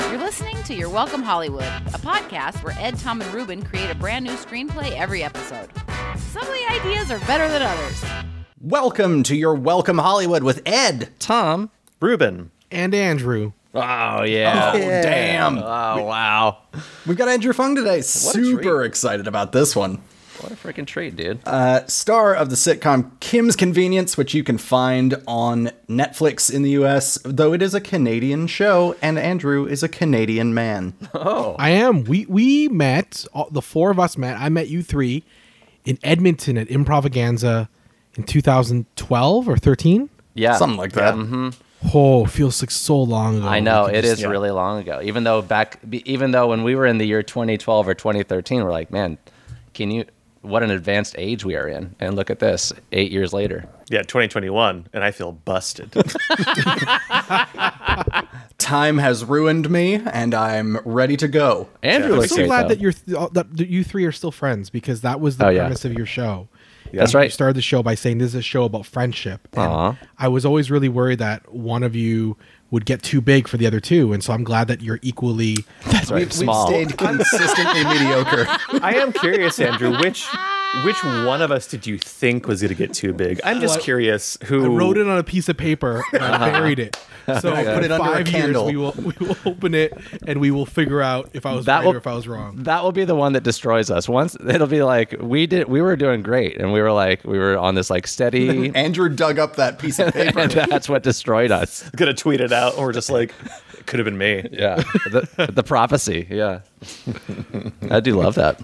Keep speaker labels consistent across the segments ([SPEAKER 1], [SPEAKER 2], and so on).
[SPEAKER 1] to Your Welcome Hollywood, a podcast where Ed, Tom, and Ruben create a brand new screenplay every episode. Some of the ideas are better than others.
[SPEAKER 2] Welcome to your Welcome Hollywood with Ed.
[SPEAKER 3] Tom
[SPEAKER 4] Ruben.
[SPEAKER 3] and Andrew.
[SPEAKER 4] Oh yeah.
[SPEAKER 2] Oh, damn.
[SPEAKER 4] Oh wow.
[SPEAKER 2] We've got Andrew Fung today. Super excited about this one.
[SPEAKER 4] What a freaking treat, dude.
[SPEAKER 2] Uh, star of the sitcom Kim's Convenience, which you can find on Netflix in the US, though it is a Canadian show, and Andrew is a Canadian man.
[SPEAKER 4] Oh.
[SPEAKER 3] I am. We we met all, the four of us met. I met you three in Edmonton at Improvaganza in 2012 or 13.
[SPEAKER 4] yeah. mm-hmm.
[SPEAKER 2] Something like that.
[SPEAKER 3] Oh, feels like so long ago.
[SPEAKER 4] I know it is
[SPEAKER 2] yeah.
[SPEAKER 4] really long ago. Even though back, be- even though when we were in the year 2012 or 2013, we're like, man, can you? What an advanced age we are in. And look at this, eight years later.
[SPEAKER 5] Yeah, 2021, and I feel busted.
[SPEAKER 2] Time has ruined me, and I'm ready to go.
[SPEAKER 4] Andrew
[SPEAKER 3] I'm
[SPEAKER 4] looks
[SPEAKER 3] so
[SPEAKER 4] great,
[SPEAKER 3] glad
[SPEAKER 4] though.
[SPEAKER 3] that you're th- all- that that you three are still friends because that was the
[SPEAKER 4] Oh, yeah.
[SPEAKER 3] premise of your show.
[SPEAKER 4] That's
[SPEAKER 3] You
[SPEAKER 4] right.
[SPEAKER 3] started the show by saying this is a show about friendship. And
[SPEAKER 4] Aw.
[SPEAKER 3] I was always really worried that one of you would get too big for the other two, and so I'm glad that you're equally.
[SPEAKER 4] That's right. Small.
[SPEAKER 2] We've stayed consistently mediocre.
[SPEAKER 5] I am curious, Andrew, which which one of us did you think was going to get too big? I'm just curious who
[SPEAKER 3] I wrote it on a piece of paper and I buried it. So I
[SPEAKER 2] put it under a
[SPEAKER 3] five years,
[SPEAKER 2] candle.
[SPEAKER 3] we will we will open it and we will figure out if I was
[SPEAKER 4] That
[SPEAKER 3] right
[SPEAKER 4] will-
[SPEAKER 3] or if I was wrong.
[SPEAKER 4] that will be the one that destroys us. Once it'll be like we did, we were doing great, and we were like, we were on this like steady,
[SPEAKER 2] Andrew dug up that piece of paper.
[SPEAKER 4] and that's what destroyed us.
[SPEAKER 5] going to tweet it out, and we're just like, it could have been me.
[SPEAKER 4] Yeah, the, the prophecy. Yeah, I do love that.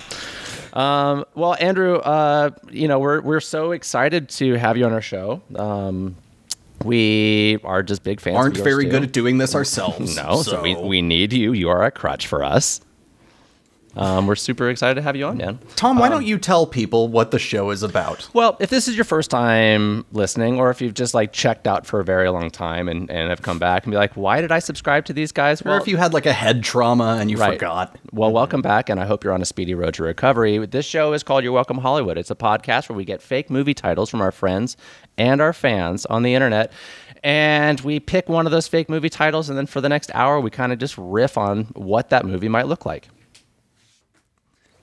[SPEAKER 4] Um, well, Andrew, uh, you know we're we're so excited to have you on our show. Um, we are just big fans.
[SPEAKER 2] Aren't
[SPEAKER 4] of yours
[SPEAKER 2] very
[SPEAKER 4] too.
[SPEAKER 2] good at doing this ourselves.
[SPEAKER 4] no, so, we, we need you. You are a crutch for us. Um, we're super excited to have you on, man.
[SPEAKER 2] Tom, why
[SPEAKER 4] Um,
[SPEAKER 2] don't you tell people what the show is about?
[SPEAKER 4] Well, if this is your first time listening, or if you've just like checked out for a very long time and, and have come back and be like, why did I subscribe to these guys?
[SPEAKER 2] or if you had like a head trauma and you
[SPEAKER 4] Right.
[SPEAKER 2] forgot. Mm-hmm.
[SPEAKER 4] Well, welcome back, and I hope you're on a speedy road to recovery. This show is called Your Welcome Hollywood. It's a podcast where we get fake movie titles from our friends and our fans on the internet, and we pick one of those fake movie titles, and then for the next hour, we kind of just riff on what that movie might look like.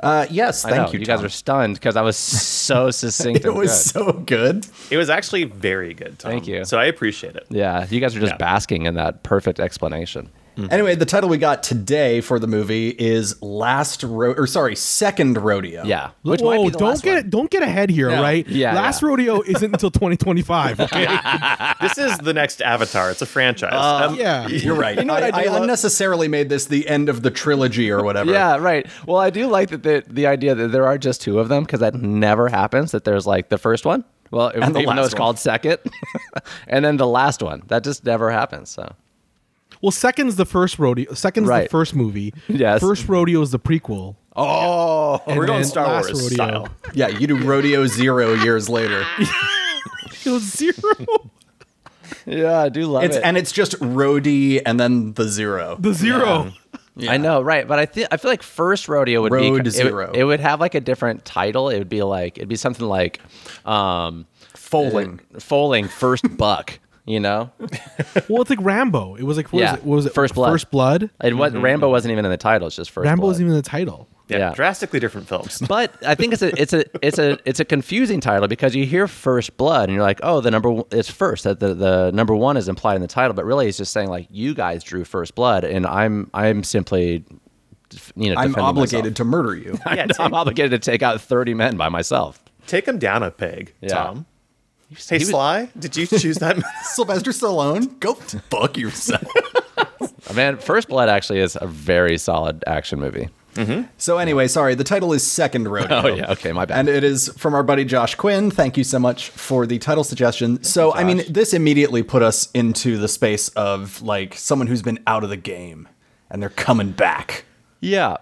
[SPEAKER 2] Uh, yes,
[SPEAKER 4] I
[SPEAKER 2] thank
[SPEAKER 4] know,
[SPEAKER 2] you.
[SPEAKER 4] You guys
[SPEAKER 2] Tom.
[SPEAKER 4] are stunned because I was so succinct.
[SPEAKER 2] It
[SPEAKER 4] and
[SPEAKER 2] was
[SPEAKER 4] good.
[SPEAKER 2] so good.
[SPEAKER 5] It was actually very good, Tom.
[SPEAKER 4] Thank you.
[SPEAKER 5] So I appreciate it.
[SPEAKER 4] yeah. You guys are just
[SPEAKER 5] Yeah.
[SPEAKER 4] basking in that perfect explanation.
[SPEAKER 2] Anyway, the title we got today for the movie is Last Ro- or sorry, Second Rodeo.
[SPEAKER 4] Yeah.
[SPEAKER 3] Whoa, don't get don't get ahead here,
[SPEAKER 2] No.
[SPEAKER 3] right?
[SPEAKER 4] Yeah,
[SPEAKER 3] Last
[SPEAKER 4] yeah.
[SPEAKER 3] rodeo isn't until 2025. Okay?
[SPEAKER 5] This is the next Avatar. It's a franchise.
[SPEAKER 4] Uh,
[SPEAKER 5] Um,
[SPEAKER 3] yeah.
[SPEAKER 2] You're right. I, I unnecessarily made this the end of the trilogy or whatever.
[SPEAKER 4] Yeah, right. Well, I do like that the, the idea that there are just two of them because that never happens. That there's like the first one, well, it,
[SPEAKER 2] And the
[SPEAKER 4] even though
[SPEAKER 2] last
[SPEAKER 4] it's
[SPEAKER 2] one.
[SPEAKER 4] called second, and then the last one. That just never happens. So
[SPEAKER 3] Well, second's the first rodeo. Second's
[SPEAKER 4] Right.
[SPEAKER 3] the first movie.
[SPEAKER 4] Yes.
[SPEAKER 3] First rodeo is the prequel.
[SPEAKER 4] oh,
[SPEAKER 3] and
[SPEAKER 5] We're going
[SPEAKER 3] then
[SPEAKER 5] Star
[SPEAKER 3] Last
[SPEAKER 5] Wars
[SPEAKER 3] Rodeo.
[SPEAKER 5] style.
[SPEAKER 2] Yeah, you do Rodeo Zero years later.
[SPEAKER 3] It was zero.
[SPEAKER 4] yeah, I do love
[SPEAKER 2] It's
[SPEAKER 4] it.
[SPEAKER 2] and it's just Roddy and then the zero.
[SPEAKER 3] The zero.
[SPEAKER 4] I know, right? But I think I feel like first rodeo would be
[SPEAKER 2] Road
[SPEAKER 4] it would-
[SPEAKER 2] Zero.
[SPEAKER 4] It, would have like a different title. It would be like it'd be something like um,
[SPEAKER 2] Foaling.
[SPEAKER 4] foaling first buck. You know,
[SPEAKER 3] Well, it's like Rambo. It was like what
[SPEAKER 4] Yeah.
[SPEAKER 3] was it? What was it?
[SPEAKER 4] First Blood.
[SPEAKER 3] First blood.
[SPEAKER 4] it was
[SPEAKER 2] Mm-hmm.
[SPEAKER 4] Rambo wasn't even in the title. It's just first.
[SPEAKER 3] Rambo
[SPEAKER 4] blood.
[SPEAKER 3] isn't even in the title.
[SPEAKER 5] Yeah,
[SPEAKER 4] Yeah.
[SPEAKER 5] Drastically different films.
[SPEAKER 4] But I think it's a it's a it's a it's a confusing title because you hear First Blood and you're like, oh, the number one, it's first that the, the number one is implied in the title, but really it's just saying like you guys drew First Blood and I'm I'm simply you know
[SPEAKER 2] I'm
[SPEAKER 4] defending
[SPEAKER 2] obligated to murder you.
[SPEAKER 5] Yeah,
[SPEAKER 4] myself. I'm
[SPEAKER 5] take,
[SPEAKER 4] obligated to take out thirty men by myself.
[SPEAKER 5] take him down a peg,
[SPEAKER 4] Yeah.
[SPEAKER 5] Tom.
[SPEAKER 4] he
[SPEAKER 5] Hey,
[SPEAKER 4] was-
[SPEAKER 5] Sly, did you choose that?
[SPEAKER 2] Sylvester Stallone, go fuck yourself.
[SPEAKER 4] Man, First Blood actually is a very solid action movie.
[SPEAKER 2] So anyway, sorry, the title is Second Rodeo.
[SPEAKER 4] Oh yeah, okay, my bad.
[SPEAKER 2] And it is from our buddy Josh Quinn. Thank you so much for the title suggestion. so, I mean, this immediately put us into the space of like someone who's been out of the game and they're coming back.
[SPEAKER 4] Yeah.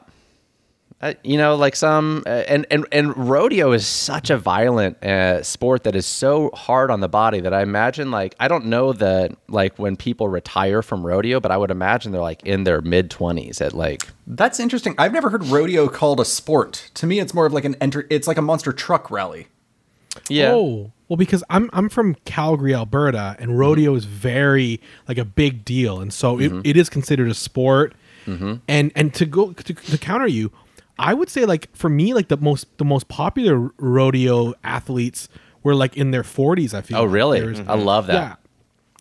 [SPEAKER 4] Uh, you know, like some, uh, and, and, and rodeo is such a violent uh, sport that is so hard on the body that I imagine, like, I don't know that, like, when people retire from rodeo, but I would imagine they're, like, in their mid 20s at, like,
[SPEAKER 2] That's interesting. I've never heard rodeo called a sport. To me, it's more of like an enter, it's like a monster truck rally.
[SPEAKER 4] yeah.
[SPEAKER 3] Oh, well, because I'm I'm from Calgary, Alberta, and rodeo is very like a big deal, and so it, it is considered a sport. And and to go to, to counter you, I would say like for me like the most the most popular rodeo athletes were like in their 40s. I feel.
[SPEAKER 4] Oh, really?
[SPEAKER 3] There's-
[SPEAKER 4] I love
[SPEAKER 3] Yeah.
[SPEAKER 4] that.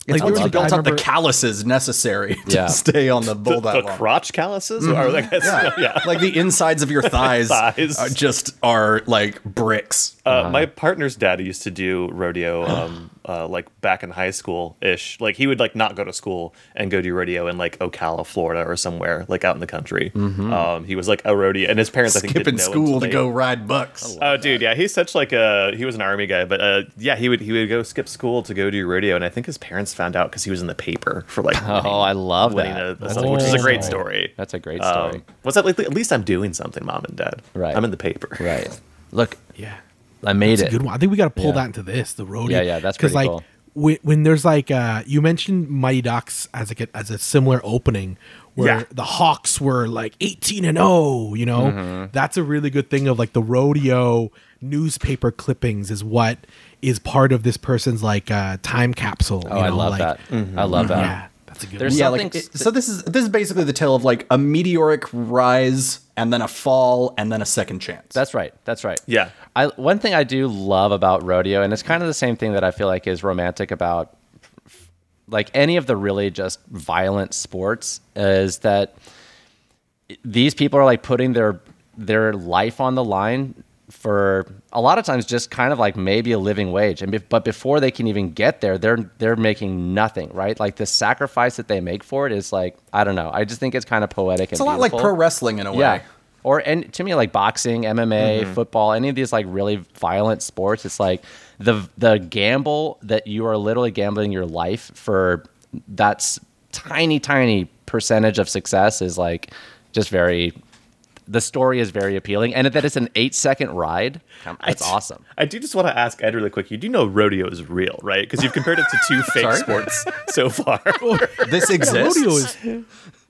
[SPEAKER 3] Like, there
[SPEAKER 2] Once
[SPEAKER 3] was
[SPEAKER 2] you
[SPEAKER 3] a guy,
[SPEAKER 2] built
[SPEAKER 3] I
[SPEAKER 2] up the
[SPEAKER 3] remember-
[SPEAKER 2] calluses necessary to
[SPEAKER 4] Yeah.
[SPEAKER 2] stay on the bull
[SPEAKER 5] The,
[SPEAKER 2] that
[SPEAKER 5] the
[SPEAKER 2] long.
[SPEAKER 5] crotch calluses,
[SPEAKER 4] Mm-hmm.
[SPEAKER 5] or like, yeah.
[SPEAKER 2] Like the insides of your thighs,
[SPEAKER 5] Thighs.
[SPEAKER 2] Are just are like bricks.
[SPEAKER 4] Uh-huh.
[SPEAKER 5] Uh, my partner's dad used to do rodeo, um, uh, like back in high school ish. Like he would like not go to school and go do rodeo in like Ocala, Florida, or somewhere like out in the country.
[SPEAKER 4] Mm-hmm.
[SPEAKER 5] Um, he was like a rodeo, and his parents I think
[SPEAKER 2] Skipping
[SPEAKER 5] didn't know
[SPEAKER 2] school
[SPEAKER 5] until
[SPEAKER 2] to
[SPEAKER 5] they-
[SPEAKER 2] go ride bucks.
[SPEAKER 5] Oh, dude, yeah, he's such like a he was an army guy, but uh, yeah, he would he would go skip school to go do rodeo, and I think his parents found out because he was in the paper for like
[SPEAKER 4] Oh, I love
[SPEAKER 5] winning
[SPEAKER 4] that.
[SPEAKER 5] a- a
[SPEAKER 4] That's
[SPEAKER 5] something, which is a great
[SPEAKER 4] story.
[SPEAKER 5] story.
[SPEAKER 4] That's a great
[SPEAKER 5] Um,
[SPEAKER 4] story.
[SPEAKER 5] what's that? Like, at least I'm doing something, mom and dad.
[SPEAKER 4] Right.
[SPEAKER 5] I'm in the paper.
[SPEAKER 4] Right. Look,
[SPEAKER 3] Yeah.
[SPEAKER 4] I made
[SPEAKER 3] It's a
[SPEAKER 4] it.
[SPEAKER 3] good one. I think we got to pull
[SPEAKER 4] Yeah.
[SPEAKER 3] that into this. The rodeo.
[SPEAKER 4] Yeah, yeah, that's
[SPEAKER 3] because like
[SPEAKER 4] pretty
[SPEAKER 3] when, when there's like uh, you mentioned Mighty Ducks as like a, as a similar opening where
[SPEAKER 5] Yeah.
[SPEAKER 3] the Hawks were like 18 and 0. You know,
[SPEAKER 4] Mm-hmm.
[SPEAKER 3] that's a really good thing of like the rodeo newspaper clippings is what is part of this person's like uh, time capsule.
[SPEAKER 4] Oh,
[SPEAKER 3] you
[SPEAKER 4] I
[SPEAKER 3] know,
[SPEAKER 4] love
[SPEAKER 3] like-
[SPEAKER 4] that. I love that.
[SPEAKER 3] Yeah, that's a good.
[SPEAKER 4] There's
[SPEAKER 3] one.
[SPEAKER 2] yeah,
[SPEAKER 4] something
[SPEAKER 2] like
[SPEAKER 4] s-
[SPEAKER 2] it- so. This is this is basically the tale of like a meteoric rise and then a fall and then a second chance.
[SPEAKER 4] That's right. That's right.
[SPEAKER 5] Yeah.
[SPEAKER 4] I one thing I do love about rodeo, and it's kind of the same thing that I feel like is romantic about like any of the really just violent sports is that these people are like putting their their life on the line for a lot of times just kind of like maybe a living wage and bef- but before they can even get there they're they're making nothing right like the sacrifice that they make for it is like i don't know i just think it's kind of poetic
[SPEAKER 2] it's a lot like pro wrestling in a way.
[SPEAKER 4] yeah. Or and to me like boxing, MMA, football, any of these like really violent sports, it's like the the gamble that you are literally gambling your life for that's tiny tiny percentage of success is like just very the story is very appealing and that it's an 8 second ride. That's
[SPEAKER 5] I d-
[SPEAKER 4] awesome.
[SPEAKER 5] I do just want to ask Ed really quick. You do know rodeo is real, right? Because you've compared it to two fake
[SPEAKER 2] Sorry?
[SPEAKER 5] sports so far.
[SPEAKER 2] This exists.
[SPEAKER 3] rodeo is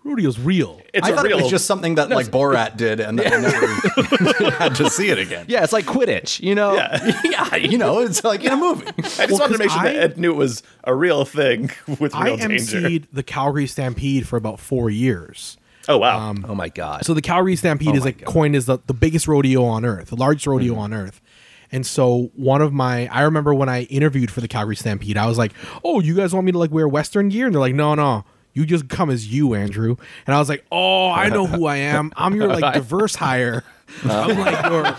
[SPEAKER 3] rodeo's real.
[SPEAKER 5] It's
[SPEAKER 2] I
[SPEAKER 5] a
[SPEAKER 2] thought
[SPEAKER 5] real.
[SPEAKER 2] it was just something that like Borat did, and then I never had to see it again.
[SPEAKER 4] Yeah, it's like Quidditch, you know.
[SPEAKER 5] yeah.
[SPEAKER 2] Yeah, you know, it's like in a movie.
[SPEAKER 5] I just wanted to make sure
[SPEAKER 3] 'cause
[SPEAKER 5] that
[SPEAKER 3] I-
[SPEAKER 5] Ed knew it was a real thing with
[SPEAKER 3] I
[SPEAKER 5] real danger.
[SPEAKER 3] emceed the Calgary Stampede for about four years.
[SPEAKER 5] Oh wow.
[SPEAKER 2] um,
[SPEAKER 4] Oh my god.
[SPEAKER 3] So the Calgary Stampede is like coined as the, the biggest rodeo on earth, the largest rodeo
[SPEAKER 4] Mm-hmm.
[SPEAKER 3] on earth. And so one of my I remember when I interviewed for the Calgary Stampede, I was like, Oh, you guys want me to like wear Western gear? And they're like, No, no. You just come as you, Andrew. And I was like, Oh, I know who I am. I'm your like diverse hire. I'm like your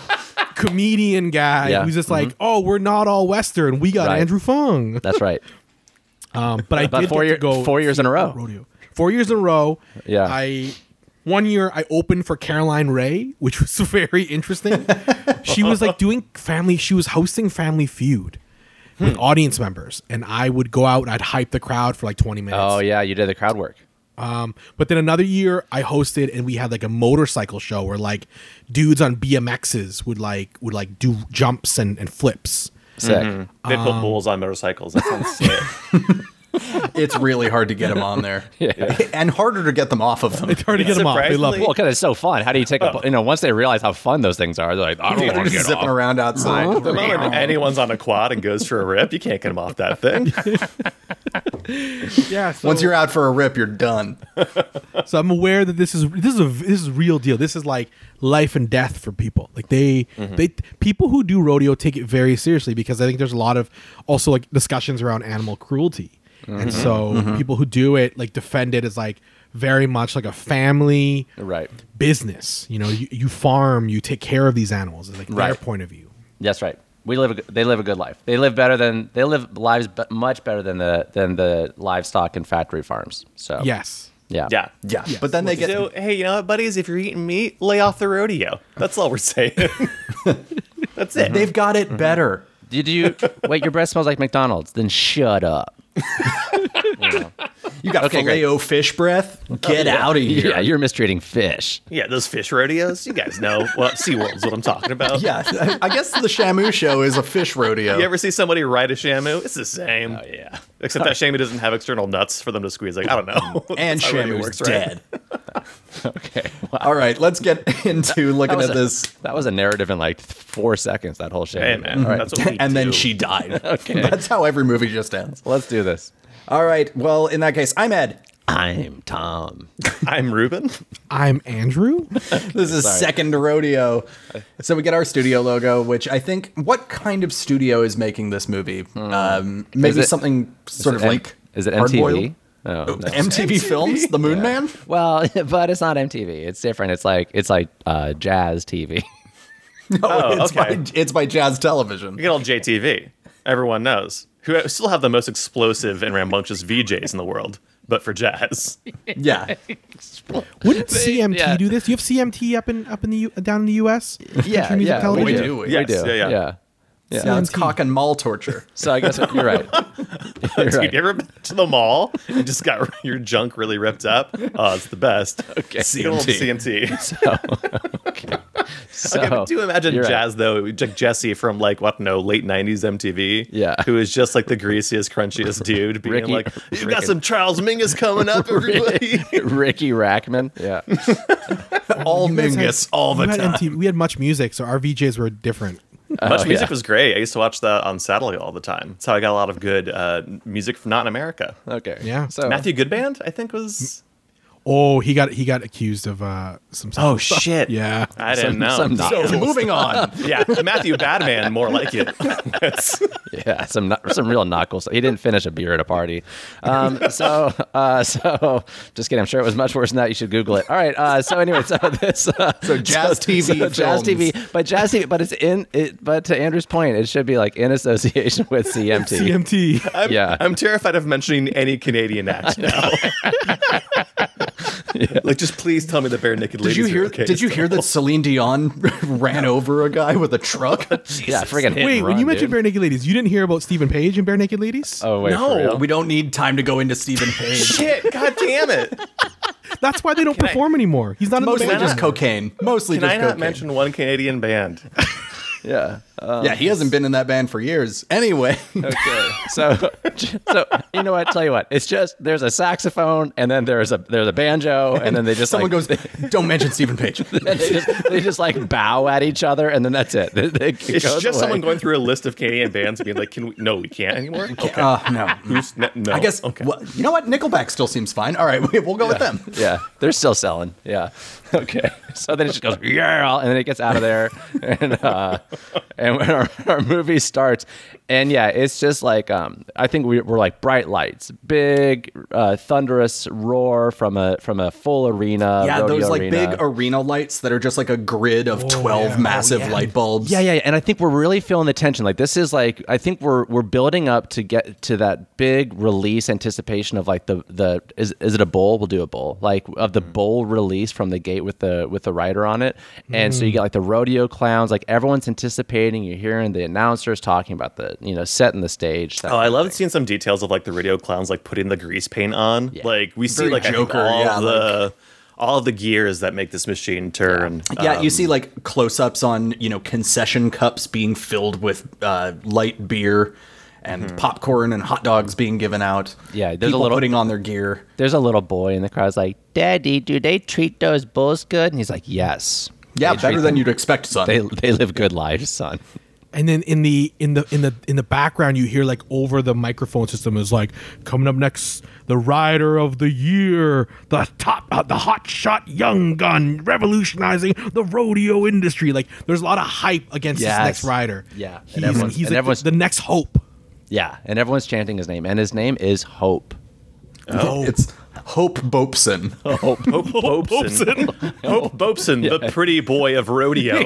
[SPEAKER 3] comedian guy
[SPEAKER 4] Uh-huh. Yeah. Mm-hmm.
[SPEAKER 3] who's just like, Oh, we're not all Western. We got
[SPEAKER 4] Right.
[SPEAKER 3] Andrew Fung.
[SPEAKER 4] That's right.
[SPEAKER 3] Um, but I
[SPEAKER 4] But
[SPEAKER 3] did
[SPEAKER 4] four
[SPEAKER 3] get
[SPEAKER 4] year-
[SPEAKER 3] to go
[SPEAKER 4] four years in a row.
[SPEAKER 3] Rodeo. Four years in a row.
[SPEAKER 4] Yeah.
[SPEAKER 3] I one year I opened for Caroline Ray, which was very interesting. she was like doing family. She was hosting Family Feud with audience members, and I would go out and I'd hype the crowd for like twenty minutes.
[SPEAKER 4] Oh yeah, you did the crowd work.
[SPEAKER 3] Um, but then another year I hosted and we had like a motorcycle show where like dudes on BMXs would like would like do jumps and, and flips.
[SPEAKER 4] Sick.
[SPEAKER 5] They put bulls on motorcycles. That sounds sick.
[SPEAKER 2] It's really hard to get them on there, and harder to get them off of them.
[SPEAKER 3] It's hard to get them off. They love it.
[SPEAKER 5] Surprisingly-
[SPEAKER 4] Well, because it's so fun. How do you take a you know once they realize how fun those things are, they're like, I don't
[SPEAKER 2] They're
[SPEAKER 4] want to
[SPEAKER 2] just
[SPEAKER 4] get
[SPEAKER 2] zipping
[SPEAKER 4] off. Uh-huh.
[SPEAKER 2] around outside.
[SPEAKER 5] The moment anyone's on a quad and goes for a rip, you can't get them off that thing.
[SPEAKER 3] Yeah. so-
[SPEAKER 2] Once you're out for a rip, you're done.
[SPEAKER 3] So I'm aware that this is this is a this is real deal. This is like life and death for people. Like they
[SPEAKER 4] Mm-hmm.
[SPEAKER 3] they people who do rodeo take it very seriously because I think there's a lot of also like discussions around animal cruelty.
[SPEAKER 4] Mm-hmm.
[SPEAKER 3] And so people who do it like defend it as like very much like a family
[SPEAKER 4] Right.
[SPEAKER 3] business. You know, you, you farm, you take care of these animals. It's like their
[SPEAKER 4] Right.
[SPEAKER 3] point of view.
[SPEAKER 4] That's right. We live. A, good- they live a good life. They live better than they live lives be- much better than the than the livestock and factory farms. So
[SPEAKER 3] Yes.
[SPEAKER 4] yeah,
[SPEAKER 5] Yeah.
[SPEAKER 2] Yeah, but then they get
[SPEAKER 5] So hey, you know what, buddies? If you're eating meat, lay off the rodeo. That's all we're saying. That's it.
[SPEAKER 2] they've got it
[SPEAKER 4] Mm-hmm.
[SPEAKER 2] better.
[SPEAKER 4] Did you wait? Your breath smells like McDonald's. Then shut up.
[SPEAKER 2] You got
[SPEAKER 4] Okay, great.
[SPEAKER 2] filet
[SPEAKER 4] Oh,
[SPEAKER 2] o fish breath. Get out of here.
[SPEAKER 4] Yeah, you're mistreating fish.
[SPEAKER 5] Yeah, those fish rodeos. You guys know well, SeaWorld's what I'm talking about.
[SPEAKER 2] Yeah, I guess the Shamu show is a fish rodeo.
[SPEAKER 5] You ever see somebody ride a shamu? It's the same. Oh, yeah. Except that shamu doesn't have external nuts for them to squeeze. Like, I don't know.
[SPEAKER 2] Mm. and
[SPEAKER 5] That's how rodeo
[SPEAKER 2] Shamu's
[SPEAKER 5] works, right?
[SPEAKER 2] dead.
[SPEAKER 4] Okay,
[SPEAKER 2] All right, let's get into looking
[SPEAKER 4] was
[SPEAKER 2] at
[SPEAKER 4] a-
[SPEAKER 2] this.
[SPEAKER 4] that was a narrative in like four seconds. That whole shit.
[SPEAKER 5] Hey, man.
[SPEAKER 4] All right,
[SPEAKER 5] That's what we
[SPEAKER 2] Mm-hmm. and then
[SPEAKER 5] do.
[SPEAKER 2] she died. That's how every movie just ends.
[SPEAKER 4] let's do this.
[SPEAKER 2] All right. Well, in that case, I'm Ed.
[SPEAKER 4] I'm Tom.
[SPEAKER 5] I'm Ruben.
[SPEAKER 3] I'm Andrew.
[SPEAKER 2] This is second rodeo. So we get our studio logo, which I think. What kind of studio is making this movie? Um, maybe
[SPEAKER 4] Hmm. it-
[SPEAKER 2] something sort of
[SPEAKER 4] M-
[SPEAKER 2] like.
[SPEAKER 4] Is it
[SPEAKER 2] hard-boiled?
[SPEAKER 4] MTV? Oh, no.
[SPEAKER 2] MTV, Films, The Moon Man.
[SPEAKER 4] well, but it's not MTV. It's different. It's like it's like uh, jazz TV.
[SPEAKER 2] No,
[SPEAKER 5] Oh,
[SPEAKER 2] it's
[SPEAKER 5] okay.
[SPEAKER 2] by it's by Jazz Television.
[SPEAKER 5] You get all JTV. Everyone knows who still have the most explosive and rambunctious VJs in the world, but for jazz.
[SPEAKER 2] Yeah,
[SPEAKER 3] Wouldn't CMT
[SPEAKER 4] yeah.
[SPEAKER 3] do this? You have CMT up in up in the U, down in the U.S. Country music
[SPEAKER 2] we
[SPEAKER 3] television?
[SPEAKER 2] do.
[SPEAKER 4] We
[SPEAKER 5] Yes,
[SPEAKER 4] do.
[SPEAKER 5] yeah, yeah.
[SPEAKER 4] Yeah.
[SPEAKER 2] now it's
[SPEAKER 3] CMT.
[SPEAKER 2] cock and mall torture.
[SPEAKER 4] So I guess you're right. You're
[SPEAKER 5] Dude,
[SPEAKER 4] right.
[SPEAKER 5] you ever been to the mall and just got your junk really ripped up? Oh, it's the best. Okay.
[SPEAKER 2] CMT.
[SPEAKER 5] CMT.
[SPEAKER 4] So,
[SPEAKER 5] okay, but do imagine
[SPEAKER 4] Oh, you're right.
[SPEAKER 5] jazz though, like Jesse from like what no late '90s MTV,
[SPEAKER 4] Yeah.
[SPEAKER 5] who is just like the greasiest, crunchiest dude, being
[SPEAKER 4] Ricky-
[SPEAKER 5] like, "You got
[SPEAKER 4] Ricky-
[SPEAKER 5] some Charles Mingus coming up, everybody."
[SPEAKER 4] Ricky Rackman. Yeah.
[SPEAKER 2] All
[SPEAKER 3] You guys
[SPEAKER 2] Mingus,
[SPEAKER 3] had-
[SPEAKER 2] all the
[SPEAKER 3] you had
[SPEAKER 2] time.
[SPEAKER 3] MTV we had much music, so our VJs were different.
[SPEAKER 4] Oh,
[SPEAKER 5] Much music was great. I used to watch that on satellite all the time. That's how I got a lot of good uh, music from not in America.
[SPEAKER 4] Okay.
[SPEAKER 3] Yeah.
[SPEAKER 4] So
[SPEAKER 5] Matthew Goodband, I think, was.
[SPEAKER 3] Oh, he got he got accused of uh, some. stuff.
[SPEAKER 5] shit!
[SPEAKER 3] yeah.
[SPEAKER 5] I
[SPEAKER 4] Some-
[SPEAKER 5] didn't know.
[SPEAKER 4] some not-
[SPEAKER 2] So moving on.
[SPEAKER 5] yeah, Matthew Badman, more like it. That's-
[SPEAKER 4] yeah, some kno- some real knuckles. He didn't finish a beer at a party. Um, so uh, so just kidding. I'm sure it was much worse than that. You should Google it. All right. Uh, so anyway, so this uh,
[SPEAKER 2] So Jazz TV
[SPEAKER 4] jazz
[SPEAKER 2] films.
[SPEAKER 4] TV, but jazz TV, but it's in. It, but to Andrew's point, it should be like in association with CMT.
[SPEAKER 3] CMT.
[SPEAKER 5] I'm,
[SPEAKER 4] Yeah.
[SPEAKER 5] I'm terrified of mentioning any Canadian act now. Like, just please tell me the bare naked
[SPEAKER 2] Did
[SPEAKER 5] ladies.
[SPEAKER 2] you
[SPEAKER 5] are
[SPEAKER 2] hear?
[SPEAKER 5] okay.
[SPEAKER 2] Did you hear that Celine Dion ran over a guy with a truck?
[SPEAKER 4] yeah, freaking hit.
[SPEAKER 3] Wait,
[SPEAKER 4] and
[SPEAKER 3] when you
[SPEAKER 4] run,
[SPEAKER 3] mentioned
[SPEAKER 4] dude.
[SPEAKER 3] Bare Naked Ladies, you didn't hear about Stephen Page and Bare Naked Ladies?
[SPEAKER 4] oh wait, for
[SPEAKER 2] no,
[SPEAKER 4] real?
[SPEAKER 2] we don't need time to go into Stephen Page.
[SPEAKER 5] Shit! God damn it!
[SPEAKER 3] That's why they don't perform anymore. He's not in the
[SPEAKER 2] Mostly
[SPEAKER 3] band.
[SPEAKER 2] just cocaine. Mostly
[SPEAKER 5] Can
[SPEAKER 2] just
[SPEAKER 5] I not
[SPEAKER 2] cocaine.
[SPEAKER 5] mention one Canadian band?
[SPEAKER 4] yeah. Uh,
[SPEAKER 2] yeah, he hasn't been in that band for years. Anyway,
[SPEAKER 4] okay. So, so you know what? Tell you what. It's just there's a saxophone, and then there's a there's a banjo, and then they just
[SPEAKER 2] someone
[SPEAKER 4] like,
[SPEAKER 2] goes, "Don't mention Stephen Page."
[SPEAKER 4] and they just they just like bow at each other, and then that's it. They- they- it
[SPEAKER 5] It's
[SPEAKER 4] goes
[SPEAKER 5] just
[SPEAKER 4] away.
[SPEAKER 5] someone going through a list of Canadian bands, being like, "Can we? No, we can't anymore." Okay.
[SPEAKER 2] Uh, no.
[SPEAKER 5] Who's no, no.
[SPEAKER 2] I guess.
[SPEAKER 5] Okay.
[SPEAKER 2] well, you know what? Nickelback still seems fine. All right, we- we'll go with them.
[SPEAKER 4] Yeah, they're still selling. Yeah. Okay. So then it just goes yeah, and then it gets out of there, and uh, and when our, our movie starts, and yeah, it's just like um, I think we, we're like bright lights, big uh, thunderous roar from a from a full arena.
[SPEAKER 2] Yeah,
[SPEAKER 4] rodeo
[SPEAKER 2] those like
[SPEAKER 4] arena.
[SPEAKER 2] big arena lights that are just like a grid of twelve
[SPEAKER 3] yeah.
[SPEAKER 2] massive light bulbs.
[SPEAKER 4] Yeah, yeah, yeah. And I think we're really feeling the tension. Like this is like I think we're we're building up to get to that big release anticipation of like the the is is it a bowl? We'll do a bowl. Like of
[SPEAKER 2] Mm.
[SPEAKER 4] the bowl release from the gate with the with the rider on it. And so you
[SPEAKER 2] Mm.
[SPEAKER 4] get like the rodeo clowns, like everyone's anticipating, you're hearing the announcers talking about the, you know, setting the stage. that-
[SPEAKER 5] Oh, I loved seeing some details of like the radio clowns like putting the grease paint on. Like we see
[SPEAKER 2] Very
[SPEAKER 5] like I think
[SPEAKER 2] Joker,
[SPEAKER 5] all
[SPEAKER 2] yeah,
[SPEAKER 5] of the all of the gears that make this machine turn.
[SPEAKER 2] Yeah,
[SPEAKER 5] Um,
[SPEAKER 2] you see like close-ups on you know concession cups being filled with uh, light beer, and popcorn and hot dogs being given out.
[SPEAKER 4] Hmm. Yeah, there's a
[SPEAKER 2] people
[SPEAKER 4] little-
[SPEAKER 2] putting on their gear.
[SPEAKER 4] There's a little boy in the crowd's like, Daddy, do they treat those bulls good? And he's like, Yes.
[SPEAKER 2] Yeah,
[SPEAKER 4] They treat
[SPEAKER 2] better
[SPEAKER 4] them-
[SPEAKER 2] than you'd expect, son.
[SPEAKER 4] they they live good lives, son.
[SPEAKER 3] And then in the in the in the in the background, you hear like over the microphone system is like coming up next, the rider of the year, the top, uh, the hot shot young gun, revolutionizing the rodeo industry. Like there's a lot of hype against
[SPEAKER 4] Yes.
[SPEAKER 3] this next rider.
[SPEAKER 4] Yeah. And
[SPEAKER 3] he's,
[SPEAKER 4] everyone's-
[SPEAKER 3] he's
[SPEAKER 4] and
[SPEAKER 3] like
[SPEAKER 4] everyone's-
[SPEAKER 3] the, the next hope.
[SPEAKER 4] Yeah, and everyone's chanting his name, and his name is Hope.
[SPEAKER 3] Oh,
[SPEAKER 2] It's Hope Bopson.
[SPEAKER 5] Hope Bobson. Hope Bobson, the pretty boy of rodeo.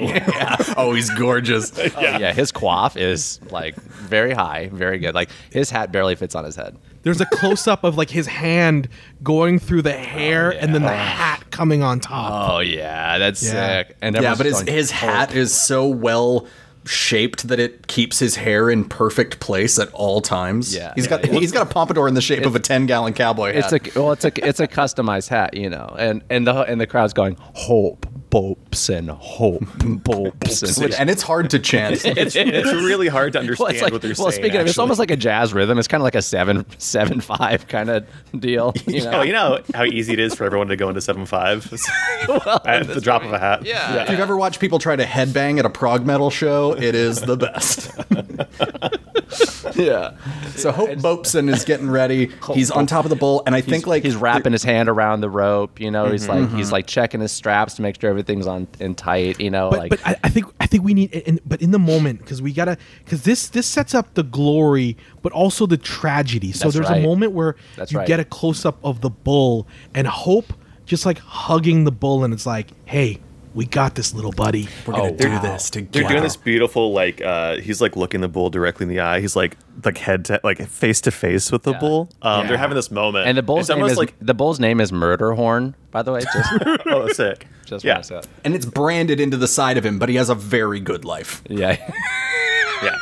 [SPEAKER 2] oh, he's gorgeous.
[SPEAKER 4] Yeah. his quaff is like very high, very good. Like his hat barely fits on his head.
[SPEAKER 3] there's a close up of like his hand going through the hair and then the hat coming on top.
[SPEAKER 4] Oh yeah, that's
[SPEAKER 3] Yeah.
[SPEAKER 4] sick. And
[SPEAKER 2] yeah,
[SPEAKER 4] everyone's
[SPEAKER 2] but his,
[SPEAKER 4] just going,
[SPEAKER 2] his hat is so well shaped that it keeps his hair in perfect place at all times.
[SPEAKER 4] Yeah.
[SPEAKER 2] he's
[SPEAKER 4] Yeah,
[SPEAKER 2] got he's got a pompadour in the shape of a ten gallon cowboy
[SPEAKER 4] It's
[SPEAKER 2] hat.
[SPEAKER 4] a well, it's a it's a customized hat, you know. And and the and the crowd's going Hope Bopes and Hope Bopes and.
[SPEAKER 2] and it's hard to chant.
[SPEAKER 5] It's, it's really hard to
[SPEAKER 4] Well,
[SPEAKER 5] understand
[SPEAKER 4] it's like,
[SPEAKER 5] what they're
[SPEAKER 4] well,
[SPEAKER 5] saying.
[SPEAKER 4] speaking of, it's
[SPEAKER 5] actually.
[SPEAKER 4] almost like a jazz rhythm. It's kind of like a seven, seven, five kind of deal. You know?
[SPEAKER 5] Oh, you know how easy it is for everyone to go into seven five at the drop of a hat.
[SPEAKER 4] yeah.
[SPEAKER 2] If you've ever watched people try to headbang at a prog metal show, it is the best. yeah. So Hope Bopson is getting ready. He's on top of the bull, and I think like
[SPEAKER 4] he's wrapping his hand around the Mm-hmm. rope. You know, he's like he's like checking his straps to make sure everything's on and tight. You know,
[SPEAKER 3] but
[SPEAKER 4] like
[SPEAKER 3] but I, I think I think we need and, but in the moment because we gotta because this this sets up the glory but also the tragedy. So
[SPEAKER 4] That's
[SPEAKER 3] there's
[SPEAKER 4] right.
[SPEAKER 3] a moment where
[SPEAKER 4] That's
[SPEAKER 3] you
[SPEAKER 4] right.
[SPEAKER 3] get a close up of the bull and hope just like hugging the bull and it's like, hey, we got this little buddy.
[SPEAKER 2] we're gonna
[SPEAKER 4] Oh,
[SPEAKER 2] do
[SPEAKER 4] wow.
[SPEAKER 2] this
[SPEAKER 5] They're
[SPEAKER 2] together.
[SPEAKER 5] doing this beautiful like uh he's like looking the bull directly in the eye. He's like like head to like face to face with the bull. Um they're having this moment.
[SPEAKER 4] and the bull's
[SPEAKER 5] it's
[SPEAKER 4] name
[SPEAKER 5] almost
[SPEAKER 4] is
[SPEAKER 5] like
[SPEAKER 4] the bull's name is Murderhorn. By the way, just
[SPEAKER 5] oh that's sick.
[SPEAKER 4] just
[SPEAKER 5] yeah.
[SPEAKER 4] want to say that.
[SPEAKER 2] and it's branded into the side of him, but he has a very good life.
[SPEAKER 4] Yeah.
[SPEAKER 5] Yeah.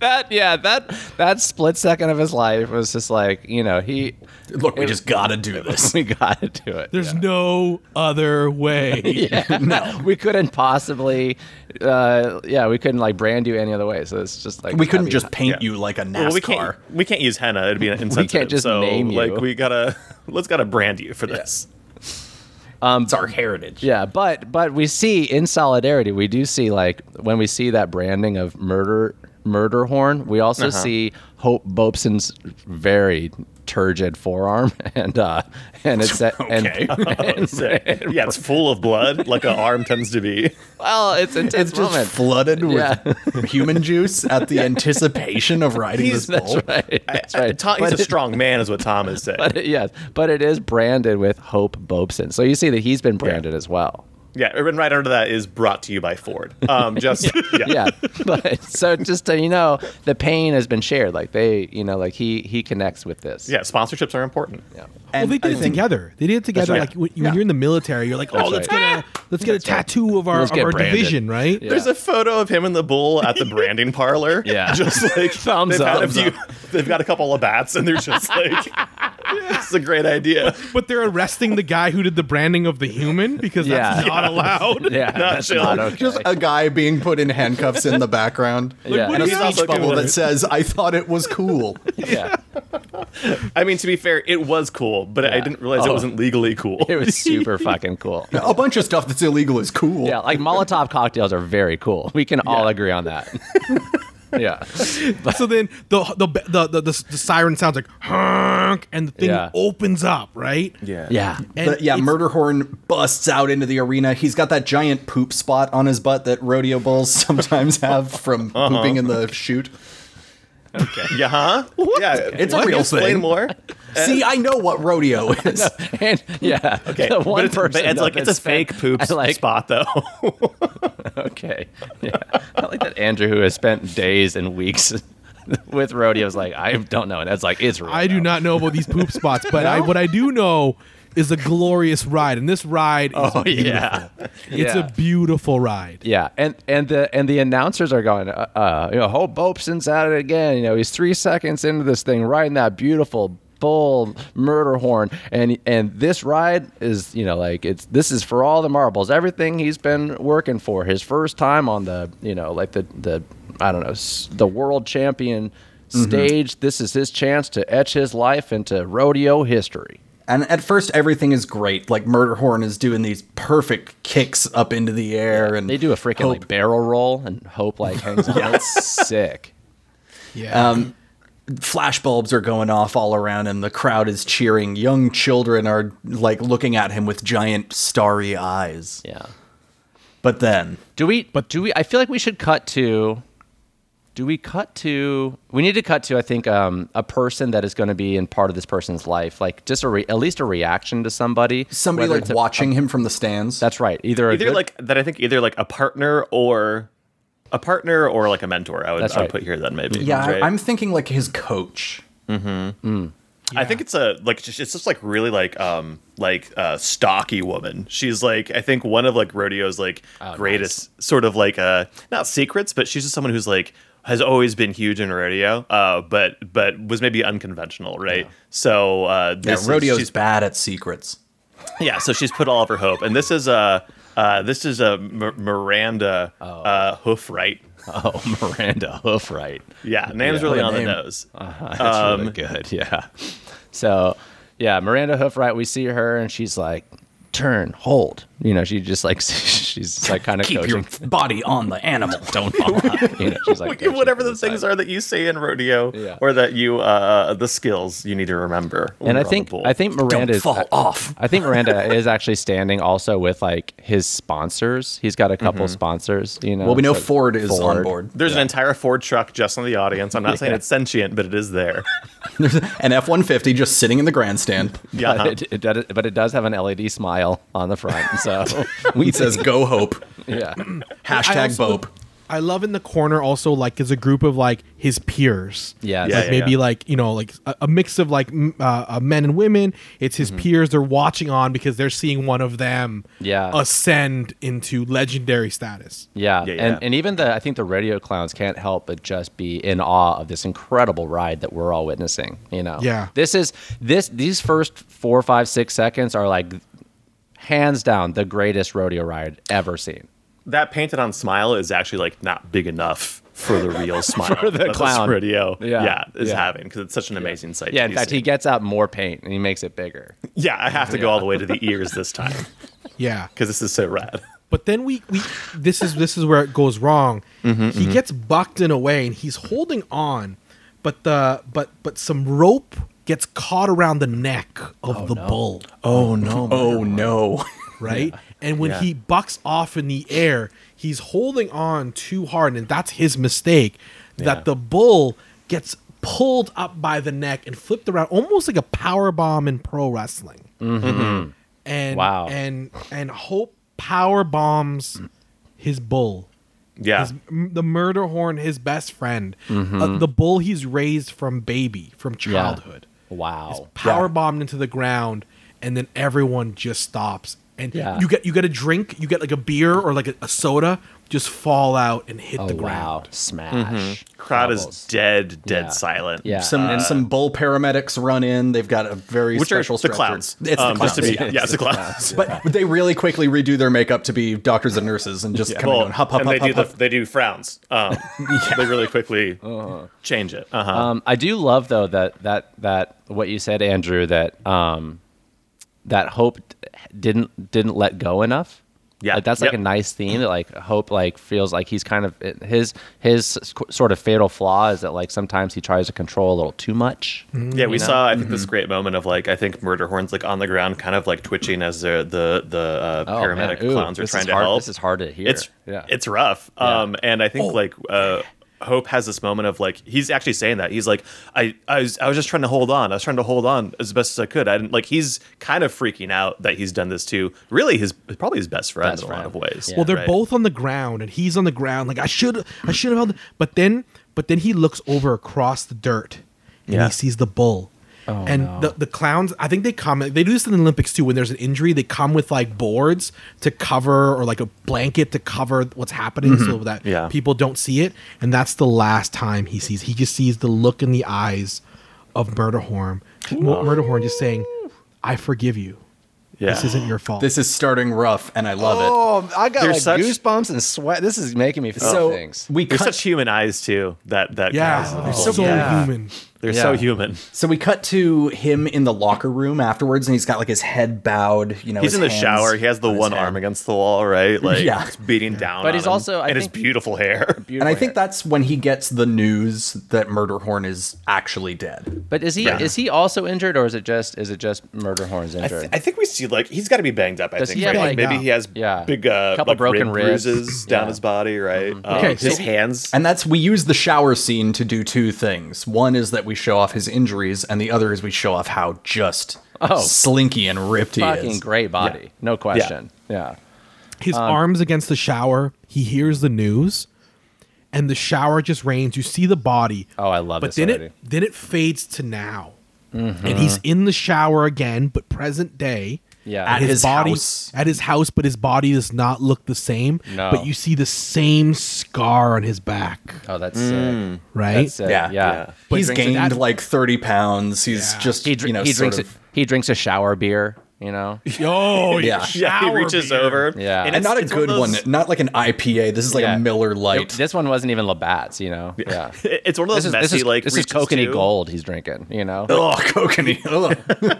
[SPEAKER 4] That yeah that that split second of his life was just like you know he
[SPEAKER 2] Look, we just gotta do this.
[SPEAKER 4] we got to do it.
[SPEAKER 3] There's no other way.
[SPEAKER 2] no,
[SPEAKER 4] we couldn't possibly uh yeah we couldn't like brand you any other way so it's just like
[SPEAKER 2] we couldn't
[SPEAKER 4] happy-
[SPEAKER 2] just paint
[SPEAKER 5] yeah.
[SPEAKER 2] you like a NASCAR.
[SPEAKER 5] Well, we can't we can't use henna. It'd be insensitive.
[SPEAKER 4] just
[SPEAKER 5] so,
[SPEAKER 4] name you.
[SPEAKER 5] Like we gotta let's gotta brand you for this.
[SPEAKER 2] it's our heritage.
[SPEAKER 4] yeah but but we see in solidarity we do see like when we see that branding of murder murder horn we also see hope bobson's very turgid forearm and uh and it's that
[SPEAKER 2] Okay.
[SPEAKER 5] Oh, sick. yeah, it's full of blood, like an arm tends to be.
[SPEAKER 4] well it's intense
[SPEAKER 2] It's just
[SPEAKER 4] moment.
[SPEAKER 2] flooded with
[SPEAKER 4] Yeah.
[SPEAKER 2] human juice at the anticipation of riding this bull.
[SPEAKER 4] right that's right
[SPEAKER 5] Tom, he's
[SPEAKER 4] But
[SPEAKER 5] a
[SPEAKER 4] it-
[SPEAKER 5] strong man, is what Tom is saying.
[SPEAKER 4] but it- yes but it is branded with hope bobson so you see that he's been branded as well
[SPEAKER 5] Yeah, and right under that is brought to you by Ford. Um, just yeah.
[SPEAKER 4] yeah but so just so you know the pain has been shared like they you know like he he connects with this
[SPEAKER 5] Yeah, sponsorships are important.
[SPEAKER 4] yeah
[SPEAKER 3] Well, they
[SPEAKER 2] I
[SPEAKER 3] did it
[SPEAKER 2] think-
[SPEAKER 3] together. They did it together.
[SPEAKER 5] right.
[SPEAKER 3] Like when, when you're in the military, you're like, oh, let's
[SPEAKER 4] right.
[SPEAKER 3] get a let's get a tattoo of our,
[SPEAKER 4] Let's
[SPEAKER 3] of
[SPEAKER 4] get
[SPEAKER 3] our
[SPEAKER 4] branded.
[SPEAKER 3] division, right?
[SPEAKER 4] Yeah.
[SPEAKER 5] There's a photo of him and the bull at the branding parlor.
[SPEAKER 4] Yeah.
[SPEAKER 5] just like
[SPEAKER 4] Thumbs
[SPEAKER 5] they've had
[SPEAKER 4] up.
[SPEAKER 5] a few- they've got a couple of bats, and they're just like, "This is a great idea."
[SPEAKER 3] But they're arresting the guy who did the branding of the human because that's
[SPEAKER 4] Yeah.
[SPEAKER 3] not allowed.
[SPEAKER 4] yeah that's
[SPEAKER 5] chill.
[SPEAKER 4] not okay.
[SPEAKER 2] Just a guy being put in handcuffs in the background.
[SPEAKER 4] Yeah.
[SPEAKER 2] And a
[SPEAKER 4] He's
[SPEAKER 2] speech
[SPEAKER 5] also
[SPEAKER 2] bubble
[SPEAKER 5] cool.
[SPEAKER 2] that says, I thought it was cool.
[SPEAKER 4] yeah
[SPEAKER 5] I mean, to be fair, it was cool, but I didn't realize it
[SPEAKER 4] Oh.
[SPEAKER 5] wasn't legally cool.
[SPEAKER 4] it was super fucking cool
[SPEAKER 2] A bunch of stuff that's illegal is cool.
[SPEAKER 4] yeah like molotov cocktails are very cool we can all agree on that yeah
[SPEAKER 3] So then the the the the, the, the siren sounds like honk, and the thing
[SPEAKER 4] Yeah.
[SPEAKER 3] opens up, right?
[SPEAKER 4] yeah
[SPEAKER 3] And
[SPEAKER 2] But yeah,
[SPEAKER 3] it's-
[SPEAKER 2] Murderhorn busts out into the arena. He's got that giant poop spot on his butt that rodeo bulls sometimes have from pooping in the chute.
[SPEAKER 5] Yeah, huh? Yeah,
[SPEAKER 2] It's a
[SPEAKER 5] Can you
[SPEAKER 2] real
[SPEAKER 5] explain
[SPEAKER 2] thing.
[SPEAKER 5] more.
[SPEAKER 2] See, I know what rodeo is.
[SPEAKER 4] and yeah okay the one
[SPEAKER 5] but it's, but
[SPEAKER 4] person
[SPEAKER 5] it's
[SPEAKER 4] though
[SPEAKER 5] like it's a
[SPEAKER 4] that's spent-
[SPEAKER 5] fake poop
[SPEAKER 4] I like
[SPEAKER 5] spot though.
[SPEAKER 4] okay yeah i like that andrew who has spent days and weeks with rodeos like i don't know and that's like it's real
[SPEAKER 3] I do
[SPEAKER 4] now.
[SPEAKER 3] not know about these poop spots, but I, what I do know is a glorious ride, and this ride is
[SPEAKER 4] Oh, yeah
[SPEAKER 3] it's
[SPEAKER 4] yeah.
[SPEAKER 3] a beautiful ride.
[SPEAKER 4] Yeah, and and the and the announcers are going, uh, uh you know, Hope Bobson's at it again. You know, he's three seconds into this thing, riding that beautiful bull murder horn, and and this ride is, you know, like it's this is for all the marbles, everything he's been working for, his first time on the, you know, like the the I don't know, s- the world champion stage. This is his chance to etch his life into rodeo history.
[SPEAKER 2] And at first, everything is great. Like Murderhorn is doing these perfect kicks up into the air, and
[SPEAKER 4] They do a freaking like barrel roll, and Hope like hangs on. It's sick.
[SPEAKER 3] Yeah.
[SPEAKER 2] flash bulbs are going off all around, and the crowd is cheering. Young children are like looking at him with giant starry eyes.
[SPEAKER 4] Yeah.
[SPEAKER 2] But then,
[SPEAKER 4] Do we? But do we? I feel like we should cut to. Do we cut to? We need to cut to. I think um, a person that is going to be in part of this person's life, like just a re, at least a reaction to somebody.
[SPEAKER 2] somebody
[SPEAKER 4] whether
[SPEAKER 2] like
[SPEAKER 4] it's a-
[SPEAKER 2] watching him from the stands.
[SPEAKER 4] That's right. Either a
[SPEAKER 5] either
[SPEAKER 4] good-
[SPEAKER 5] like that, I think either like a partner or a partner or like a mentor. I would,
[SPEAKER 4] That's
[SPEAKER 5] I would
[SPEAKER 4] right.
[SPEAKER 5] put here then maybe.
[SPEAKER 2] yeah, I-
[SPEAKER 5] right?
[SPEAKER 2] I'm thinking like his coach.
[SPEAKER 5] I think it's a like it's just, it's just like really like um like uh stocky woman. She's like I think one of like rodeo's like greatest sort of like uh not secrets, but she's just someone who's like has always been huge in rodeo, uh, but but was maybe unconventional, right? So uh,
[SPEAKER 2] Yeah,
[SPEAKER 5] this is-
[SPEAKER 2] rodeo's
[SPEAKER 5] she's-
[SPEAKER 2] bad at secrets.
[SPEAKER 5] yeah, so she's put all of her hope, and this is uh, uh this is a M- Miranda uh, Hoofright.
[SPEAKER 4] oh Miranda Hoofright.
[SPEAKER 5] Yeah, name's
[SPEAKER 4] Yeah.
[SPEAKER 5] really
[SPEAKER 2] What a
[SPEAKER 5] on
[SPEAKER 2] name.
[SPEAKER 5] the nose.
[SPEAKER 4] That's really good. Yeah. So yeah, Miranda Hoofright. We see her and she's like, turn, hold. You know, she just like she's She's like kind of
[SPEAKER 2] Keep
[SPEAKER 4] coaching.
[SPEAKER 2] your body on the animal. Don't bump
[SPEAKER 4] you know, she's like coaching
[SPEAKER 5] whatever
[SPEAKER 4] from
[SPEAKER 5] the things
[SPEAKER 4] side.
[SPEAKER 5] are that you say in rodeo
[SPEAKER 4] Yeah.
[SPEAKER 5] or that you uh the skills you need to remember when
[SPEAKER 4] And I
[SPEAKER 5] you're on
[SPEAKER 4] think
[SPEAKER 5] the bull.
[SPEAKER 4] I think Miranda is,
[SPEAKER 2] fall off.
[SPEAKER 4] I think Miranda is actually standing also with like his sponsors. He's got a couple sponsors. You know.
[SPEAKER 2] Mm-hmm. Well, we know
[SPEAKER 4] so-
[SPEAKER 2] Ford is on
[SPEAKER 4] Ford.
[SPEAKER 2] board.
[SPEAKER 5] there's an entire Ford truck just on the audience. I'm not saying it's sentient, but it is there.
[SPEAKER 2] An F 150 just sitting in the grandstand.
[SPEAKER 5] Yeah,
[SPEAKER 4] But it, it, does- but it does have an LED smile on the front, so we
[SPEAKER 2] It says, Go Hope.
[SPEAKER 4] yeah.
[SPEAKER 2] Hashtag
[SPEAKER 3] also-
[SPEAKER 2] Bope.
[SPEAKER 3] I love in the corner also like is a group of like his peers.
[SPEAKER 4] Yes.
[SPEAKER 5] Yeah,
[SPEAKER 3] like
[SPEAKER 5] yeah,
[SPEAKER 3] maybe
[SPEAKER 5] yeah.
[SPEAKER 3] like you know like a, a mix of like m- uh, uh, men and women. It's his
[SPEAKER 4] Mm-hmm.
[SPEAKER 3] peers they're watching on because they're seeing one of them
[SPEAKER 4] Yeah.
[SPEAKER 3] ascend into legendary status.
[SPEAKER 4] Yeah.
[SPEAKER 5] Yeah,
[SPEAKER 4] And,
[SPEAKER 5] yeah.
[SPEAKER 4] and even the I think the radio clowns can't help but just be in awe of this incredible ride that we're all witnessing. You know.
[SPEAKER 3] Yeah.
[SPEAKER 4] This is this these first four, five, six seconds are like hands down the greatest rodeo ride ever seen.
[SPEAKER 5] that painted on smile is actually like not big enough for the real smile
[SPEAKER 4] For the
[SPEAKER 5] that this
[SPEAKER 4] clown.
[SPEAKER 5] rodeo.
[SPEAKER 4] Yeah,
[SPEAKER 5] is
[SPEAKER 4] yeah.
[SPEAKER 5] having because it's such an amazing sight.
[SPEAKER 4] Yeah,
[SPEAKER 5] to
[SPEAKER 4] in
[SPEAKER 5] be
[SPEAKER 4] fact, he
[SPEAKER 5] seen.
[SPEAKER 4] gets out more paint and he makes it bigger.
[SPEAKER 5] yeah, I have to go all the way to the ears this time
[SPEAKER 3] Yeah.
[SPEAKER 5] because this is so rad.
[SPEAKER 3] But then we, we this is this is where it goes wrong. he gets bucked in a way and he's holding on, but the but but some rope gets caught around the neck of the bull.
[SPEAKER 2] Oh, no. Oh, no.
[SPEAKER 3] right? And when
[SPEAKER 5] Yeah.
[SPEAKER 3] he bucks off in the air, he's holding on too hard, and that's his mistake.
[SPEAKER 5] Yeah.
[SPEAKER 3] That the bull gets pulled up by the neck and flipped around, almost like a power bomb in pro wrestling.
[SPEAKER 5] Mm-hmm.
[SPEAKER 3] And
[SPEAKER 4] Wow.
[SPEAKER 3] and and Hope power bombs his bull.
[SPEAKER 5] Yeah,
[SPEAKER 3] His, m- the murder horn, his best friend,
[SPEAKER 5] Mm-hmm.
[SPEAKER 3] uh, the bull he's raised from baby, from childhood
[SPEAKER 4] Wow.
[SPEAKER 3] power bombed into the ground and then everyone just stops and
[SPEAKER 4] Yeah.
[SPEAKER 3] you get you get a drink you get like a beer or like a, a soda just fall out and hit
[SPEAKER 4] Oh,
[SPEAKER 3] the
[SPEAKER 4] wow.
[SPEAKER 3] ground
[SPEAKER 4] Smash.
[SPEAKER 5] Mm-hmm. crowd is
[SPEAKER 4] Doubles.
[SPEAKER 5] dead, dead
[SPEAKER 4] Yeah.
[SPEAKER 5] silent.
[SPEAKER 4] Yeah.
[SPEAKER 2] Some
[SPEAKER 4] Uh,
[SPEAKER 2] some bull paramedics run in. They've got a very
[SPEAKER 5] which are
[SPEAKER 2] special
[SPEAKER 5] the
[SPEAKER 2] stretcher.
[SPEAKER 5] clowns.
[SPEAKER 2] It's the
[SPEAKER 5] Um,
[SPEAKER 2] clowns.
[SPEAKER 5] Just to be,
[SPEAKER 2] yeah.
[SPEAKER 5] yeah, it's the clowns.
[SPEAKER 2] But they really quickly redo their makeup to be doctors and nurses and just come in
[SPEAKER 5] Well,
[SPEAKER 2] and hop, hop,
[SPEAKER 5] and
[SPEAKER 2] hop,
[SPEAKER 5] they
[SPEAKER 2] hop,
[SPEAKER 5] do
[SPEAKER 2] hop.
[SPEAKER 5] the they do frowns. Um, They really quickly change it. Uh-huh.
[SPEAKER 4] Um, I do love though that that that what you said, Andrew, that um, that hope didn't didn't let go enough.
[SPEAKER 5] Yeah.
[SPEAKER 4] like, that's like
[SPEAKER 5] Yep.
[SPEAKER 4] a nice theme that like hope like feels like he's kind of his his sort of fatal flaw is that like sometimes he tries to control a little too much.
[SPEAKER 5] Yeah, we saw I think this great moment of like I think murder horns like on the ground, kind of like twitching as the the the uh,
[SPEAKER 4] Oh, man.
[SPEAKER 5] paramedic
[SPEAKER 4] Ooh,
[SPEAKER 5] clowns are
[SPEAKER 4] this is
[SPEAKER 5] trying to
[SPEAKER 4] hard-
[SPEAKER 5] help.
[SPEAKER 4] This is hard to hear.
[SPEAKER 5] It's
[SPEAKER 4] yeah.
[SPEAKER 5] it's rough. Um, and I
[SPEAKER 3] Oh.
[SPEAKER 5] think like uh, Hope has this moment of like he's actually saying that he's like I I was I was just trying to hold on. I was trying to hold on as best as I could. I didn't like he's kind of freaking out that he's done this to really his probably his best friend
[SPEAKER 4] Best
[SPEAKER 5] in a lot of
[SPEAKER 4] friend.
[SPEAKER 5] ways.
[SPEAKER 3] well they're
[SPEAKER 5] right?
[SPEAKER 3] both on the ground and he's on the ground like i should i should have held but then but then he looks over across the dirt and
[SPEAKER 5] Yeah.
[SPEAKER 3] he sees the bull and the, the clowns i think they come they do this in the olympics too when there's an injury they come with like boards to cover or like a blanket to cover what's happening so that
[SPEAKER 5] Mm-hmm. Yeah.
[SPEAKER 3] people don't see it and that's the last time he sees he just sees the look in the eyes of murderhorn
[SPEAKER 5] Oh.
[SPEAKER 3] murderhorn just saying i forgive you
[SPEAKER 5] Yeah.
[SPEAKER 3] this isn't your fault
[SPEAKER 2] This is starting rough, and I love it.
[SPEAKER 4] Oh, I got
[SPEAKER 5] They're
[SPEAKER 4] like
[SPEAKER 5] such-
[SPEAKER 4] goosebumps and sweat. This is making me feel
[SPEAKER 2] so
[SPEAKER 4] things.
[SPEAKER 2] we
[SPEAKER 5] They're
[SPEAKER 2] cut
[SPEAKER 5] such human eyes too. That that
[SPEAKER 3] yeah
[SPEAKER 5] cast.
[SPEAKER 3] they're so
[SPEAKER 2] yeah.
[SPEAKER 3] human
[SPEAKER 5] They're so
[SPEAKER 4] Yeah.
[SPEAKER 5] human.
[SPEAKER 2] so we cut to him in the locker room afterwards, and he's got like his head bowed. You know,
[SPEAKER 5] He's
[SPEAKER 2] his
[SPEAKER 5] in the
[SPEAKER 2] hands
[SPEAKER 5] shower. He has the
[SPEAKER 2] on his
[SPEAKER 5] one
[SPEAKER 2] head.
[SPEAKER 5] arm against the wall, right? Like
[SPEAKER 2] Yeah.
[SPEAKER 5] it's beating down.
[SPEAKER 4] But
[SPEAKER 5] on
[SPEAKER 4] he's
[SPEAKER 5] him.
[SPEAKER 4] also- I
[SPEAKER 5] and
[SPEAKER 4] think-
[SPEAKER 5] his beautiful hair.
[SPEAKER 2] And I think that's when he gets the news that Murderhorn is actually dead.
[SPEAKER 4] But is he
[SPEAKER 5] Yeah.
[SPEAKER 4] is he also injured or is it just is it just murder horns
[SPEAKER 5] I,
[SPEAKER 4] injured?
[SPEAKER 5] th- I think we see like he's got to be banged up. I
[SPEAKER 4] Does
[SPEAKER 5] think
[SPEAKER 4] he have,
[SPEAKER 5] right?
[SPEAKER 4] like,
[SPEAKER 5] maybe
[SPEAKER 3] yeah.
[SPEAKER 5] he has
[SPEAKER 4] Yeah.
[SPEAKER 5] big uh,
[SPEAKER 4] Couple
[SPEAKER 5] like,
[SPEAKER 4] broken
[SPEAKER 5] rib
[SPEAKER 4] ribs.
[SPEAKER 5] bruises down
[SPEAKER 4] Yeah. Mm-hmm.
[SPEAKER 5] his body, right? Um,
[SPEAKER 3] Okay,
[SPEAKER 5] his
[SPEAKER 3] so-
[SPEAKER 5] hands.
[SPEAKER 2] And that's we use the shower scene to do two things. One is that we show off his injuries, and the other is we show off how just
[SPEAKER 4] Oh.
[SPEAKER 2] slinky and ripped he
[SPEAKER 4] Fucking
[SPEAKER 2] is.
[SPEAKER 4] great body, no question. Yeah.
[SPEAKER 3] His arms against the shower. He hears the news, and the shower just rains. You see the body.
[SPEAKER 4] Oh, I love
[SPEAKER 3] But
[SPEAKER 4] this
[SPEAKER 3] then
[SPEAKER 4] already.
[SPEAKER 3] it then it fades to now, and he's in the shower again, but present day.
[SPEAKER 4] Yeah.
[SPEAKER 3] And
[SPEAKER 2] At his
[SPEAKER 3] body
[SPEAKER 2] house.
[SPEAKER 3] at his house, but his body does not look the same.
[SPEAKER 4] No.
[SPEAKER 3] But you see the same scar on his back,
[SPEAKER 4] Oh, that's sick.
[SPEAKER 3] right?
[SPEAKER 4] That's sick.
[SPEAKER 2] Yeah.
[SPEAKER 4] Yeah.
[SPEAKER 5] Yeah.
[SPEAKER 4] He
[SPEAKER 2] He's
[SPEAKER 4] drinks a-
[SPEAKER 2] gained like thirty pounds. He's
[SPEAKER 3] Yeah.
[SPEAKER 2] just
[SPEAKER 4] He, dr-
[SPEAKER 2] you know
[SPEAKER 4] he
[SPEAKER 2] sort
[SPEAKER 4] drinks
[SPEAKER 2] of-
[SPEAKER 4] a, he drinks a shower beer. You know.
[SPEAKER 2] Yeah.
[SPEAKER 3] Yo,
[SPEAKER 5] Yeah, he
[SPEAKER 3] Oh, shower
[SPEAKER 5] reaches
[SPEAKER 3] beer.
[SPEAKER 5] over.
[SPEAKER 4] Yeah.
[SPEAKER 2] and
[SPEAKER 5] it's-
[SPEAKER 2] not a
[SPEAKER 5] it's one of
[SPEAKER 2] good
[SPEAKER 5] those-
[SPEAKER 2] one, not like an IPA. This is like
[SPEAKER 4] Yeah.
[SPEAKER 2] a Miller
[SPEAKER 4] It-
[SPEAKER 2] Light.
[SPEAKER 4] this one wasn't even Labatt's. You know. Yeah.
[SPEAKER 5] It's one of those
[SPEAKER 4] This is
[SPEAKER 5] messy
[SPEAKER 4] this is
[SPEAKER 5] like Oh.
[SPEAKER 4] this is
[SPEAKER 5] reaches
[SPEAKER 4] coconut
[SPEAKER 5] to.
[SPEAKER 4] gold he's drinking. You know.
[SPEAKER 2] oh, coconut. Ugh.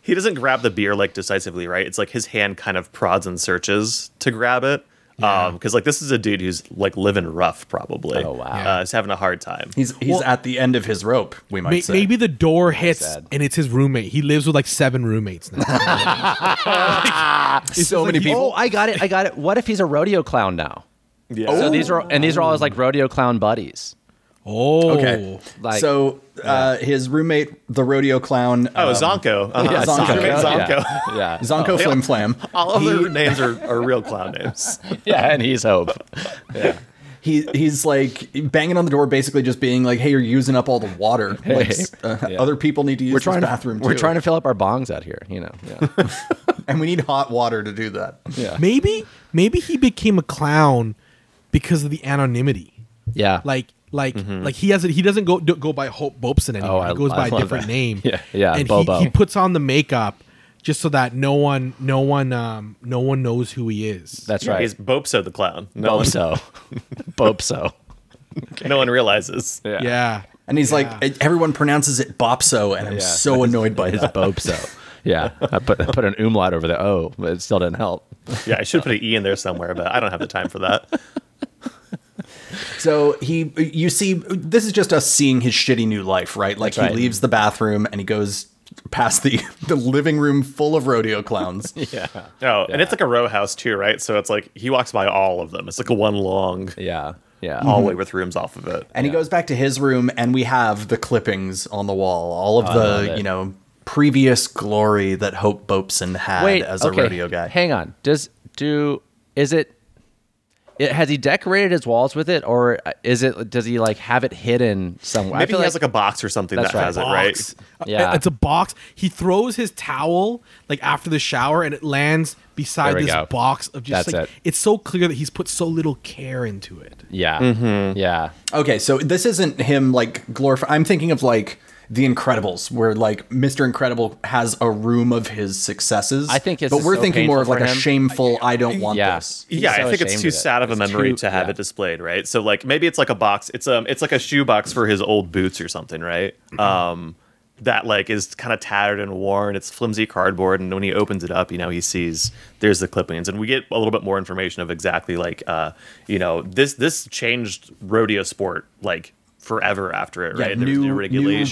[SPEAKER 5] he doesn't grab the beer like decisively, right? It's like his hand kind of prods and searches to grab it. Um, 'cause because like this is a dude who's like living rough, probably.
[SPEAKER 4] Oh, wow.
[SPEAKER 5] uh, he's having a hard time.
[SPEAKER 2] He's he's at the end of his rope. We might
[SPEAKER 3] May-
[SPEAKER 2] say.
[SPEAKER 3] maybe the door hits
[SPEAKER 4] sad.
[SPEAKER 3] and it's his roommate. He lives with like seven roommates now.
[SPEAKER 2] so many
[SPEAKER 4] Oh,
[SPEAKER 2] people.
[SPEAKER 4] I got it. I got it. What if he's a rodeo clown now?
[SPEAKER 5] yeah.
[SPEAKER 4] So these are and these are all his like rodeo clown buddies.
[SPEAKER 3] oh,
[SPEAKER 2] okay.
[SPEAKER 4] like-
[SPEAKER 2] so uh, his roommate, the rodeo clown.
[SPEAKER 5] oh,
[SPEAKER 2] um,
[SPEAKER 5] Zonko. Uh-huh.
[SPEAKER 2] Yeah,
[SPEAKER 5] His
[SPEAKER 2] Zonko.
[SPEAKER 5] roommate
[SPEAKER 4] Yeah.
[SPEAKER 5] Zonko.
[SPEAKER 4] Oh, Yeah.
[SPEAKER 2] Zonko Flim Flam.
[SPEAKER 5] All of their names are, are real clown names.
[SPEAKER 4] yeah, and he's hope.
[SPEAKER 2] He he's like banging on the door, basically just being like, "Hey, you're using up all the water. Like, s- uh, Other people need to use
[SPEAKER 4] We're
[SPEAKER 2] this
[SPEAKER 4] trying to
[SPEAKER 2] bathroom.
[SPEAKER 4] We're
[SPEAKER 2] too.
[SPEAKER 4] trying to fill up our bongs out here, you know. Yeah.
[SPEAKER 2] and we need hot water to do that.
[SPEAKER 4] Yeah.
[SPEAKER 3] Maybe maybe he became a clown because of the anonymity.
[SPEAKER 4] yeah.
[SPEAKER 3] Like like like he has not he doesn't go do, go by Hope Bobson
[SPEAKER 4] Mm-hmm. Oh,
[SPEAKER 3] anymore.
[SPEAKER 4] I-
[SPEAKER 3] he goes
[SPEAKER 4] I
[SPEAKER 3] by a
[SPEAKER 4] love
[SPEAKER 3] different
[SPEAKER 4] that.
[SPEAKER 3] name.
[SPEAKER 4] Yeah, yeah,
[SPEAKER 3] And
[SPEAKER 4] Bobo.
[SPEAKER 3] He, he puts on the makeup just so that no one no one um no one knows who he is.
[SPEAKER 4] that's
[SPEAKER 5] Yeah,
[SPEAKER 4] right.
[SPEAKER 5] He's Bopso the clown. No, one,
[SPEAKER 4] Bopso. Bopso.
[SPEAKER 5] no one realizes.
[SPEAKER 3] yeah.
[SPEAKER 2] And he's like, everyone pronounces it Bopso, and I'm so annoyed by that.
[SPEAKER 4] Bopso. Yeah. I put I put an umlaut over the O, but it still didn't help.
[SPEAKER 5] Yeah, I should put an E in there somewhere, but I don't have the time for that.
[SPEAKER 2] So he, you see, this is just us seeing his shitty new life, right? Like
[SPEAKER 4] That's right.
[SPEAKER 2] he leaves the bathroom and he goes past the the living room full of rodeo clowns.
[SPEAKER 4] Yeah.
[SPEAKER 5] Oh, and it's like a row house too, right? So it's like he walks by all of them. It's like a one long
[SPEAKER 4] Yeah. Yeah.
[SPEAKER 5] hallway with rooms off of it.
[SPEAKER 2] And he goes back to his room, and we have the clippings on the wall, all of
[SPEAKER 4] love
[SPEAKER 2] the
[SPEAKER 4] it.
[SPEAKER 2] you know previous glory that Hope Bopson had as a rodeo guy.
[SPEAKER 4] Hang on. Does do is it, it has he decorated his walls with it or is it does he like have it hidden somewhere?
[SPEAKER 5] Maybe he has like a box or something
[SPEAKER 4] That's
[SPEAKER 5] that
[SPEAKER 4] right.
[SPEAKER 5] has
[SPEAKER 3] box.
[SPEAKER 5] it, right?
[SPEAKER 3] Uh,
[SPEAKER 4] Yeah.
[SPEAKER 3] It's a box. He throws his towel like after the shower and it lands beside
[SPEAKER 4] There we
[SPEAKER 3] this
[SPEAKER 4] go.
[SPEAKER 3] box of just
[SPEAKER 4] That's
[SPEAKER 3] like
[SPEAKER 4] it.
[SPEAKER 3] it's so clear that he's put so little care into it.
[SPEAKER 4] yeah. Yeah.
[SPEAKER 2] Okay, so this isn't him like glorify. I'm thinking of like The Incredibles, where like Mr. Incredible has a room of his successes.
[SPEAKER 4] I think this
[SPEAKER 2] but
[SPEAKER 4] is
[SPEAKER 2] we're
[SPEAKER 4] so
[SPEAKER 2] thinking more of
[SPEAKER 4] painful
[SPEAKER 2] like
[SPEAKER 4] for
[SPEAKER 2] a
[SPEAKER 4] him.
[SPEAKER 2] shameful. I don't want
[SPEAKER 4] Yeah.
[SPEAKER 2] this.
[SPEAKER 4] He's
[SPEAKER 5] yeah,
[SPEAKER 4] so
[SPEAKER 5] I think
[SPEAKER 4] ashamed
[SPEAKER 5] it's too
[SPEAKER 4] of it.
[SPEAKER 5] sad of a
[SPEAKER 4] It's
[SPEAKER 5] memory
[SPEAKER 4] too-
[SPEAKER 5] to have
[SPEAKER 4] yeah.
[SPEAKER 5] it displayed, right? So like maybe it's like a box. It's um it's like a shoebox for his old boots or something, right?
[SPEAKER 4] Mm-hmm.
[SPEAKER 5] Um that like is kind of tattered and worn. It's flimsy cardboard, and when he opens it up, you know he sees there's the clippings, and we get a little bit more information of exactly like uh you know this this changed rodeo sport like forever after it,
[SPEAKER 2] Yeah,
[SPEAKER 5] right? There was
[SPEAKER 2] new, new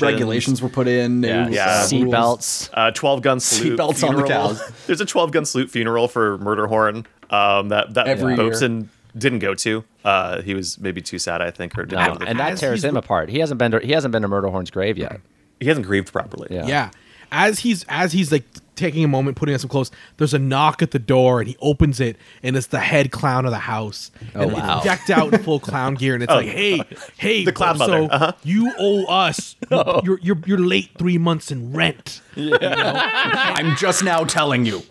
[SPEAKER 2] regulations. were put in. New
[SPEAKER 5] Yeah.
[SPEAKER 2] rules.
[SPEAKER 4] Seatbelts.
[SPEAKER 5] uh, 12 gun salute
[SPEAKER 2] Seatbelts on the
[SPEAKER 5] funeral.
[SPEAKER 2] cows.
[SPEAKER 5] There's a 12 gun salute funeral for Murder Horn um, that that
[SPEAKER 2] Every year.
[SPEAKER 5] Bobson didn't go to. Uh, he was maybe too sad, I think, or didn't
[SPEAKER 4] No,
[SPEAKER 5] want to
[SPEAKER 4] and that
[SPEAKER 3] as
[SPEAKER 4] tears
[SPEAKER 3] he's-
[SPEAKER 4] him apart. He hasn't been to, he hasn't been to Murderhorn's grave yet.
[SPEAKER 5] he hasn't grieved properly.
[SPEAKER 4] Yeah.
[SPEAKER 3] Yeah. As he's as he's like taking a moment, putting on some clothes, there's a knock at the door and he opens it and it's the head clown of the house. Oh, and
[SPEAKER 4] wow.
[SPEAKER 3] it's decked out in full clown gear and it's like, hey, hey,
[SPEAKER 5] The clown
[SPEAKER 3] so
[SPEAKER 5] mother, uh-huh.
[SPEAKER 3] you owe us you're, you're you're late three months in rent.
[SPEAKER 2] I'm just now telling you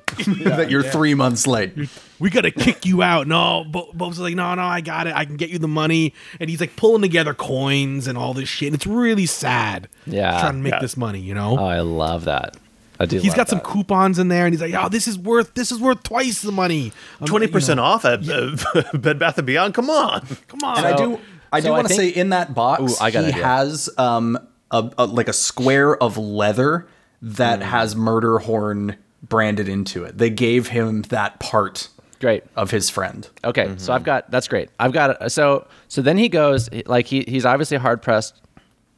[SPEAKER 2] that you're three months late.
[SPEAKER 3] we gotta kick you out. No, Bo- Bob's like, no, no, I got it. I can get you the money. And he's like pulling together coins and all this shit. And it's really sad.
[SPEAKER 4] Yeah.
[SPEAKER 3] Trying to make
[SPEAKER 5] Yeah.
[SPEAKER 3] this money, you know?
[SPEAKER 4] Oh, I love that. I do.
[SPEAKER 3] he's
[SPEAKER 4] love
[SPEAKER 3] got some
[SPEAKER 4] that.
[SPEAKER 3] coupons in there and he's like, oh, this is worth this is worth twice the money. I'm-
[SPEAKER 5] Twenty percent
[SPEAKER 3] you know,
[SPEAKER 5] off at uh, Bed Bath and Beyond. Come on,
[SPEAKER 3] Come on.
[SPEAKER 2] And I
[SPEAKER 4] So-
[SPEAKER 2] do, I do
[SPEAKER 4] so I
[SPEAKER 2] want to
[SPEAKER 4] think-
[SPEAKER 2] say in that box,
[SPEAKER 4] Ooh, I got an
[SPEAKER 2] he
[SPEAKER 4] idea.
[SPEAKER 2] has um a, a like a square of leather that
[SPEAKER 4] Hmm.
[SPEAKER 2] has murder horn branded into it. They gave him that part
[SPEAKER 4] great.
[SPEAKER 2] of his friend.
[SPEAKER 4] Okay, so
[SPEAKER 5] Mm-hmm.
[SPEAKER 4] I've got that's great. I've got uh, so so then he goes like he he's obviously hard pressed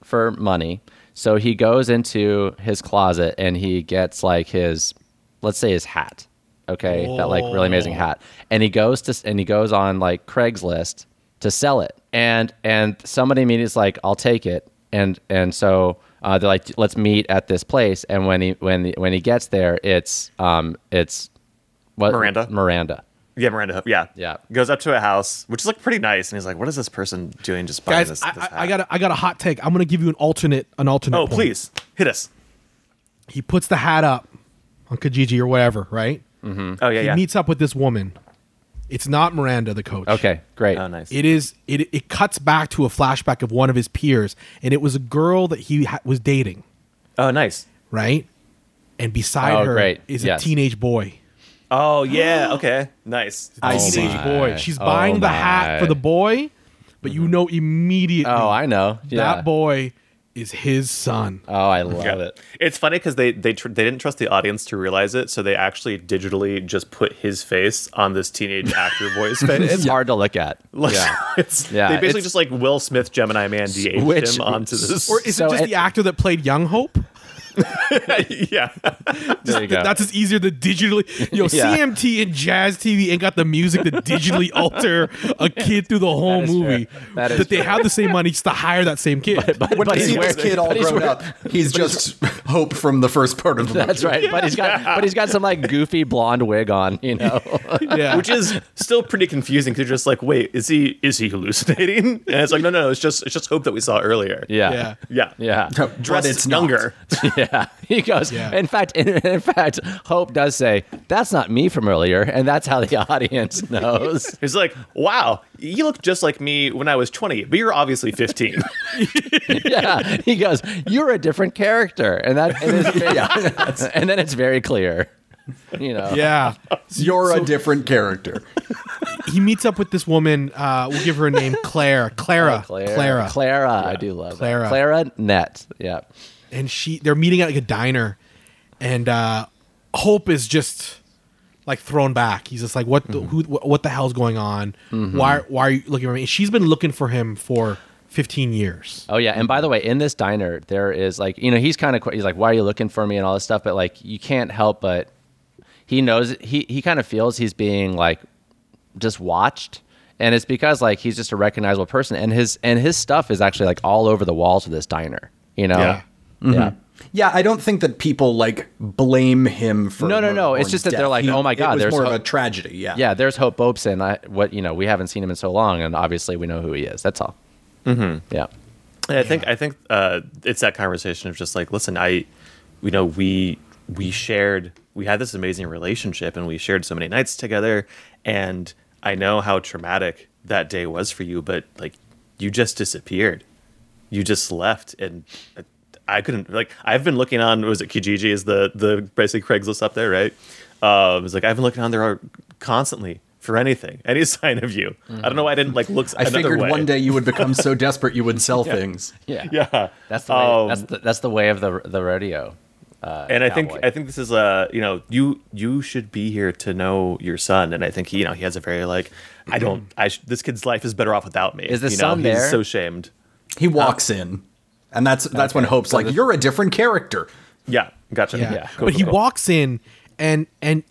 [SPEAKER 4] for money. So he goes into his closet and he gets like his let's say his hat. Okay, that like really amazing hat. And he goes to and he goes on like Craigslist to sell it. And and somebody immediately is like, "I'll take it." And and so uh, they're like, "Let's meet at this place." And when he when when he gets there, it's um it's what
[SPEAKER 5] Miranda.
[SPEAKER 4] Miranda.
[SPEAKER 5] yeah, Miranda. Hope. Yeah,
[SPEAKER 4] Yeah.
[SPEAKER 5] Goes up to a house, which is like pretty nice, and he's like, "What is this person doing? Just buying
[SPEAKER 3] guys,
[SPEAKER 5] this?"
[SPEAKER 3] I,
[SPEAKER 5] this
[SPEAKER 3] I- I
[SPEAKER 5] hat?"
[SPEAKER 3] got a, I got a hot take. I'm gonna give you an alternate an alternate.
[SPEAKER 5] Oh,
[SPEAKER 3] point.
[SPEAKER 5] please hit us.
[SPEAKER 3] He puts the hat up on Kijiji or whatever, right?
[SPEAKER 2] Mm-hmm.
[SPEAKER 5] Oh yeah,
[SPEAKER 3] He
[SPEAKER 5] yeah.
[SPEAKER 3] meets up with this woman. It's not Miranda, the coach.
[SPEAKER 4] Okay, great.
[SPEAKER 5] oh nice.
[SPEAKER 3] It is. It it cuts back to a flashback of one of his peers, and it was a girl that he ha- was dating,
[SPEAKER 5] oh nice.
[SPEAKER 3] right? And beside
[SPEAKER 4] Oh,
[SPEAKER 3] her
[SPEAKER 4] great.
[SPEAKER 3] is
[SPEAKER 4] Yes.
[SPEAKER 3] a teenage boy.
[SPEAKER 5] Oh yeah. Okay. Nice.
[SPEAKER 2] I see.
[SPEAKER 3] Teenage boy. She's
[SPEAKER 4] Oh,
[SPEAKER 3] buying the hat
[SPEAKER 4] my.
[SPEAKER 3] for the boy, but you know immediately
[SPEAKER 4] Oh, I Oh, know. Yeah.
[SPEAKER 3] that boy is his son.
[SPEAKER 4] Oh, I love
[SPEAKER 5] Yeah.
[SPEAKER 4] it.
[SPEAKER 5] It's funny because they they tr- they didn't trust the audience to realize it, so they actually digitally just put his face on this teenage actor boy's face.
[SPEAKER 4] It's hard to look at.
[SPEAKER 5] Like,
[SPEAKER 4] yeah.
[SPEAKER 5] it's-
[SPEAKER 4] Yeah,
[SPEAKER 5] they basically
[SPEAKER 4] it's-
[SPEAKER 5] just like Will Smith, Gemini Man, de
[SPEAKER 4] Which-
[SPEAKER 5] him onto this.
[SPEAKER 3] Or is
[SPEAKER 4] So
[SPEAKER 3] it just
[SPEAKER 4] it-
[SPEAKER 3] the actor that played Young Hope?
[SPEAKER 5] yeah,
[SPEAKER 4] There you go.
[SPEAKER 3] That's just easier to digitally. Yo,
[SPEAKER 4] Yeah.
[SPEAKER 3] CMT and Jazz TV ain't got the music to digitally alter a kid through the whole
[SPEAKER 4] is
[SPEAKER 3] movie.
[SPEAKER 4] fair. That is
[SPEAKER 3] but they
[SPEAKER 4] fair.
[SPEAKER 3] have the same money just to hire that same kid.
[SPEAKER 2] When
[SPEAKER 4] But
[SPEAKER 2] you
[SPEAKER 4] he's
[SPEAKER 2] see this
[SPEAKER 4] wearing-
[SPEAKER 2] kid all
[SPEAKER 4] but he's
[SPEAKER 2] grown up, he's just hope from the first part of the movie.
[SPEAKER 4] That's right. But he's got but he's got some like goofy blonde wig on, you know.
[SPEAKER 3] yeah.
[SPEAKER 5] which is still pretty confusing. Because just like, wait, is he is he hallucinating? And it's like, no, no, no. It's just it's just hope that we saw earlier.
[SPEAKER 4] yeah.
[SPEAKER 3] Yeah.
[SPEAKER 5] yeah,
[SPEAKER 4] Yeah.
[SPEAKER 2] But
[SPEAKER 5] Dressed
[SPEAKER 2] it's not.
[SPEAKER 5] younger.
[SPEAKER 4] Yeah. He goes,
[SPEAKER 3] Yeah.
[SPEAKER 4] in fact, in, in fact, Hope does say, that's not me from earlier. And that's how the audience knows.
[SPEAKER 5] It's like, wow, you look just like me when I was 20, but you're obviously 15.
[SPEAKER 4] yeah. He goes, you're a different character. And that, and, it's, yeah. and then it's very clear, you know.
[SPEAKER 3] Yeah.
[SPEAKER 2] You're a different character.
[SPEAKER 3] He meets up with this woman. Uh, we'll give her a name Claire. Clara.
[SPEAKER 4] Oh, Clara.
[SPEAKER 3] Clara.
[SPEAKER 4] Clara, I do love it.
[SPEAKER 3] Clara.
[SPEAKER 4] Clara Net. Yeah.
[SPEAKER 3] and she they're meeting at like a diner and uh hope is just like thrown back he's just like what the, who wh- what the hell's going on why why are you looking for me she's been looking for him for 15 years
[SPEAKER 4] Oh yeah, and by the way, in this diner, there is like you know he's kind of he's like, why are you looking for me and all this stuff, but like you can't help but he knows he he kind of feels he's being like just watched, and it's because like he's just a recognizable person, and his and his stuff is actually like all over the walls of this diner, you know.
[SPEAKER 5] Yeah.
[SPEAKER 4] Yeah.
[SPEAKER 2] Yeah, I don't think that people like blame him for
[SPEAKER 4] No, no,
[SPEAKER 2] Murder
[SPEAKER 4] no, it's
[SPEAKER 2] Horn's
[SPEAKER 4] just that
[SPEAKER 2] death.
[SPEAKER 4] they're like,
[SPEAKER 2] He-
[SPEAKER 4] "Oh my God,
[SPEAKER 2] it was
[SPEAKER 4] there's
[SPEAKER 2] more
[SPEAKER 4] ho-
[SPEAKER 2] of a tragedy." Yeah,
[SPEAKER 4] Yeah, there's Hope Bopes, and I what you know we haven't seen him in so long, and obviously we know who he is. That's all. Mm-hmm. Yeah.
[SPEAKER 5] And I think I think uh, it's that conversation of just like, listen, I, you know, we we shared, we had this amazing relationship, and we shared so many nights together, and I know how traumatic that day was for you, but like, you just disappeared, you just left, and. I couldn't like I've been looking on was it Kijiji is the the basically Craigslist up there right? Um, it's like I've been looking on there constantly for anything, any sign of you. I don't know why I didn't like look.
[SPEAKER 2] Mm. I
[SPEAKER 5] another
[SPEAKER 2] figured
[SPEAKER 5] way.
[SPEAKER 2] one day you would become so desperate you would sell things.
[SPEAKER 4] Yeah.
[SPEAKER 5] Yeah,
[SPEAKER 4] That's the way,
[SPEAKER 5] Um,
[SPEAKER 4] that's the that's the way of the the rodeo.
[SPEAKER 5] and I think
[SPEAKER 4] cowboy.
[SPEAKER 5] I think this is uh, you know you you should be here to know your son and I think he you know he has a very like I don't I sh- this kid's life is better off without me
[SPEAKER 4] Is the
[SPEAKER 5] you know
[SPEAKER 4] son
[SPEAKER 5] he's
[SPEAKER 4] there?
[SPEAKER 5] so shamed
[SPEAKER 2] He walks in, and that's that's when Hope's like, "You're a different character."
[SPEAKER 5] yeah gotcha
[SPEAKER 3] yeah,
[SPEAKER 5] Cool,
[SPEAKER 3] but he
[SPEAKER 5] cool, cool.
[SPEAKER 3] walks in and and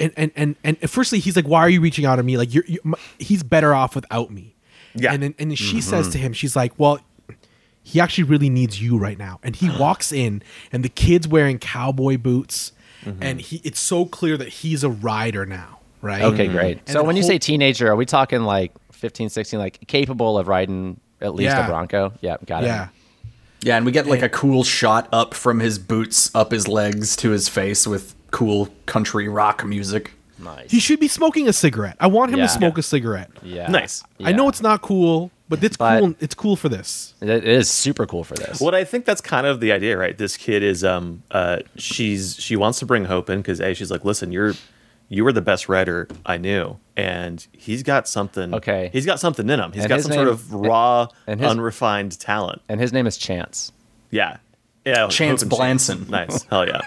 [SPEAKER 3] and and and and firstly he's like why are you reaching out to me like you're, you my, he's better off without me
[SPEAKER 5] Yeah.
[SPEAKER 3] and then, and then
[SPEAKER 4] Mm-hmm.
[SPEAKER 3] she says to him she's like well he actually really needs you right now and he walks in and the kid's wearing cowboy boots
[SPEAKER 4] Mm-hmm.
[SPEAKER 3] and he it's so clear that he's a rider now right
[SPEAKER 4] Okay,
[SPEAKER 5] Mm-hmm.
[SPEAKER 4] great. So
[SPEAKER 3] then
[SPEAKER 4] when you
[SPEAKER 3] whole-
[SPEAKER 4] say teenager, are we talking like 15, 16, like capable of riding at least a
[SPEAKER 3] Yeah.
[SPEAKER 4] Bronco? Yeah, got it.
[SPEAKER 3] yeah
[SPEAKER 2] Yeah, and we get like a cool shot up from his boots up his legs to his face with cool country rock music.
[SPEAKER 4] Nice.
[SPEAKER 3] he should be smoking a cigarette i want him
[SPEAKER 4] Yeah.
[SPEAKER 3] to smoke a cigarette
[SPEAKER 4] yeah.
[SPEAKER 5] Nice.
[SPEAKER 3] i know
[SPEAKER 4] Yeah.
[SPEAKER 3] it's not cool but it's
[SPEAKER 4] But-
[SPEAKER 3] cool it's cool for this
[SPEAKER 4] It is super cool for this.
[SPEAKER 5] Well, I think that's kind of the idea, right? This kid is um uh she's she wants to bring hope in because a she's like, listen, you're you were the best writer I knew, and he's got something.
[SPEAKER 4] Okay.
[SPEAKER 5] he's got something in him. He's
[SPEAKER 4] And
[SPEAKER 5] got
[SPEAKER 4] his
[SPEAKER 5] some sort
[SPEAKER 4] name-
[SPEAKER 5] of raw,
[SPEAKER 4] and his-
[SPEAKER 5] unrefined talent.
[SPEAKER 4] And his name is Chance.
[SPEAKER 5] Yeah, yeah. Hope
[SPEAKER 2] Chance
[SPEAKER 5] and
[SPEAKER 2] Blanson.
[SPEAKER 5] Nice. Hell yeah.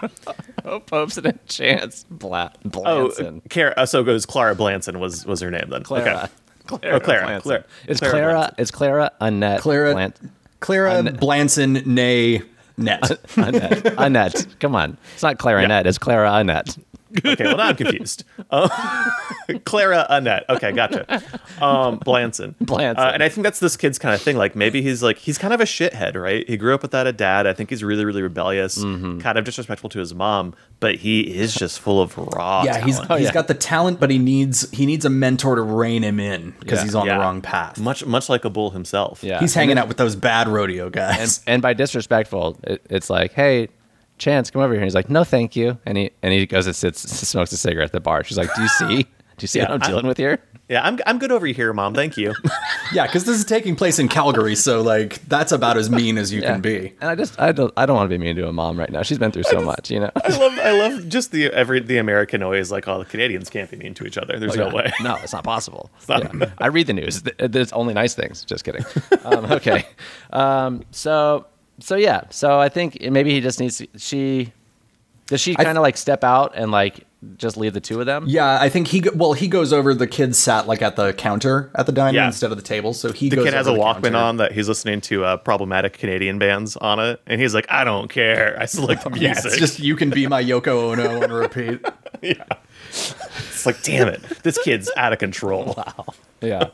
[SPEAKER 4] Oh, Pope's and Chance Bla-
[SPEAKER 5] Oh,
[SPEAKER 4] Blanson.
[SPEAKER 5] Cara, uh, so it goes Clara Blanson was was her name then.
[SPEAKER 4] Clara.
[SPEAKER 5] Okay. Oh, Clara.
[SPEAKER 4] Blanson.
[SPEAKER 5] Clara.
[SPEAKER 4] It's Clara.
[SPEAKER 5] Blanson.
[SPEAKER 4] It's Clara Annette.
[SPEAKER 2] Clara
[SPEAKER 4] Blan-
[SPEAKER 2] Clara Blanson, nay Net.
[SPEAKER 4] Annette. Annette. Come on. It's not Clara
[SPEAKER 5] Yeah.
[SPEAKER 4] Annette. It's Clara Annette.
[SPEAKER 5] Okay, well, now I'm confused. Uh, Clara Annette. Okay, gotcha. Um, Blanson.
[SPEAKER 4] Blanson.
[SPEAKER 5] Uh, and I think that's this kid's kind of thing. Like, maybe he's like, he's kind of a shithead, right? He grew up without a dad. I think he's really, really rebellious,
[SPEAKER 2] Mm-hmm.
[SPEAKER 5] kind of disrespectful to his mom, but he is just full of raw.
[SPEAKER 2] yeah, he's
[SPEAKER 5] talent.
[SPEAKER 2] he's
[SPEAKER 4] yeah.
[SPEAKER 2] got the talent, but he needs he needs a mentor to rein him in because
[SPEAKER 4] Yeah.
[SPEAKER 2] he's on
[SPEAKER 5] Yeah.
[SPEAKER 2] the wrong path.
[SPEAKER 5] much, much like a bull himself.
[SPEAKER 4] Yeah.
[SPEAKER 2] He's hanging out with those bad rodeo guys.
[SPEAKER 4] and by disrespectful, it, it's like, hey, Chance, come over here. And he's like, no, thank you. And he and he goes and sits, smokes a cigarette at the bar. She's like, do you see? Do you see what I'm dealing with here?
[SPEAKER 5] Yeah, I'm, I'm good over here, mom. Thank you.
[SPEAKER 2] yeah, because this is taking place in Calgary, so like that's about as mean as you can be.
[SPEAKER 4] And I just, I don't, I don't want to be mean to a mom right now. She's been through so much, you know.
[SPEAKER 5] I love, I love just the every the American always like, oh, the Canadians can't be mean to each other. There's
[SPEAKER 2] Oh,
[SPEAKER 5] no way.
[SPEAKER 4] No, it's not possible. Yeah. I read the news. Th- There's only nice things. Just kidding. Um, okay. Um, so so yeah, so I think maybe he just needs to, she. Does she kind of like step out and like just leave the two of them?
[SPEAKER 2] Yeah, I think he go- well he goes over. The kid sat like at the counter at the diner
[SPEAKER 5] Yeah.
[SPEAKER 2] instead of the table, so he
[SPEAKER 5] The
[SPEAKER 2] goes
[SPEAKER 5] kid has a
[SPEAKER 2] over the
[SPEAKER 5] Walkman
[SPEAKER 2] counter.
[SPEAKER 5] on that he's listening to uh, problematic Canadian bands on it, and he's like, "I don't care. I select the
[SPEAKER 2] Yeah,
[SPEAKER 5] music."
[SPEAKER 2] it's just you can be my Yoko Ono on repeat.
[SPEAKER 5] It's like, damn it, this kid's out of control.
[SPEAKER 4] Yeah.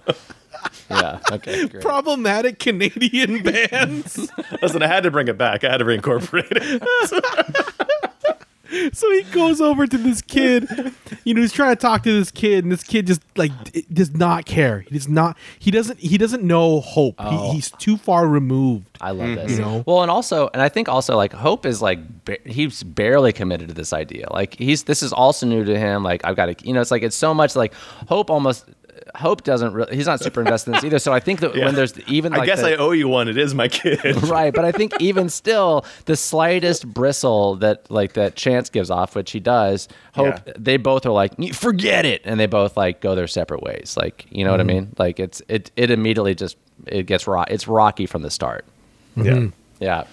[SPEAKER 4] yeah. Okay. Great.
[SPEAKER 3] Problematic Canadian bands.
[SPEAKER 5] Listen, I had to bring it back. I had to reincorporate it.
[SPEAKER 3] so he goes over to this kid. You know, he's trying to talk to this kid, and this kid just like d- does not care. He does not. He doesn't. He doesn't know hope.
[SPEAKER 4] Oh.
[SPEAKER 3] He, he's too far removed.
[SPEAKER 4] I love
[SPEAKER 5] Mm-hmm.
[SPEAKER 4] this.
[SPEAKER 3] You know?
[SPEAKER 4] Well, and also, and I think also like Hope is like ba- he's barely committed to this idea. Like he's this is also new to him. Like I've got to, you know, it's like it's so much like Hope almost. Hope doesn't really. He's not super invested in this either. So I think that when there's even like
[SPEAKER 5] I guess
[SPEAKER 4] the-
[SPEAKER 5] I owe you one. It is my kid.
[SPEAKER 4] right but i think even still the slightest bristle that like that chance gives off which he does hope
[SPEAKER 5] Yeah.
[SPEAKER 4] they both are like "You forget it and they both like go their separate ways like you know what i
[SPEAKER 5] Mm-hmm.
[SPEAKER 4] mean like it's it it immediately just it gets raw it's rocky from the start
[SPEAKER 5] Yeah.
[SPEAKER 4] yeah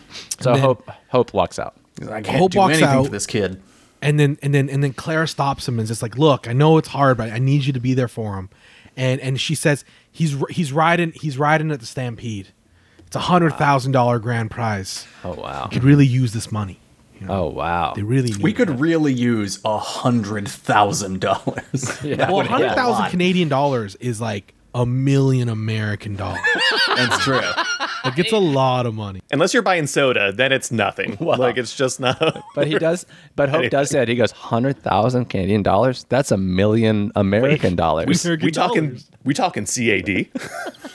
[SPEAKER 4] so
[SPEAKER 3] then-
[SPEAKER 4] hope hope walks out
[SPEAKER 2] I
[SPEAKER 3] Hope
[SPEAKER 2] can't do
[SPEAKER 3] walks
[SPEAKER 2] anything
[SPEAKER 3] out.
[SPEAKER 2] for this kid.
[SPEAKER 3] and then and then and then Claire stops him and is just like, "Look, I know it's hard, but I need you to be there for him." And and she says, "He's r- he's riding he's riding at the Stampede. It's a hundred thousand dollar grand prize.
[SPEAKER 4] oh wow
[SPEAKER 3] Could really use this money.
[SPEAKER 4] oh wow
[SPEAKER 3] They really need
[SPEAKER 2] We
[SPEAKER 3] it.
[SPEAKER 2] could really use a hundred thousand dollars.
[SPEAKER 4] Yeah.
[SPEAKER 3] well,
[SPEAKER 4] Well,
[SPEAKER 3] hundred thousand
[SPEAKER 2] lot.
[SPEAKER 3] Canadian dollars is like a million American dollars.
[SPEAKER 2] That's true.
[SPEAKER 3] like it's a lot of money.
[SPEAKER 5] Unless you're buying soda, then it's nothing. Like it's just not.
[SPEAKER 4] but he does but hope does say it he goes 100000 canadian dollars that's a million american dollars
[SPEAKER 3] American
[SPEAKER 5] we talking
[SPEAKER 3] dollars.
[SPEAKER 5] we talking CAD.
[SPEAKER 3] Are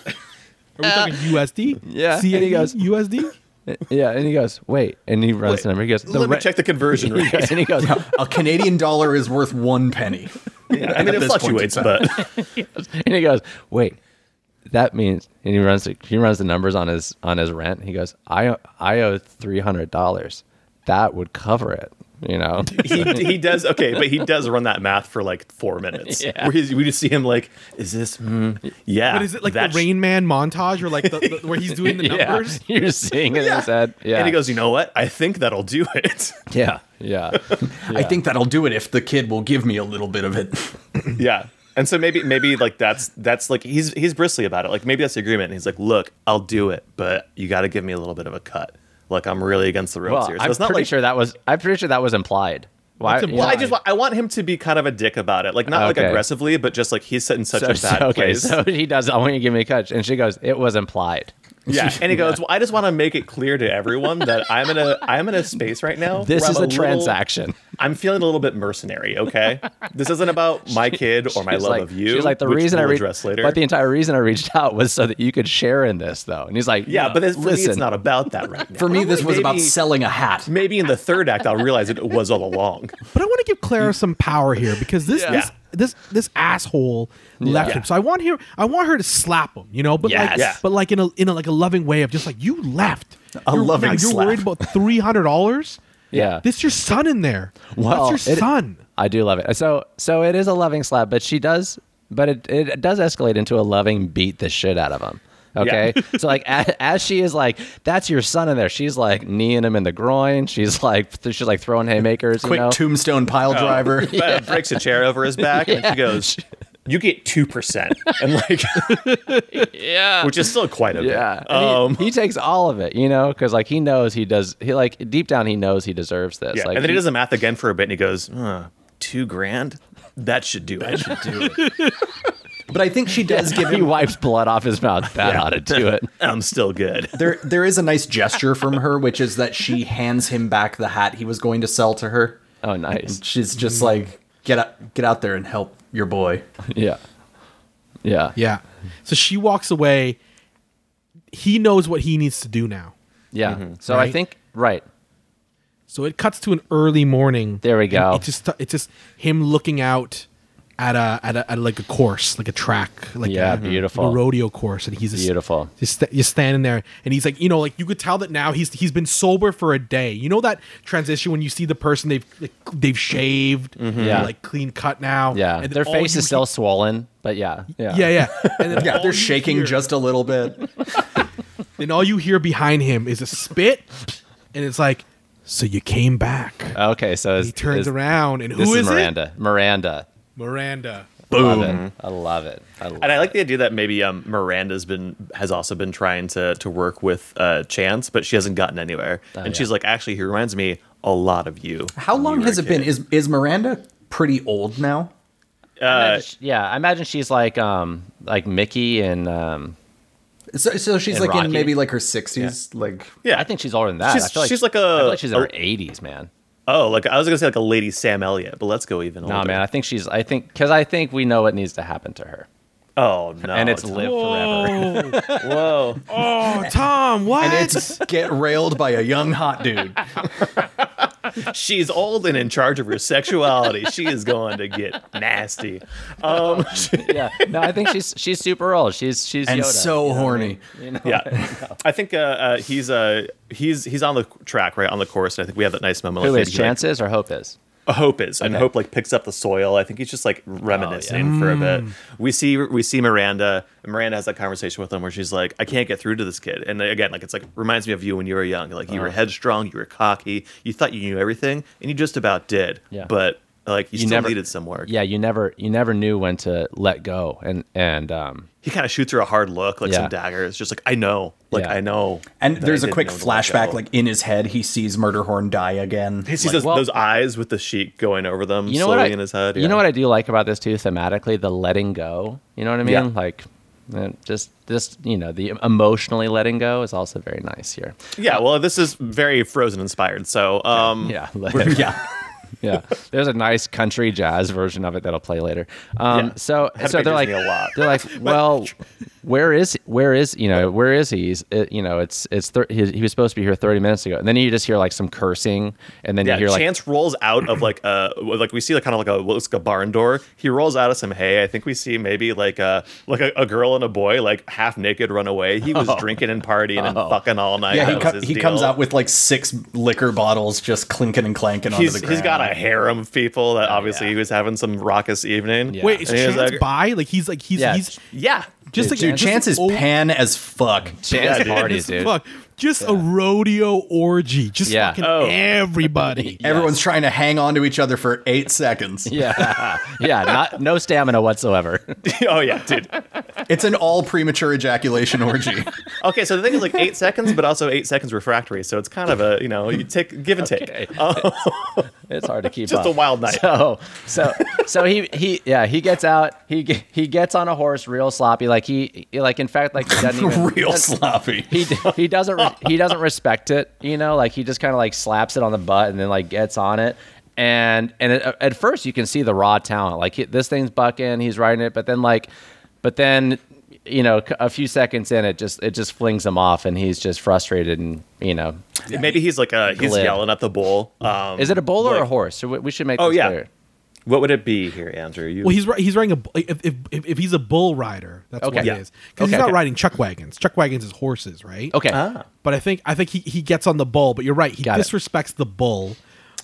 [SPEAKER 3] we talking USD?
[SPEAKER 4] yeah.
[SPEAKER 3] See,
[SPEAKER 4] And he goes-
[SPEAKER 3] USD.
[SPEAKER 4] yeah and he goes wait and he runs the number he goes the
[SPEAKER 5] Let
[SPEAKER 4] re-
[SPEAKER 5] me check the conversion rate.
[SPEAKER 4] and he goes
[SPEAKER 2] a Canadian dollar is worth one penny.
[SPEAKER 5] I mean,
[SPEAKER 2] At
[SPEAKER 5] it
[SPEAKER 2] this point in
[SPEAKER 5] fluctuates,
[SPEAKER 2] time.
[SPEAKER 5] but
[SPEAKER 4] and he goes, "Wait, that means." And he runs the, he runs the numbers on his on his rent. He goes, "I owe- I owe three hundred dollars. That would cover it." You know,
[SPEAKER 5] he, he does okay, but he does run that math for like four minutes.
[SPEAKER 4] Yeah.
[SPEAKER 5] Where he's, we just see him like, is this? hmm, yeah.
[SPEAKER 3] But is it like
[SPEAKER 5] that
[SPEAKER 3] the
[SPEAKER 5] sh-
[SPEAKER 3] Rain Man montage, or like the, the, where he's doing the
[SPEAKER 4] yeah,
[SPEAKER 3] numbers?
[SPEAKER 4] you're seeing it in his head. Yeah,
[SPEAKER 5] And he goes, you know what? I think that'll do it.
[SPEAKER 4] "Yeah, yeah."
[SPEAKER 2] I think that'll do it if the kid will give me a little bit of it.
[SPEAKER 5] yeah. And so maybe maybe like that's that's like he's he's bristly about it. Like maybe that's the agreement. And he's like, look, I'll do it, but you got to give me a little bit of a cut. Like I'm really against the ropes
[SPEAKER 4] Well,
[SPEAKER 5] here. So
[SPEAKER 4] I'm
[SPEAKER 5] it's not
[SPEAKER 4] pretty
[SPEAKER 5] like
[SPEAKER 4] sure that was I'm pretty sure that was implied. Why?
[SPEAKER 3] That's
[SPEAKER 4] you know,
[SPEAKER 5] Well, I
[SPEAKER 3] implied.
[SPEAKER 5] just wa- I want him to be kind of a dick about it, like not like
[SPEAKER 4] Okay.
[SPEAKER 5] aggressively, but just like he's set in such
[SPEAKER 4] so-
[SPEAKER 5] a
[SPEAKER 4] so-
[SPEAKER 5] bad
[SPEAKER 4] okay,
[SPEAKER 5] place.
[SPEAKER 4] so he does. I want you to give me a cut, and she goes, "It was implied."
[SPEAKER 5] yeah, and he goes, well, I just want to make it clear to everyone that I'm in a I'm in a space right now.
[SPEAKER 4] This
[SPEAKER 5] where
[SPEAKER 4] is
[SPEAKER 5] I'm
[SPEAKER 4] a,
[SPEAKER 5] little-
[SPEAKER 4] transaction.
[SPEAKER 5] I'm feeling a little bit mercenary. Okay, this isn't about my kid or my
[SPEAKER 4] She's
[SPEAKER 5] love
[SPEAKER 4] like-
[SPEAKER 5] of you.
[SPEAKER 4] She's like the
[SPEAKER 5] which
[SPEAKER 4] reason I
[SPEAKER 5] we'll
[SPEAKER 4] re-
[SPEAKER 5] address later.
[SPEAKER 4] but the entire reason I reached out was so that you could share in this, though. And he's like,
[SPEAKER 5] yeah,
[SPEAKER 4] "No,
[SPEAKER 5] but this, for
[SPEAKER 4] listen,
[SPEAKER 5] me, it's not about that right now.
[SPEAKER 2] For me, this was about
[SPEAKER 5] Maybe-
[SPEAKER 2] selling a hat.
[SPEAKER 5] Maybe in the third act, I'll realize it was all along.
[SPEAKER 3] But I want to give Clara some power here because this
[SPEAKER 5] Yeah.
[SPEAKER 3] this this this asshole left him. So I want her I want her to slap him, you know, but like
[SPEAKER 5] Yes. Yeah.
[SPEAKER 3] but like in a in a like a loving way of just like you left.
[SPEAKER 2] A
[SPEAKER 3] you're,
[SPEAKER 2] loving
[SPEAKER 3] now you're
[SPEAKER 2] slap.
[SPEAKER 3] worried about three hundred dollars.
[SPEAKER 4] Yeah.
[SPEAKER 3] This your son in there.
[SPEAKER 4] Well,
[SPEAKER 3] That's your
[SPEAKER 4] it-
[SPEAKER 3] son.
[SPEAKER 4] I do love it. So so it is a loving slap, but she does, but it, it does escalate into a loving beat the shit out of him. Okay, so like as, as she is like, that's your son in there. She's like kneeing him in the groin. She's like she's like throwing haymakers.
[SPEAKER 2] Quick
[SPEAKER 4] you know?
[SPEAKER 2] tombstone pile
[SPEAKER 5] Oh.
[SPEAKER 2] driver.
[SPEAKER 5] But it breaks a chair over his back, and she goes, "You get two percent," and like,
[SPEAKER 4] yeah.
[SPEAKER 5] which is still quite a bit.
[SPEAKER 4] Yeah, And
[SPEAKER 5] Um,
[SPEAKER 4] he, he takes all of it, you know, because like he knows he does. He like deep down he knows he deserves this.
[SPEAKER 5] Yeah,
[SPEAKER 4] like,
[SPEAKER 5] and then he does the math again for a bit, and he goes, uh, two grand? That should do it.
[SPEAKER 2] Do it. But I think she does give
[SPEAKER 4] He
[SPEAKER 2] him.
[SPEAKER 4] wipes blood off his mouth. That ought to do it.
[SPEAKER 5] I'm still good.
[SPEAKER 2] There, there is a nice gesture from her, which is that she hands him back the hat he was going to sell to her.
[SPEAKER 4] Oh, nice.
[SPEAKER 2] She's just
[SPEAKER 5] Hmm.
[SPEAKER 2] like, get out, get out there and help your boy.
[SPEAKER 4] Yeah. Yeah.
[SPEAKER 3] Yeah. So she walks away. He knows what he needs to do now.
[SPEAKER 4] Yeah. So I
[SPEAKER 3] Right?
[SPEAKER 4] think Mm-hmm. right.
[SPEAKER 3] So it cuts to an early morning.
[SPEAKER 4] There we
[SPEAKER 3] and
[SPEAKER 4] go.
[SPEAKER 3] It's just it's just him looking out at a at a at like a course, like a track, like
[SPEAKER 4] Yeah,
[SPEAKER 3] a,
[SPEAKER 4] beautiful.
[SPEAKER 3] like a rodeo course, and he's just,
[SPEAKER 4] Beautiful.
[SPEAKER 3] Just sta- just standing there, and he's like, you know, like you could tell that now he's he's been sober for a day. You know that transition when you see the person they've like, they've shaved, they're,
[SPEAKER 4] Mm-hmm. Yeah.
[SPEAKER 3] like clean cut now,
[SPEAKER 4] Yeah.
[SPEAKER 3] and
[SPEAKER 4] Their
[SPEAKER 3] all
[SPEAKER 4] face
[SPEAKER 3] you
[SPEAKER 4] is still
[SPEAKER 3] he-
[SPEAKER 4] swollen, but yeah. Yeah.
[SPEAKER 3] yeah, yeah, and then
[SPEAKER 2] Yeah,
[SPEAKER 3] all you
[SPEAKER 2] they're shaking
[SPEAKER 3] hear-
[SPEAKER 2] just a little bit.
[SPEAKER 3] Then all you hear behind him is a spit, and it's like, so you came back.
[SPEAKER 4] Okay, so it's,
[SPEAKER 3] he turns
[SPEAKER 4] it's-
[SPEAKER 3] around, and
[SPEAKER 4] This
[SPEAKER 3] who is,
[SPEAKER 4] is Miranda. Miranda.
[SPEAKER 3] it? Miranda.
[SPEAKER 4] Boom.
[SPEAKER 5] Mm-hmm.
[SPEAKER 4] I love it. I love
[SPEAKER 5] And I like
[SPEAKER 4] it.
[SPEAKER 5] the idea that maybe um, Miranda's been has also been trying to to work with uh, Chance, but she hasn't gotten anywhere.
[SPEAKER 4] Oh,
[SPEAKER 5] and she's like, actually, he reminds me a lot of you. Uh,
[SPEAKER 2] How
[SPEAKER 5] when you
[SPEAKER 2] long
[SPEAKER 5] were
[SPEAKER 2] has
[SPEAKER 5] a
[SPEAKER 2] it been?
[SPEAKER 5] kid."
[SPEAKER 2] Is is Miranda pretty old now?
[SPEAKER 4] I imagine she- yeah, I imagine she's like um like Mickey and um
[SPEAKER 2] So, so she's
[SPEAKER 4] And
[SPEAKER 2] like
[SPEAKER 4] Rocky.
[SPEAKER 2] in maybe like her sixties, like
[SPEAKER 5] yeah,
[SPEAKER 4] I think she's older than that. I
[SPEAKER 5] She's-
[SPEAKER 4] feel like
[SPEAKER 5] she's like a-
[SPEAKER 4] I feel like she's in her
[SPEAKER 5] a-
[SPEAKER 4] 80s, man.
[SPEAKER 5] oh, like I was gonna say like a lady Sam Elliott, but let's go even.
[SPEAKER 4] No,
[SPEAKER 5] older.
[SPEAKER 4] man, I think she's I think cuz I think we know what needs to happen to her.
[SPEAKER 5] Oh no,
[SPEAKER 4] and it's
[SPEAKER 5] Tom.
[SPEAKER 4] live forever.
[SPEAKER 3] Oh,
[SPEAKER 5] Whoa,
[SPEAKER 3] oh, Tom, what?
[SPEAKER 2] and it's get railed by a young hot dude.
[SPEAKER 5] she's old and in charge of her sexuality. she is going to get nasty.
[SPEAKER 4] Oh,
[SPEAKER 5] Um,
[SPEAKER 4] yeah. No, I think she's she's super old. She's she's
[SPEAKER 2] and
[SPEAKER 4] Yoda.
[SPEAKER 2] so horny.
[SPEAKER 5] yeah, I think uh, uh, he's uh, he's he's on the track right on the course, and I think we have that nice moment.
[SPEAKER 4] Who
[SPEAKER 5] like,
[SPEAKER 4] is
[SPEAKER 5] maybe, like,
[SPEAKER 4] chances or hope is?
[SPEAKER 5] Hope is, and
[SPEAKER 4] Okay. Oh,
[SPEAKER 5] Hope like picks up the soil. I think he's just like reminiscing for a
[SPEAKER 4] Mm.
[SPEAKER 5] bit. We see we see Miranda. And Miranda has that conversation with him where she's like, "I can't get through to this kid." And again, like it's like reminds me of you when you were young. Like you were
[SPEAKER 4] Uh-huh.
[SPEAKER 5] headstrong, you were cocky, you thought you knew everything, and you just about did.
[SPEAKER 4] Yeah.
[SPEAKER 5] But like you,
[SPEAKER 4] You
[SPEAKER 5] still
[SPEAKER 4] never-
[SPEAKER 5] needed some work.
[SPEAKER 4] Yeah, you never you never knew when to let go and and um
[SPEAKER 5] He kind of shoots her a hard look, like
[SPEAKER 4] Yeah.
[SPEAKER 5] some daggers. Just like I know, like
[SPEAKER 4] Yeah.
[SPEAKER 5] I know.
[SPEAKER 2] And
[SPEAKER 5] that I
[SPEAKER 2] there's a
[SPEAKER 5] didn't
[SPEAKER 2] quick
[SPEAKER 5] know to let
[SPEAKER 2] flashback,
[SPEAKER 5] go.
[SPEAKER 2] like in his head, he sees Murderhorn die again.
[SPEAKER 5] he sees
[SPEAKER 4] like,
[SPEAKER 5] those,
[SPEAKER 4] well-
[SPEAKER 5] those eyes with the sheet going over them
[SPEAKER 4] you know
[SPEAKER 5] slowly
[SPEAKER 4] what I,
[SPEAKER 5] in his head.
[SPEAKER 4] You know
[SPEAKER 5] yeah.
[SPEAKER 4] what I do like about this too thematically, the letting go. You know what I mean?
[SPEAKER 5] Yeah.
[SPEAKER 4] Like eh, just just you know, the emotionally letting go is also very nice here.
[SPEAKER 5] Yeah, well, this is very Frozen inspired. So, um,
[SPEAKER 4] Yeah.
[SPEAKER 2] yeah,
[SPEAKER 4] yeah. There's a nice country jazz version of it that'll play later. Um,
[SPEAKER 5] Yeah.
[SPEAKER 4] So,
[SPEAKER 5] Had
[SPEAKER 4] so
[SPEAKER 5] big
[SPEAKER 4] they're like,
[SPEAKER 5] Disney a lot.
[SPEAKER 4] they're like, well, where is, where is, you know, where is he? He's, it, you know, it's, it's, thir- he, he was supposed to be here 30 minutes ago. And then you just hear like some cursing and then
[SPEAKER 5] Yeah,
[SPEAKER 4] you hear like,
[SPEAKER 5] Chance rolls out of like a like we see like kind of like a what looks like a barn door. He rolls out of some hay. I think we see maybe like a like a, a girl and a boy like half naked run away. He
[SPEAKER 4] Oh.
[SPEAKER 5] was drinking and partying and fucking all night.
[SPEAKER 2] yeah. He,
[SPEAKER 5] That
[SPEAKER 2] co-
[SPEAKER 5] was
[SPEAKER 2] he
[SPEAKER 5] his
[SPEAKER 2] comes
[SPEAKER 5] deal.
[SPEAKER 2] out with like six liquor bottles just clinking and clanking onto
[SPEAKER 5] He's,
[SPEAKER 2] the ground.
[SPEAKER 5] he's got a harem of people that obviously he was having some raucous evening.
[SPEAKER 4] Oh, Yeah.
[SPEAKER 3] Wait, is
[SPEAKER 5] And he was
[SPEAKER 3] Chance
[SPEAKER 5] like-
[SPEAKER 3] by? Like he's like he's
[SPEAKER 4] Yeah.
[SPEAKER 3] he's
[SPEAKER 5] yeah.
[SPEAKER 3] just like
[SPEAKER 2] dude.
[SPEAKER 3] just
[SPEAKER 2] Chance
[SPEAKER 3] an
[SPEAKER 2] is
[SPEAKER 3] old-
[SPEAKER 2] pan as fuck.
[SPEAKER 4] Chance
[SPEAKER 5] Yeah, dude.
[SPEAKER 4] parties,
[SPEAKER 3] as
[SPEAKER 4] dude.
[SPEAKER 3] fuck. Just a rodeo orgy. Just
[SPEAKER 4] Yeah.
[SPEAKER 3] fucking
[SPEAKER 5] Oh.
[SPEAKER 3] everybody.
[SPEAKER 2] Everyone's trying to hang on to each other for eight seconds.
[SPEAKER 4] Yeah. yeah. Not, no stamina whatsoever.
[SPEAKER 5] oh yeah, dude.
[SPEAKER 2] It's an all premature ejaculation orgy.
[SPEAKER 5] Okay, so the thing is like eight seconds, but also eight seconds refractory. So it's kind of a you know you take give and
[SPEAKER 4] Okay.
[SPEAKER 5] take. Um,
[SPEAKER 4] It's hard to keep
[SPEAKER 5] Just
[SPEAKER 4] up.
[SPEAKER 5] a wild night.
[SPEAKER 4] So, so, so he he yeah he gets out. He ge- he gets on a horse real sloppy. Like he he- like in fact like he doesn't even
[SPEAKER 2] Real
[SPEAKER 4] doesn't-
[SPEAKER 2] sloppy.
[SPEAKER 4] He d- he doesn't re- he doesn't respect it. You know, like he just kind of like slaps it on the butt and then like gets on it. And and uh, at, at first you can see the raw talent. Like he, this thing's bucking. He's riding it, but then like, but then you know c- a few seconds in it just it just flings him off and he's just frustrated and you know
[SPEAKER 5] Maybe he's like uh, he's
[SPEAKER 4] Glib.
[SPEAKER 5] yelling at the bull. Um,
[SPEAKER 4] is it a bull or a
[SPEAKER 5] like-
[SPEAKER 4] horse? So we, we should make
[SPEAKER 5] Oh
[SPEAKER 4] this
[SPEAKER 5] yeah.
[SPEAKER 4] clear.
[SPEAKER 5] What would it be here, Andrew? You,
[SPEAKER 3] Well, he's ri- he's riding a bu- if if, if, if he's a bull rider, that's
[SPEAKER 4] Okay.
[SPEAKER 3] what
[SPEAKER 4] Yeah.
[SPEAKER 3] it is. Because
[SPEAKER 4] Okay.
[SPEAKER 3] he's not riding chuck wagons. Chuck wagons is horses, right?
[SPEAKER 4] Okay.
[SPEAKER 5] Ah.
[SPEAKER 3] But I think I think he, he gets on the bull. But you're right, he
[SPEAKER 4] Got it.
[SPEAKER 3] disrespects the bull.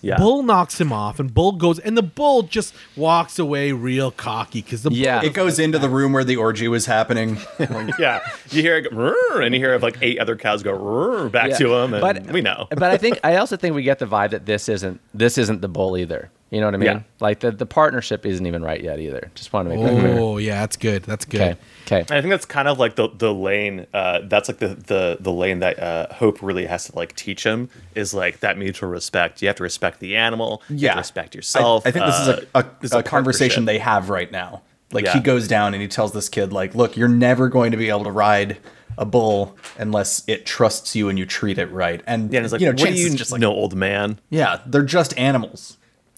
[SPEAKER 5] Yeah.
[SPEAKER 3] Bull knocks him off, and Bull goes, and the Bull just walks away real cocky because the bull
[SPEAKER 4] Yeah.
[SPEAKER 2] It goes into the room where the orgy was happening. Like,
[SPEAKER 5] yeah, you hear it go, "Rrr," and you hear like eight other cows go "Rrr," back
[SPEAKER 4] Yeah.
[SPEAKER 5] to him, and
[SPEAKER 4] But-
[SPEAKER 5] we know.
[SPEAKER 4] but I think I also think we get the vibe that this isn't this isn't the bull either. You know what I mean?
[SPEAKER 5] Yeah.
[SPEAKER 4] Like the, the partnership isn't even right yet either. Just want to make that clear.
[SPEAKER 3] Oh yeah, that's good. That's good.
[SPEAKER 4] Okay. Okay.
[SPEAKER 5] And I think that's kind of like the the lane. Uh, that's like the the the lane that uh, Hope really has to like teach him is like that mutual respect. You have to respect the animal. You have
[SPEAKER 2] Yeah.
[SPEAKER 5] to respect
[SPEAKER 2] I,
[SPEAKER 5] yourself.
[SPEAKER 2] I think this is
[SPEAKER 5] Uh,
[SPEAKER 2] a, a,
[SPEAKER 5] this is
[SPEAKER 2] a
[SPEAKER 5] partnership.
[SPEAKER 2] conversation they have right now. Like
[SPEAKER 5] Yeah.
[SPEAKER 2] he goes down and he tells this kid, like, look, you're never going to be able to ride a bull unless it trusts you and you treat it right. And,
[SPEAKER 5] Yeah, and it's like,
[SPEAKER 2] you know,
[SPEAKER 5] what do
[SPEAKER 2] Chance
[SPEAKER 5] you
[SPEAKER 2] is just like,
[SPEAKER 5] know, old man?
[SPEAKER 2] yeah, they're just animals.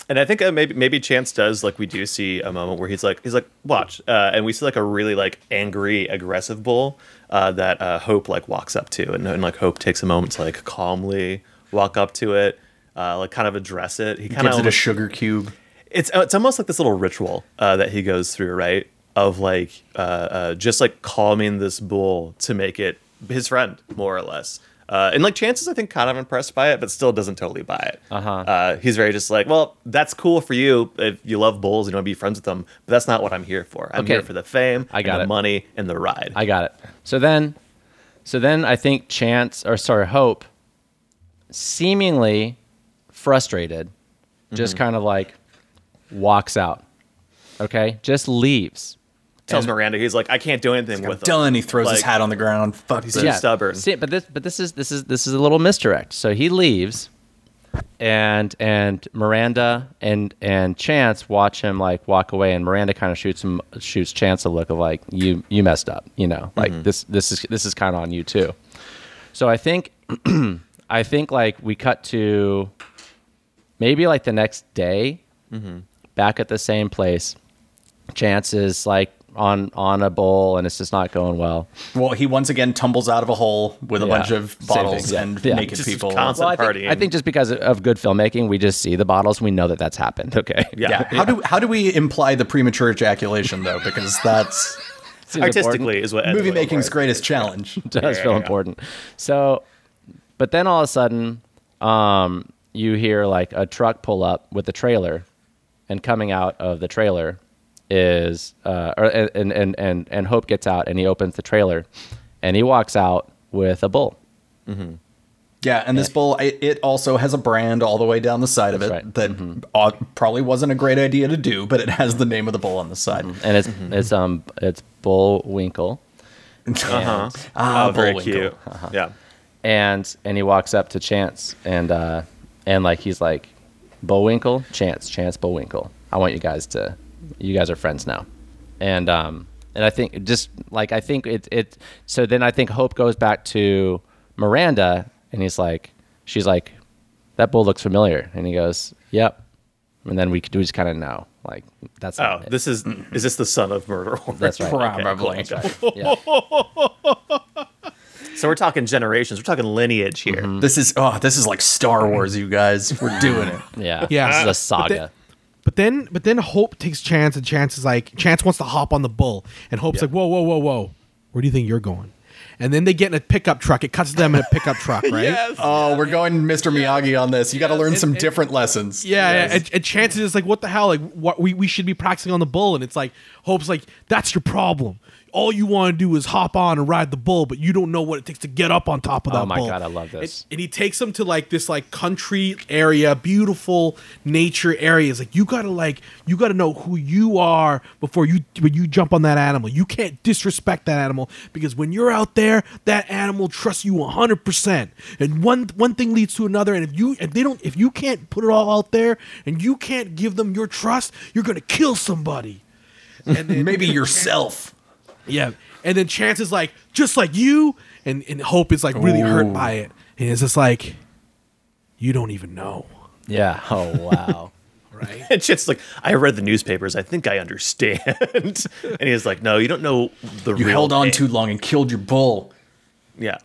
[SPEAKER 5] And I think uh, maybe maybe Chance does like we do see a moment where he's like he's like watch, uh, and we see like a really like angry, aggressive bull uh, that uh, Hope like walks up to, and, and like Hope takes a moment to like calmly walk up to it, uh, like kind of address it. He kind
[SPEAKER 2] Gives
[SPEAKER 5] of
[SPEAKER 2] it a sugar cube.
[SPEAKER 5] it's uh, it's almost like this little ritual uh, that he goes through, right? Of like uh, uh, just like calming this bull to make it his friend, more or less. Uh, and like chances, I think, kind of impressed by it, but still doesn't totally buy it. Uh-huh. He's very just like, well, that's cool for you if you love bulls and you want to be friends with them, but that's not what I'm here for. I'm
[SPEAKER 4] Okay.
[SPEAKER 5] here for the fame,
[SPEAKER 4] I got
[SPEAKER 5] and the
[SPEAKER 4] it.
[SPEAKER 5] money, and the ride.
[SPEAKER 4] I got it. So then So then I think Chance, or sorry, Hope, seemingly frustrated, just
[SPEAKER 5] Mm-hmm.
[SPEAKER 4] kind of like walks out. Okay, just leaves.
[SPEAKER 5] Tells Miranda he's like, I can't do anything with them.
[SPEAKER 2] Done. He throws his
[SPEAKER 5] Like-
[SPEAKER 2] hat on the ground. Fuck
[SPEAKER 5] He's
[SPEAKER 2] this.
[SPEAKER 5] so stubborn.
[SPEAKER 4] See, but this, but this is this is this is a little misdirect. So he leaves, and and Miranda and and Chance watch him like walk away, and Miranda kind of shoots him shoots Chance a look of like you you messed up, you know, like this this is this is kind of on you too. So I think I think like we cut to maybe like the next day, back at the same place. Chance is like on on a bowl, and it's just not going well.
[SPEAKER 2] Well, he once again tumbles out of a hole with a
[SPEAKER 4] Yeah.
[SPEAKER 2] bunch of
[SPEAKER 4] Same
[SPEAKER 2] bottles
[SPEAKER 4] thing.
[SPEAKER 2] and
[SPEAKER 4] Yeah.
[SPEAKER 2] naked
[SPEAKER 5] Just
[SPEAKER 2] people.
[SPEAKER 5] constant
[SPEAKER 4] I think,
[SPEAKER 5] partying.
[SPEAKER 4] I think just because of- of good filmmaking, we just see the bottles. We know that that's happened. Okay.
[SPEAKER 5] Yeah.
[SPEAKER 2] yeah. How do how do we imply the premature ejaculation though? Because that's
[SPEAKER 4] Seems
[SPEAKER 5] artistically
[SPEAKER 4] important.
[SPEAKER 5] is what Ed
[SPEAKER 2] movie
[SPEAKER 5] Woodward
[SPEAKER 2] making's
[SPEAKER 5] wrote.
[SPEAKER 2] greatest challenge.
[SPEAKER 4] It does
[SPEAKER 5] Yeah,
[SPEAKER 4] feel
[SPEAKER 5] yeah, yeah.
[SPEAKER 4] important. So, but then all of a sudden, um, you hear like a truck pull up with a trailer, and coming out of the trailer is uh, or, and, and and and Hope gets out and he opens the trailer, and he walks out with a bull.
[SPEAKER 2] Yeah, and this bull, it, it also has a brand all the way down the side of it
[SPEAKER 4] That's right. Mm-hmm.
[SPEAKER 2] that uh, probably wasn't a great idea to do, but it has the name of the bull on the side.
[SPEAKER 4] and it's
[SPEAKER 5] Mm-hmm.
[SPEAKER 4] it's um it's Bullwinkle,
[SPEAKER 5] Uh-huh.
[SPEAKER 2] Ah, Uh-huh.
[SPEAKER 5] oh, very
[SPEAKER 2] Bullwinkle.
[SPEAKER 5] cute. Yeah.
[SPEAKER 4] and and he walks up to Chance and uh and like he's like Bullwinkle, Chance, Chance Bullwinkle. I want you guys to you guys are friends now, and um and I think just like I think it it so then I think Hope goes back to Miranda and he's like she's like that bull looks familiar and he goes yep and then we could- we just kind of know like that's
[SPEAKER 5] Oh,
[SPEAKER 4] not it.
[SPEAKER 5] this is is this the son of murder? Hornet?
[SPEAKER 4] that's right
[SPEAKER 2] Probably.
[SPEAKER 4] That's right. Yeah.
[SPEAKER 5] So we're talking generations. We're talking lineage here.
[SPEAKER 2] This is oh, this is like Star Wars, you guys. We're doing it.
[SPEAKER 4] Yeah.
[SPEAKER 3] Yeah.
[SPEAKER 4] This is a
[SPEAKER 5] Uh,
[SPEAKER 3] But
[SPEAKER 4] saga.
[SPEAKER 3] then- But then, but then Hope takes Chance, and Chance is like, Chance wants to hop on the bull, and Hope's like, whoa, whoa, whoa, whoa, where do you think you're going? And then they get in a pickup truck. It cuts to them in a pickup truck, right?
[SPEAKER 2] Oh, we're going Mr. Miyagi on this. You got to learn some different lessons.
[SPEAKER 3] Yeah, yeah, and, and Chance is just like, what the hell? Like, what we, we should be practicing on the bull, and it's like Hope's like, that's your problem. All you want to do is hop on and ride the bull, but you don't know what it takes to get up on top of that.
[SPEAKER 4] Oh my
[SPEAKER 3] bull.
[SPEAKER 4] God, I love this.
[SPEAKER 3] And, and he takes him to like this like country area, beautiful nature areas. Like you gotta like you gotta know who you are before you when you jump on that animal. You can't disrespect that animal because when you're out there, that animal trusts you 100. percent And one one thing leads to another. And if you if they don't if you can't put it all out there and you can't give them your trust, you're gonna kill somebody. And then
[SPEAKER 2] Maybe yourself.
[SPEAKER 3] yeah. And then Chance is like, just like you. And, and Hope is like really hurt by it. And it's just like, you don't even know.
[SPEAKER 4] Yeah. Oh wow.
[SPEAKER 3] Right.
[SPEAKER 5] And shit's like, I read the newspapers. I think I understand. and he's like, No, you don't know the
[SPEAKER 2] You
[SPEAKER 5] real.
[SPEAKER 2] held on
[SPEAKER 5] thing."
[SPEAKER 2] too long and killed your bull.
[SPEAKER 5] Yeah.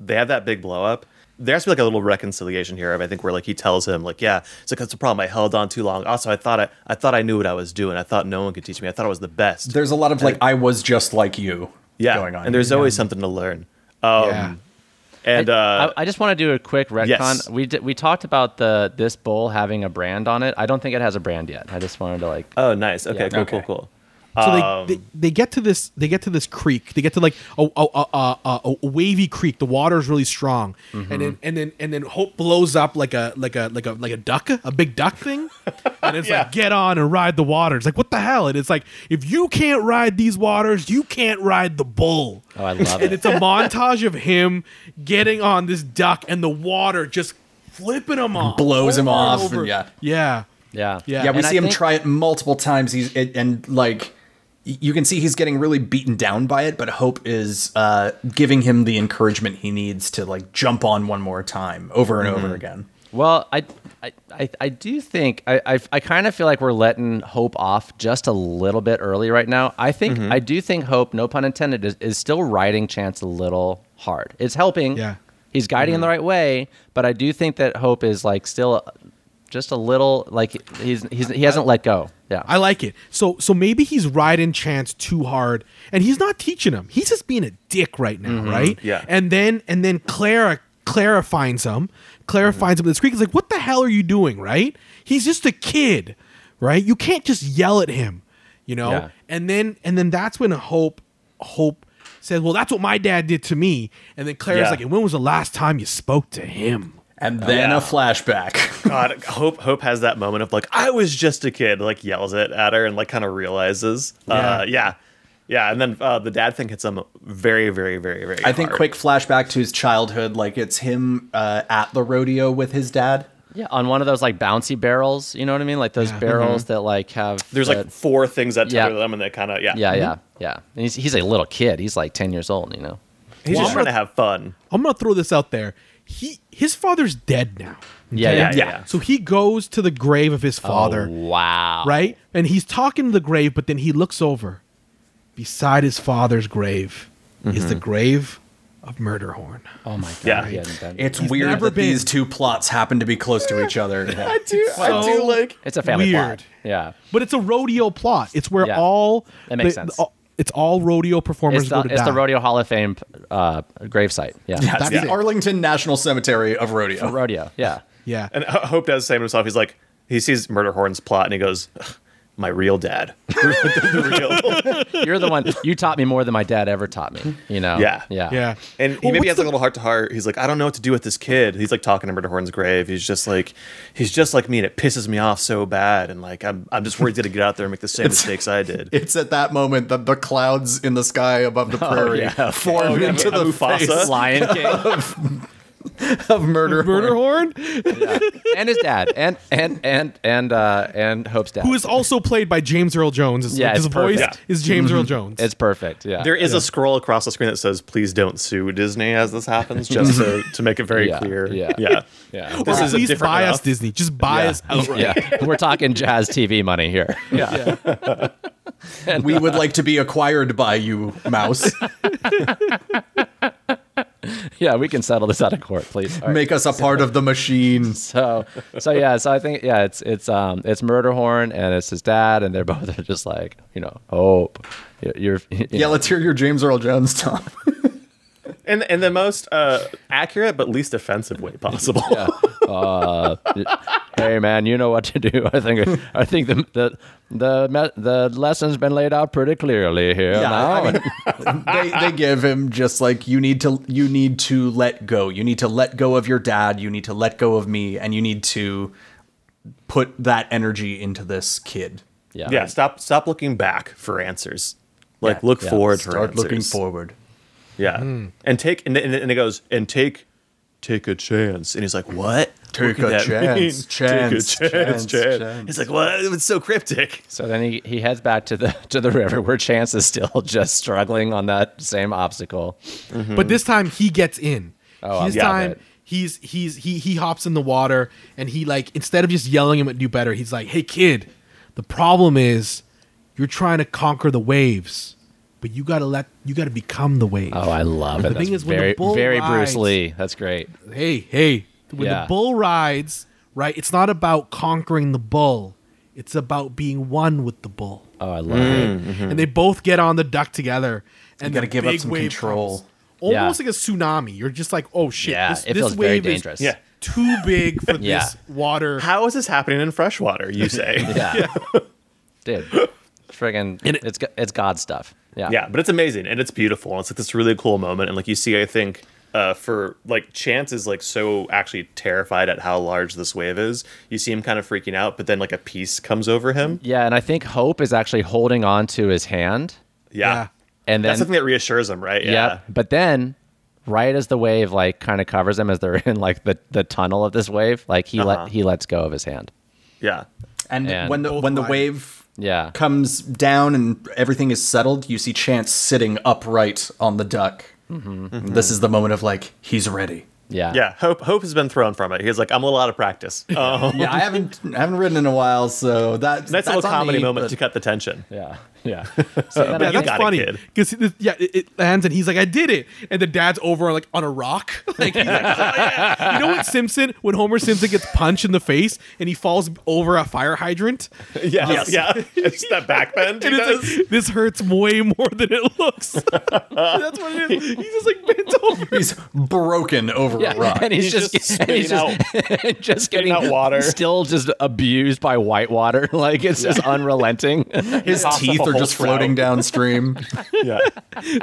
[SPEAKER 5] They have that big blow up. There has to be like a little reconciliation here of I think where like he tells him like yeah it's like that's the problem I held on too long also I thought I I thought I knew what I was doing I thought no one could teach me I thought I was the best
[SPEAKER 2] There's a lot of like, I was just like you
[SPEAKER 5] yeah
[SPEAKER 2] going on.
[SPEAKER 5] and there's always something to learn um
[SPEAKER 3] Yeah.
[SPEAKER 5] and uh
[SPEAKER 4] I, I just want to do a quick retcon.
[SPEAKER 5] Yes.
[SPEAKER 4] We did, we talked about the this bowl having a brand on it. I don't think it has a brand yet. I just wanted to like.
[SPEAKER 5] oh nice okay
[SPEAKER 4] Yeah.
[SPEAKER 5] cool
[SPEAKER 2] Okay.
[SPEAKER 5] cool cool
[SPEAKER 3] So they, they, they get to this they get to this creek they get to like a a, a, a, a- a wavy creek the water is really strong and then and then and then hope blows up like a like a like a like a duck a big duck thing and it's
[SPEAKER 5] Yeah.
[SPEAKER 3] like get on and ride the water it's like what the hell and it's like if you can't ride these waters you can't ride the bull
[SPEAKER 4] Oh, I love it.
[SPEAKER 3] and it's a montage of him getting on this duck and the water just flipping him off
[SPEAKER 2] Blows him
[SPEAKER 3] over
[SPEAKER 2] off,
[SPEAKER 3] over.
[SPEAKER 2] and yeah.
[SPEAKER 3] yeah
[SPEAKER 4] Yeah.
[SPEAKER 2] yeah,
[SPEAKER 3] Yeah.
[SPEAKER 2] we
[SPEAKER 4] And I
[SPEAKER 2] see him
[SPEAKER 4] think-
[SPEAKER 2] try it multiple times. He's it, and like y- you can see he's getting really beaten down by it, but Hope is uh, giving him the encouragement he needs to like jump on one more time, over and over again.
[SPEAKER 4] Well, I, I, I, I do think I, I, I kind of feel like we're letting Hope off just a little bit early right now. I think
[SPEAKER 5] Mm-hmm.
[SPEAKER 4] I do think Hope, no pun intended, is, is still riding Chance a little hard. It's helping.
[SPEAKER 3] Yeah.
[SPEAKER 4] He's guiding
[SPEAKER 5] Mm-hmm.
[SPEAKER 4] in the right way, but I do think that Hope is like still just a little like he's, he's he hasn't let go. Yeah.
[SPEAKER 3] I like it. So so maybe he's riding Chance too hard, and he's not teaching him. He's just being a dick right now, right?
[SPEAKER 5] Mm-hmm. Yeah.
[SPEAKER 3] And then and then Clara Clara finds him. Clara
[SPEAKER 5] Mm-hmm.
[SPEAKER 3] finds him in the street. He's like, "What the hell are you doing?" Right? He's just a kid, right? You can't just yell at him, you know.
[SPEAKER 4] Yeah.
[SPEAKER 3] And then and then that's when Hope Hope says, "Well, that's what my dad did to me," and then Claire's
[SPEAKER 5] Yeah.
[SPEAKER 3] like, "And when was the last time you spoke to him?"
[SPEAKER 2] And then a flashback.
[SPEAKER 5] God, Hope Hope has that moment of like, I was just a kid, like yells it at her and like kind of realizes. Uh, yeah. Yeah. And then uh, the dad thing hits him very, very, very, very
[SPEAKER 2] I think
[SPEAKER 5] hard.
[SPEAKER 2] quick flashback to his childhood. Like it's him uh, at the rodeo with his dad.
[SPEAKER 4] Yeah, on one of those like bouncy barrels. You know what I mean? Like those barrels that like have.
[SPEAKER 5] There's
[SPEAKER 4] the-
[SPEAKER 5] like four things that tether
[SPEAKER 4] Yeah.
[SPEAKER 5] them and they kind of, yeah.
[SPEAKER 4] Yeah, yeah, yeah. And he's he's a little kid. He's like ten years old. You know.
[SPEAKER 5] He's
[SPEAKER 3] Well,
[SPEAKER 5] just
[SPEAKER 3] I'm
[SPEAKER 5] trying
[SPEAKER 3] gonna-
[SPEAKER 5] to have fun.
[SPEAKER 3] I'm gonna throw this out there. He his father's dead now.
[SPEAKER 4] Yeah, yeah,
[SPEAKER 5] Yeah.
[SPEAKER 3] So he goes to the grave of his father,
[SPEAKER 4] Oh, wow.
[SPEAKER 3] right? And he's talking to the grave, but then he looks over. Beside his father's grave is
[SPEAKER 4] Mm-hmm.
[SPEAKER 3] the grave of Murderhorn.
[SPEAKER 4] Oh my god.
[SPEAKER 5] Yeah.
[SPEAKER 4] he hadn't done-
[SPEAKER 2] It's
[SPEAKER 3] He's
[SPEAKER 2] weird
[SPEAKER 3] never
[SPEAKER 2] that
[SPEAKER 3] been.
[SPEAKER 2] these two plots happen to be close to each other. Yeah.
[SPEAKER 5] do,
[SPEAKER 3] I do so- like-
[SPEAKER 4] it's a family
[SPEAKER 3] Weird.
[SPEAKER 4] plot. Yeah.
[SPEAKER 3] But it's a rodeo plot. It's where
[SPEAKER 4] Yeah.
[SPEAKER 3] all
[SPEAKER 4] That makes
[SPEAKER 3] the-
[SPEAKER 4] sense.
[SPEAKER 3] the- it's all rodeo performers
[SPEAKER 4] It's the,
[SPEAKER 3] go to
[SPEAKER 4] it's
[SPEAKER 3] die.
[SPEAKER 4] the rodeo Hall of Fame uh, gravesite. Yeah.
[SPEAKER 2] Yeah, it's
[SPEAKER 3] That's
[SPEAKER 2] the
[SPEAKER 3] it.
[SPEAKER 2] Arlington National Cemetery of rodeo.
[SPEAKER 4] Rodeo. Yeah.
[SPEAKER 3] Yeah.
[SPEAKER 5] And Ho- Hope does the same to himself. He's like, he sees Murderhorn's plot and he goes, my real dad. the real.
[SPEAKER 4] You're the one. You taught me more than my dad ever taught me. You know.
[SPEAKER 5] Yeah.
[SPEAKER 4] Yeah.
[SPEAKER 3] yeah.
[SPEAKER 5] And he
[SPEAKER 3] Well, what's
[SPEAKER 5] maybe has
[SPEAKER 3] the-
[SPEAKER 5] a little heart to heart. He's like, I don't know what to do with this kid. He's like talking to Murderhorn's grave. He's just like, he's just like me, and it pisses me off so bad. And like, I'm, I'm just worried he's gonna get out there and make the same mistakes I did.
[SPEAKER 2] It's at that moment that the clouds in the sky above the prairie form
[SPEAKER 5] Oh, yeah,
[SPEAKER 2] into the
[SPEAKER 5] Mufasa.
[SPEAKER 2] face
[SPEAKER 4] Lion King
[SPEAKER 2] of murder.
[SPEAKER 3] Murderhorn,
[SPEAKER 4] and his dad and and and and uh, and Hope's dad.
[SPEAKER 3] who is also played by James Earl Jones. It's
[SPEAKER 4] Yeah,
[SPEAKER 3] like
[SPEAKER 4] it's
[SPEAKER 3] his voice
[SPEAKER 4] perfect. Mm-hmm.
[SPEAKER 3] is James Earl Jones.
[SPEAKER 4] It's perfect. Yeah.
[SPEAKER 5] There is a scroll across the screen that says, "Please don't sue Disney" as this happens, just to, to make it very
[SPEAKER 4] Yeah,
[SPEAKER 5] clear.
[SPEAKER 4] yeah.
[SPEAKER 5] yeah.
[SPEAKER 4] yeah.
[SPEAKER 5] This
[SPEAKER 3] Or
[SPEAKER 5] is a
[SPEAKER 3] please
[SPEAKER 5] different
[SPEAKER 3] buy us
[SPEAKER 5] enough.
[SPEAKER 3] Disney. Just buy us outright.
[SPEAKER 4] Yeah. We're talking jazz TV money here. Yeah.
[SPEAKER 2] We would like to be acquired by you, Mouse.
[SPEAKER 4] Yeah. We can settle this out of court, please. All right.
[SPEAKER 2] Make us a part of the machine.
[SPEAKER 4] so so yeah so i think yeah it's it's um it's murderhorn and it's his dad and they're both just like you know hope you're, you're you
[SPEAKER 2] Yeah,
[SPEAKER 4] know.
[SPEAKER 2] let's hear your James Earl Jones, Tom.
[SPEAKER 5] In in the most uh, accurate but least offensive way possible.
[SPEAKER 4] hey man you know what to do i think i think the the the, me- the lesson's been laid out pretty clearly here
[SPEAKER 2] Yeah,
[SPEAKER 4] now.
[SPEAKER 2] I mean, they, they give him just like you need to you need to let go. You need to let go of your dad. You need to let go of me, and you need to put that energy into this kid.
[SPEAKER 4] yeah
[SPEAKER 5] yeah. Stop stop looking back for answers. Like look
[SPEAKER 4] yeah.
[SPEAKER 5] forward for
[SPEAKER 2] Start
[SPEAKER 5] answers.
[SPEAKER 2] looking forward.
[SPEAKER 5] Yeah. And take and, and and it goes and take take a chance. And he's like, "What?
[SPEAKER 2] Take
[SPEAKER 5] What
[SPEAKER 2] a
[SPEAKER 5] could that
[SPEAKER 2] chance,
[SPEAKER 5] mean?
[SPEAKER 2] chance,
[SPEAKER 5] Take a
[SPEAKER 2] chance,
[SPEAKER 5] chance, chance."
[SPEAKER 2] chance.
[SPEAKER 5] He's like, "What? It's so cryptic."
[SPEAKER 4] so then he, he heads back to the to the river where chance is still just struggling on that same obstacle
[SPEAKER 3] But this time he gets in.
[SPEAKER 4] Oh, um, I
[SPEAKER 3] this
[SPEAKER 4] love
[SPEAKER 3] time
[SPEAKER 4] it.
[SPEAKER 3] he's he's he he hops in the water and he like instead of just yelling him at do better, he's like, "Hey kid, the problem is you're trying to conquer the waves, but you gotta let you gotta become the wave.
[SPEAKER 4] oh i love it
[SPEAKER 3] The thing
[SPEAKER 4] That's
[SPEAKER 3] is, when the
[SPEAKER 4] very
[SPEAKER 3] bull
[SPEAKER 4] very bruce
[SPEAKER 3] rides-
[SPEAKER 4] lee that's great
[SPEAKER 3] Hey hey, when
[SPEAKER 4] Yeah.
[SPEAKER 3] the bull rides, right? It's not about conquering the bull; it's about being one with the bull.
[SPEAKER 4] oh i love it
[SPEAKER 3] And they both get on the duck together, and
[SPEAKER 2] gotta
[SPEAKER 3] the
[SPEAKER 2] give up
[SPEAKER 3] big
[SPEAKER 2] some
[SPEAKER 3] wave
[SPEAKER 2] control.
[SPEAKER 3] comes. Almost
[SPEAKER 4] Yeah.
[SPEAKER 3] like a tsunami. You're just like, oh shit,
[SPEAKER 4] Yeah,
[SPEAKER 3] this,
[SPEAKER 4] it
[SPEAKER 3] this
[SPEAKER 4] feels very
[SPEAKER 3] wave is
[SPEAKER 4] dangerous.
[SPEAKER 5] Yeah.
[SPEAKER 3] too big for
[SPEAKER 4] Yeah.
[SPEAKER 3] this water.
[SPEAKER 5] How is this happening in freshwater? You say.
[SPEAKER 4] Yeah. Dude. Friggin' it's go- it's God stuff. Yeah.
[SPEAKER 5] yeah but it's amazing and it's beautiful and it's like this really cool moment and like you see i think uh, for like chance is like so actually terrified at how large this wave is you see him kind of freaking out but then like a peace comes over him
[SPEAKER 4] Yeah, and I think Hope is actually holding on to his hand.
[SPEAKER 5] yeah,
[SPEAKER 3] Yeah.
[SPEAKER 4] And then
[SPEAKER 5] that's something that reassures him right
[SPEAKER 4] yeah. But then right as the wave like kind of covers them as they're in like the, the tunnel of this wave, like he
[SPEAKER 5] Uh-huh.
[SPEAKER 4] let he lets go of his hand.
[SPEAKER 5] yeah
[SPEAKER 2] And,
[SPEAKER 4] And
[SPEAKER 2] when the
[SPEAKER 3] both
[SPEAKER 2] when the
[SPEAKER 3] riding.
[SPEAKER 2] wave
[SPEAKER 4] Yeah.
[SPEAKER 2] comes down and everything is settled, you see Chance sitting upright on the duck. This is the moment of like he's ready.
[SPEAKER 4] Yeah.
[SPEAKER 5] yeah hope hope has been thrown from it he's like i'm a little out of practice um,
[SPEAKER 2] Yeah, I haven't I haven't ridden in a while, so that,
[SPEAKER 5] nice little
[SPEAKER 2] on
[SPEAKER 5] comedy
[SPEAKER 2] me,
[SPEAKER 5] moment
[SPEAKER 2] but-
[SPEAKER 5] to cut the tension
[SPEAKER 4] Yeah. Yeah. So then I
[SPEAKER 5] Yeah,
[SPEAKER 4] think-
[SPEAKER 5] you got it, kid.
[SPEAKER 3] because yeah, it, it lands and he's like, "I did it," and the dad's over like on a rock. Like, he's like, "Oh, yeah." you know what Simpson when Homer Simpson gets punched in the face and he falls over a fire hydrant,
[SPEAKER 5] yeah yeah it's that back bend he
[SPEAKER 3] and it's
[SPEAKER 5] does.
[SPEAKER 3] like this hurts way more than it looks. That's what it is. He's just like bent over.
[SPEAKER 2] He's broken over
[SPEAKER 4] yeah,
[SPEAKER 2] a rock.
[SPEAKER 4] and he's,
[SPEAKER 5] He's
[SPEAKER 4] just,
[SPEAKER 5] just
[SPEAKER 4] and he's
[SPEAKER 5] spitting
[SPEAKER 4] just, and just
[SPEAKER 5] spitting
[SPEAKER 4] getting
[SPEAKER 5] out water.
[SPEAKER 4] still just abused by white water. Like it's just unrelenting.
[SPEAKER 2] His teeth are are just
[SPEAKER 5] whole
[SPEAKER 2] floating
[SPEAKER 5] crowd.
[SPEAKER 2] downstream.
[SPEAKER 5] Yeah,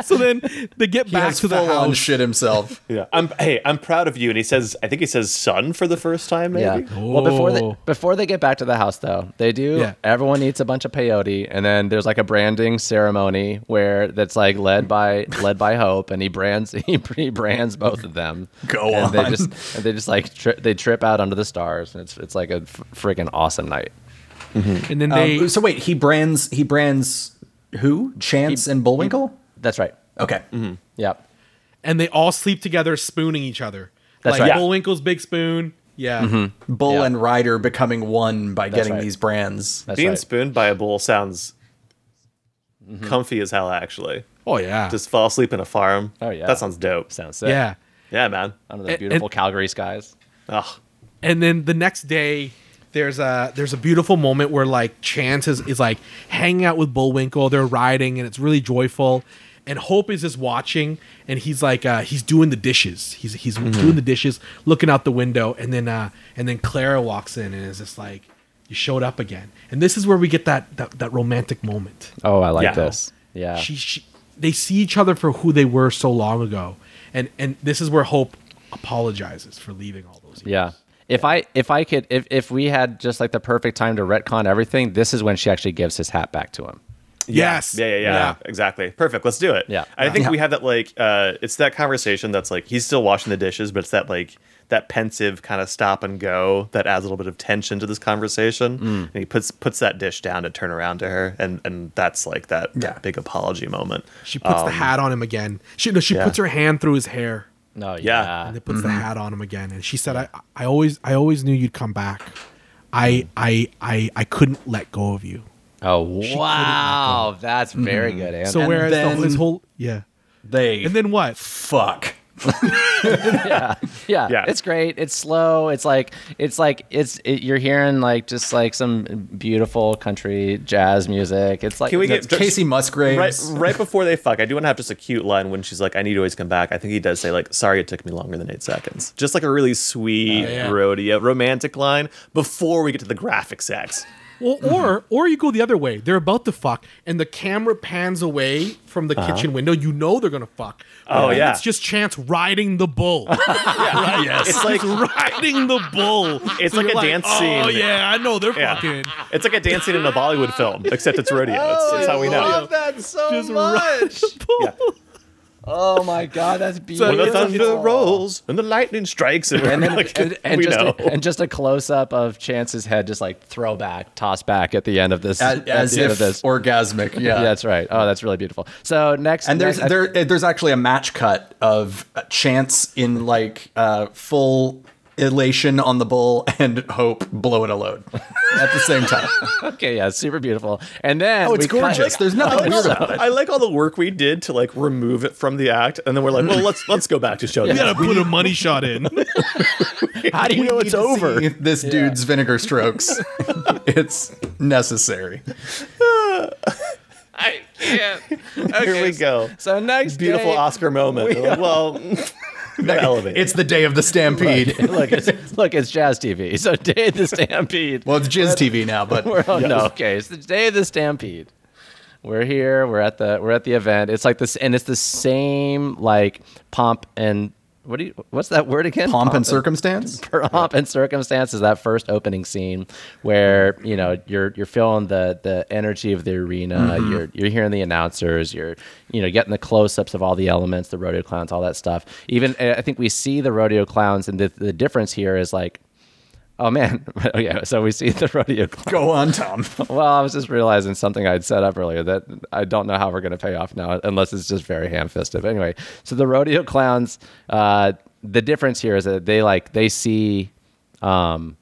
[SPEAKER 3] So then they get
[SPEAKER 2] he
[SPEAKER 3] back
[SPEAKER 2] has
[SPEAKER 3] to the
[SPEAKER 2] full on
[SPEAKER 3] house.
[SPEAKER 2] shit himself.
[SPEAKER 5] yeah. I'm hey, I'm proud of you. And he says, I think he says son for the first time. Maybe.
[SPEAKER 4] Yeah. Well, before they
[SPEAKER 3] Oh.
[SPEAKER 4] before they get back to the house, though, they do.
[SPEAKER 3] Yeah.
[SPEAKER 4] Everyone eats a bunch of peyote, and then there's like a branding ceremony where that's like led by led by Hope, and he brands he, he brands both of them.
[SPEAKER 2] Go
[SPEAKER 4] and They
[SPEAKER 2] on.
[SPEAKER 4] just and they just like tri- they trip out under the stars, and it's it's like a f- freaking awesome night.
[SPEAKER 3] and then they
[SPEAKER 2] Um, so wait, he brands he brands who? Chance and Bullwinkle?
[SPEAKER 4] That's right.
[SPEAKER 2] okay.
[SPEAKER 4] Yep.
[SPEAKER 3] and they all sleep together, spooning each other.
[SPEAKER 4] That's
[SPEAKER 3] like
[SPEAKER 4] right.
[SPEAKER 3] Bullwinkle's big spoon. Yeah.
[SPEAKER 2] Bull
[SPEAKER 4] Yeah.
[SPEAKER 2] and Ryder becoming one by getting
[SPEAKER 4] right.
[SPEAKER 2] these brands.
[SPEAKER 4] That's
[SPEAKER 5] Being
[SPEAKER 4] right. Mm-hmm.
[SPEAKER 5] spooned by a bull sounds comfy as hell. Actually,
[SPEAKER 3] Oh yeah.
[SPEAKER 5] just fall asleep in a farm.
[SPEAKER 4] Oh, yeah.
[SPEAKER 5] that sounds dope.
[SPEAKER 4] Sounds sick.
[SPEAKER 3] yeah.
[SPEAKER 5] Yeah, man.
[SPEAKER 4] Under
[SPEAKER 3] And-
[SPEAKER 4] the
[SPEAKER 3] and-
[SPEAKER 4] beautiful Calgary skies.
[SPEAKER 5] Ugh.
[SPEAKER 3] and then the next day there's a there's a beautiful moment where like chance is, is like hanging out with bullwinkle they're riding and it's really joyful and hope is just watching and he's like uh, he's doing the dishes he's he's doing the dishes looking out the window and then uh and then clara walks in and is just like you showed up again and this is where we get that that, that romantic moment
[SPEAKER 4] Oh, I like
[SPEAKER 5] Yeah.
[SPEAKER 4] this. Yeah.
[SPEAKER 3] she, she they see each other for who they were so long ago and and this is where hope apologizes for leaving all those years.
[SPEAKER 4] Yeah. If I if I could if if we had just like the perfect time to retcon everything, this is when she actually gives his hat back to him.
[SPEAKER 5] Yeah.
[SPEAKER 3] Yes.
[SPEAKER 5] Yeah, yeah, yeah,
[SPEAKER 3] Yeah.
[SPEAKER 5] Exactly. Perfect. Let's do it.
[SPEAKER 4] Yeah.
[SPEAKER 5] I think
[SPEAKER 2] Yeah.
[SPEAKER 5] we have that like uh it's that conversation that's like he's still washing the dishes, but it's that like that pensive kind of stop and go that adds a little bit of tension to this conversation. And he puts puts that dish down to turn around to her and and that's like that
[SPEAKER 2] Yeah.
[SPEAKER 5] big apology moment.
[SPEAKER 3] She puts the
[SPEAKER 5] Um,
[SPEAKER 3] hat on him again. She no, she
[SPEAKER 5] yeah. Uh, mm-hmm.
[SPEAKER 3] puts her hand through his hair
[SPEAKER 4] No,
[SPEAKER 5] yeah.
[SPEAKER 3] and then puts the hat on him again. And she said, "I, I always, I always knew you'd come back.
[SPEAKER 5] Mm.
[SPEAKER 3] I, I, I, I couldn't let go of you."
[SPEAKER 4] Oh wow, that's
[SPEAKER 5] Mm-hmm.
[SPEAKER 4] very good. Anna.
[SPEAKER 3] So whereas
[SPEAKER 2] then-
[SPEAKER 3] the, his whole yeah,
[SPEAKER 2] They
[SPEAKER 3] and then what?
[SPEAKER 2] fuck.
[SPEAKER 4] yeah,
[SPEAKER 5] Yeah.
[SPEAKER 4] it's great. It's slow. It's like it's like it's it, you're hearing like just like some beautiful country jazz music. It's like
[SPEAKER 5] Can we get
[SPEAKER 2] That's Casey
[SPEAKER 5] right
[SPEAKER 2] Musgraves.
[SPEAKER 5] right before they fuck? I do want to have just a cute line when she's like, I need to always come back. I think he does say like, sorry it took me longer than eight seconds. Just like a really sweet
[SPEAKER 3] Oh, yeah.
[SPEAKER 5] rodeo romantic line before we get to the graphic sex.
[SPEAKER 3] Well,
[SPEAKER 5] Mm-hmm.
[SPEAKER 3] or or you go the other way. They're about to fuck, and the camera pans away from the
[SPEAKER 5] Uh-huh.
[SPEAKER 3] kitchen window. You know they're gonna fuck.
[SPEAKER 5] Oh,
[SPEAKER 3] And
[SPEAKER 5] yeah.
[SPEAKER 3] it's just Chance riding the bull,
[SPEAKER 5] It's like
[SPEAKER 3] riding the bull.
[SPEAKER 5] It's like
[SPEAKER 3] you're
[SPEAKER 5] a dance
[SPEAKER 3] oh,
[SPEAKER 5] scene."
[SPEAKER 3] Oh yeah, I know they're
[SPEAKER 5] Yeah.
[SPEAKER 3] fucking.
[SPEAKER 5] It's like a dance scene in a Bollywood film, except it's rodeo. That's, that's how we know.
[SPEAKER 4] that so
[SPEAKER 3] Just ride the bull.
[SPEAKER 5] Yeah.
[SPEAKER 4] Oh my god, that's beautiful.
[SPEAKER 5] When the thunder rolls and the lightning strikes, and,
[SPEAKER 4] and, then,
[SPEAKER 5] like,
[SPEAKER 4] and, and
[SPEAKER 5] we
[SPEAKER 4] just
[SPEAKER 5] know.
[SPEAKER 4] A, and just a close up of Chance's head, just like throw back, toss back at the end of this.
[SPEAKER 2] As,
[SPEAKER 4] at
[SPEAKER 2] as
[SPEAKER 4] the end
[SPEAKER 2] if
[SPEAKER 4] of this.
[SPEAKER 2] orgasmic. Yeah.
[SPEAKER 4] yeah, that's right. Oh, that's really beautiful. So next,
[SPEAKER 2] and there's
[SPEAKER 4] next-
[SPEAKER 2] there eh, there's actually a match cut of uh, Chance in like uh, full elation on the bull and Hope blow it a load at the same time.
[SPEAKER 4] okay, yeah, super beautiful. And then
[SPEAKER 2] Oh, it's
[SPEAKER 4] we cut-
[SPEAKER 2] gorgeous. There's nothing weird about it.
[SPEAKER 5] I like all the work we did to like remove it from the act, and then we're like, well, let's let's go back to show.
[SPEAKER 3] You gotta put a money shot in.
[SPEAKER 4] How do you know it's over?
[SPEAKER 2] See This dude's vinegar strokes. it's necessary.
[SPEAKER 4] I can't.
[SPEAKER 5] Here we go.
[SPEAKER 4] So next,
[SPEAKER 5] Beautiful
[SPEAKER 4] day-
[SPEAKER 5] Oscar moment. They're like, well, elevate.
[SPEAKER 2] It's the day of the stampede.
[SPEAKER 4] look, it's look, it's jazz TV. So day of the stampede.
[SPEAKER 2] Well, it's Jizz TV now, but
[SPEAKER 4] We're- oh no, okay, it's the day of the stampede. We're here. We're at the we're at the event. It's like this, and it's the same like pomp and what do you what's that word again?
[SPEAKER 2] pomp and circumstance.
[SPEAKER 4] pomp and circumstance is that first opening scene where you know you're you're feeling the the energy of the arena you're you're hearing the announcers you're you know getting the close-ups of all the elements the rodeo clowns all that stuff even uh, i think we see the rodeo clowns and the, the difference here is like oh man oh yeah so we see the rodeo clowns
[SPEAKER 2] Go on, Tom.
[SPEAKER 4] well, I was just realizing something I'd set up earlier that I don't know how we're going to pay off now, unless it's just very ham fisted. Anyway, so the rodeo clowns, uh, the difference here is that they like they see um,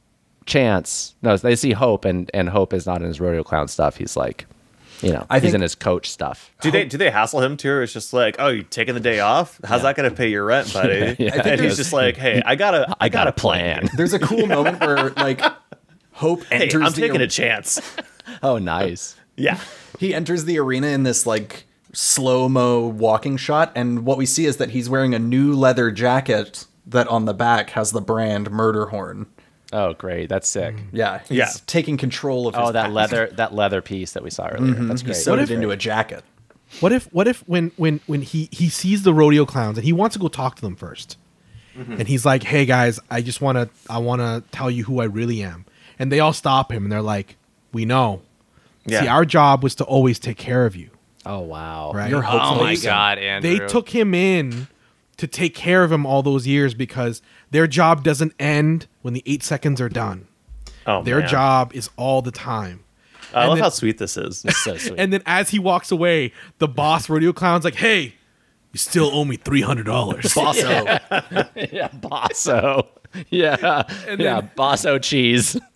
[SPEAKER 4] chance. No, they see hope, and and hope is not in his rodeo clown stuff. He's like, you know,
[SPEAKER 2] I
[SPEAKER 4] he's
[SPEAKER 2] think-
[SPEAKER 4] in his coach stuff.
[SPEAKER 5] do they do they hassle him too? Or it's just like, oh, you taking the day off? How's that gonna pay your rent, buddy?
[SPEAKER 4] Yeah, I
[SPEAKER 5] and
[SPEAKER 4] think
[SPEAKER 5] he's just like, hey, I got a I got a plan.
[SPEAKER 2] There's a cool moment where like Hope
[SPEAKER 5] Hey,
[SPEAKER 2] enters.
[SPEAKER 5] I'm
[SPEAKER 2] the
[SPEAKER 5] taking
[SPEAKER 2] ar-
[SPEAKER 5] a chance.
[SPEAKER 4] Oh, nice.
[SPEAKER 5] Yeah.
[SPEAKER 2] He enters the arena in this like slow mo walking shot, and what we see is that he's wearing a new leather jacket that on the back has the brand Murder Horn.
[SPEAKER 4] Oh, great. That's sick.
[SPEAKER 2] Yeah, he's
[SPEAKER 5] Yeah.
[SPEAKER 2] taking control of.
[SPEAKER 4] Oh,
[SPEAKER 2] his
[SPEAKER 4] that
[SPEAKER 2] past.
[SPEAKER 4] leather that leather piece that we saw earlier. That's
[SPEAKER 2] He
[SPEAKER 4] great.
[SPEAKER 2] sewed
[SPEAKER 3] if-
[SPEAKER 2] it into a jacket.
[SPEAKER 3] What if what if when when when he he sees the rodeo clowns and he wants to go talk to them 1st and he's like, "Hey guys, I just want to I want to tell you who I really am," and they all stop him and they're like, "We know. See,
[SPEAKER 5] Yeah.
[SPEAKER 3] our job was to always take care of you,
[SPEAKER 4] Oh wow.
[SPEAKER 3] right?
[SPEAKER 2] You're hopeful.
[SPEAKER 4] Oh my
[SPEAKER 2] They-
[SPEAKER 4] god, Andrew.
[SPEAKER 3] they took him in to take care of him all those years because their job doesn't end when the eight seconds are done.
[SPEAKER 5] Oh,
[SPEAKER 3] their
[SPEAKER 5] man.
[SPEAKER 3] job is all the time.
[SPEAKER 5] I love
[SPEAKER 3] and
[SPEAKER 5] how
[SPEAKER 3] it-
[SPEAKER 5] sweet this is.
[SPEAKER 4] so sweet.
[SPEAKER 3] And then as he walks away, the boss rodeo clown's like, "Hey, you still owe me three hundred dollars."
[SPEAKER 2] Bosso.
[SPEAKER 4] yeah, Bosso. Yeah. yeah, Bosso cheese.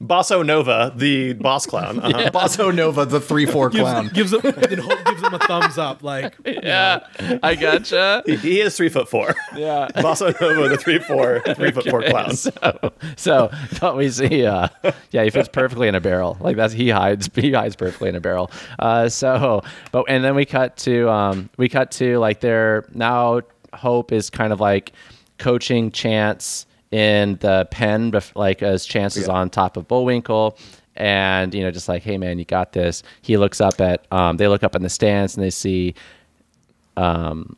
[SPEAKER 5] Bosso Nova, the boss clown. Uh-huh.
[SPEAKER 2] Bosso Nova, the three four clown.
[SPEAKER 3] gives, gives him then Hope gives him a thumbs up, like
[SPEAKER 4] Yeah. I gotcha.
[SPEAKER 5] He is three foot four.
[SPEAKER 4] Yeah.
[SPEAKER 5] Bossa Nova, the three four, three foot four clown.
[SPEAKER 4] So, so but we see, uh, yeah, he fits perfectly in a barrel. Like that's he hides, he hides perfectly in a barrel. Uh, so, but and then we cut to, um, we cut to like their now hope is kind of like coaching Chance in the pen, bef- like as Chance is on top of Bullwinkle. And you know, just like, hey man, you got this. He looks up at, um, they look up in the stands and they see um,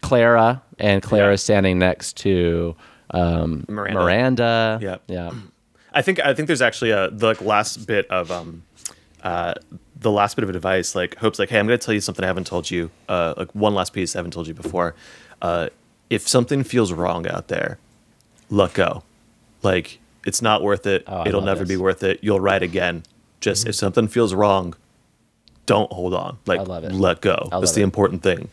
[SPEAKER 4] Clara, and Clara standing next to um,
[SPEAKER 5] Miranda.
[SPEAKER 4] Miranda.
[SPEAKER 5] Yep.
[SPEAKER 4] Yeah.
[SPEAKER 5] I think I think there's actually a the like, last bit of um, uh, the last bit of advice. Like Hope's like, hey, I'm gonna tell you something I haven't told you. Uh, like one last piece I haven't told you before. Uh, if something feels wrong out there, let go. Like it's not worth it.
[SPEAKER 4] Oh, I
[SPEAKER 5] It'll
[SPEAKER 4] love
[SPEAKER 5] never
[SPEAKER 4] this. Mm-hmm.
[SPEAKER 5] be worth it. You'll right again. Just if something feels wrong, don't hold on. Like
[SPEAKER 4] love it.
[SPEAKER 5] let go.
[SPEAKER 4] I
[SPEAKER 5] That's
[SPEAKER 4] love
[SPEAKER 5] the
[SPEAKER 4] it.
[SPEAKER 5] important thing.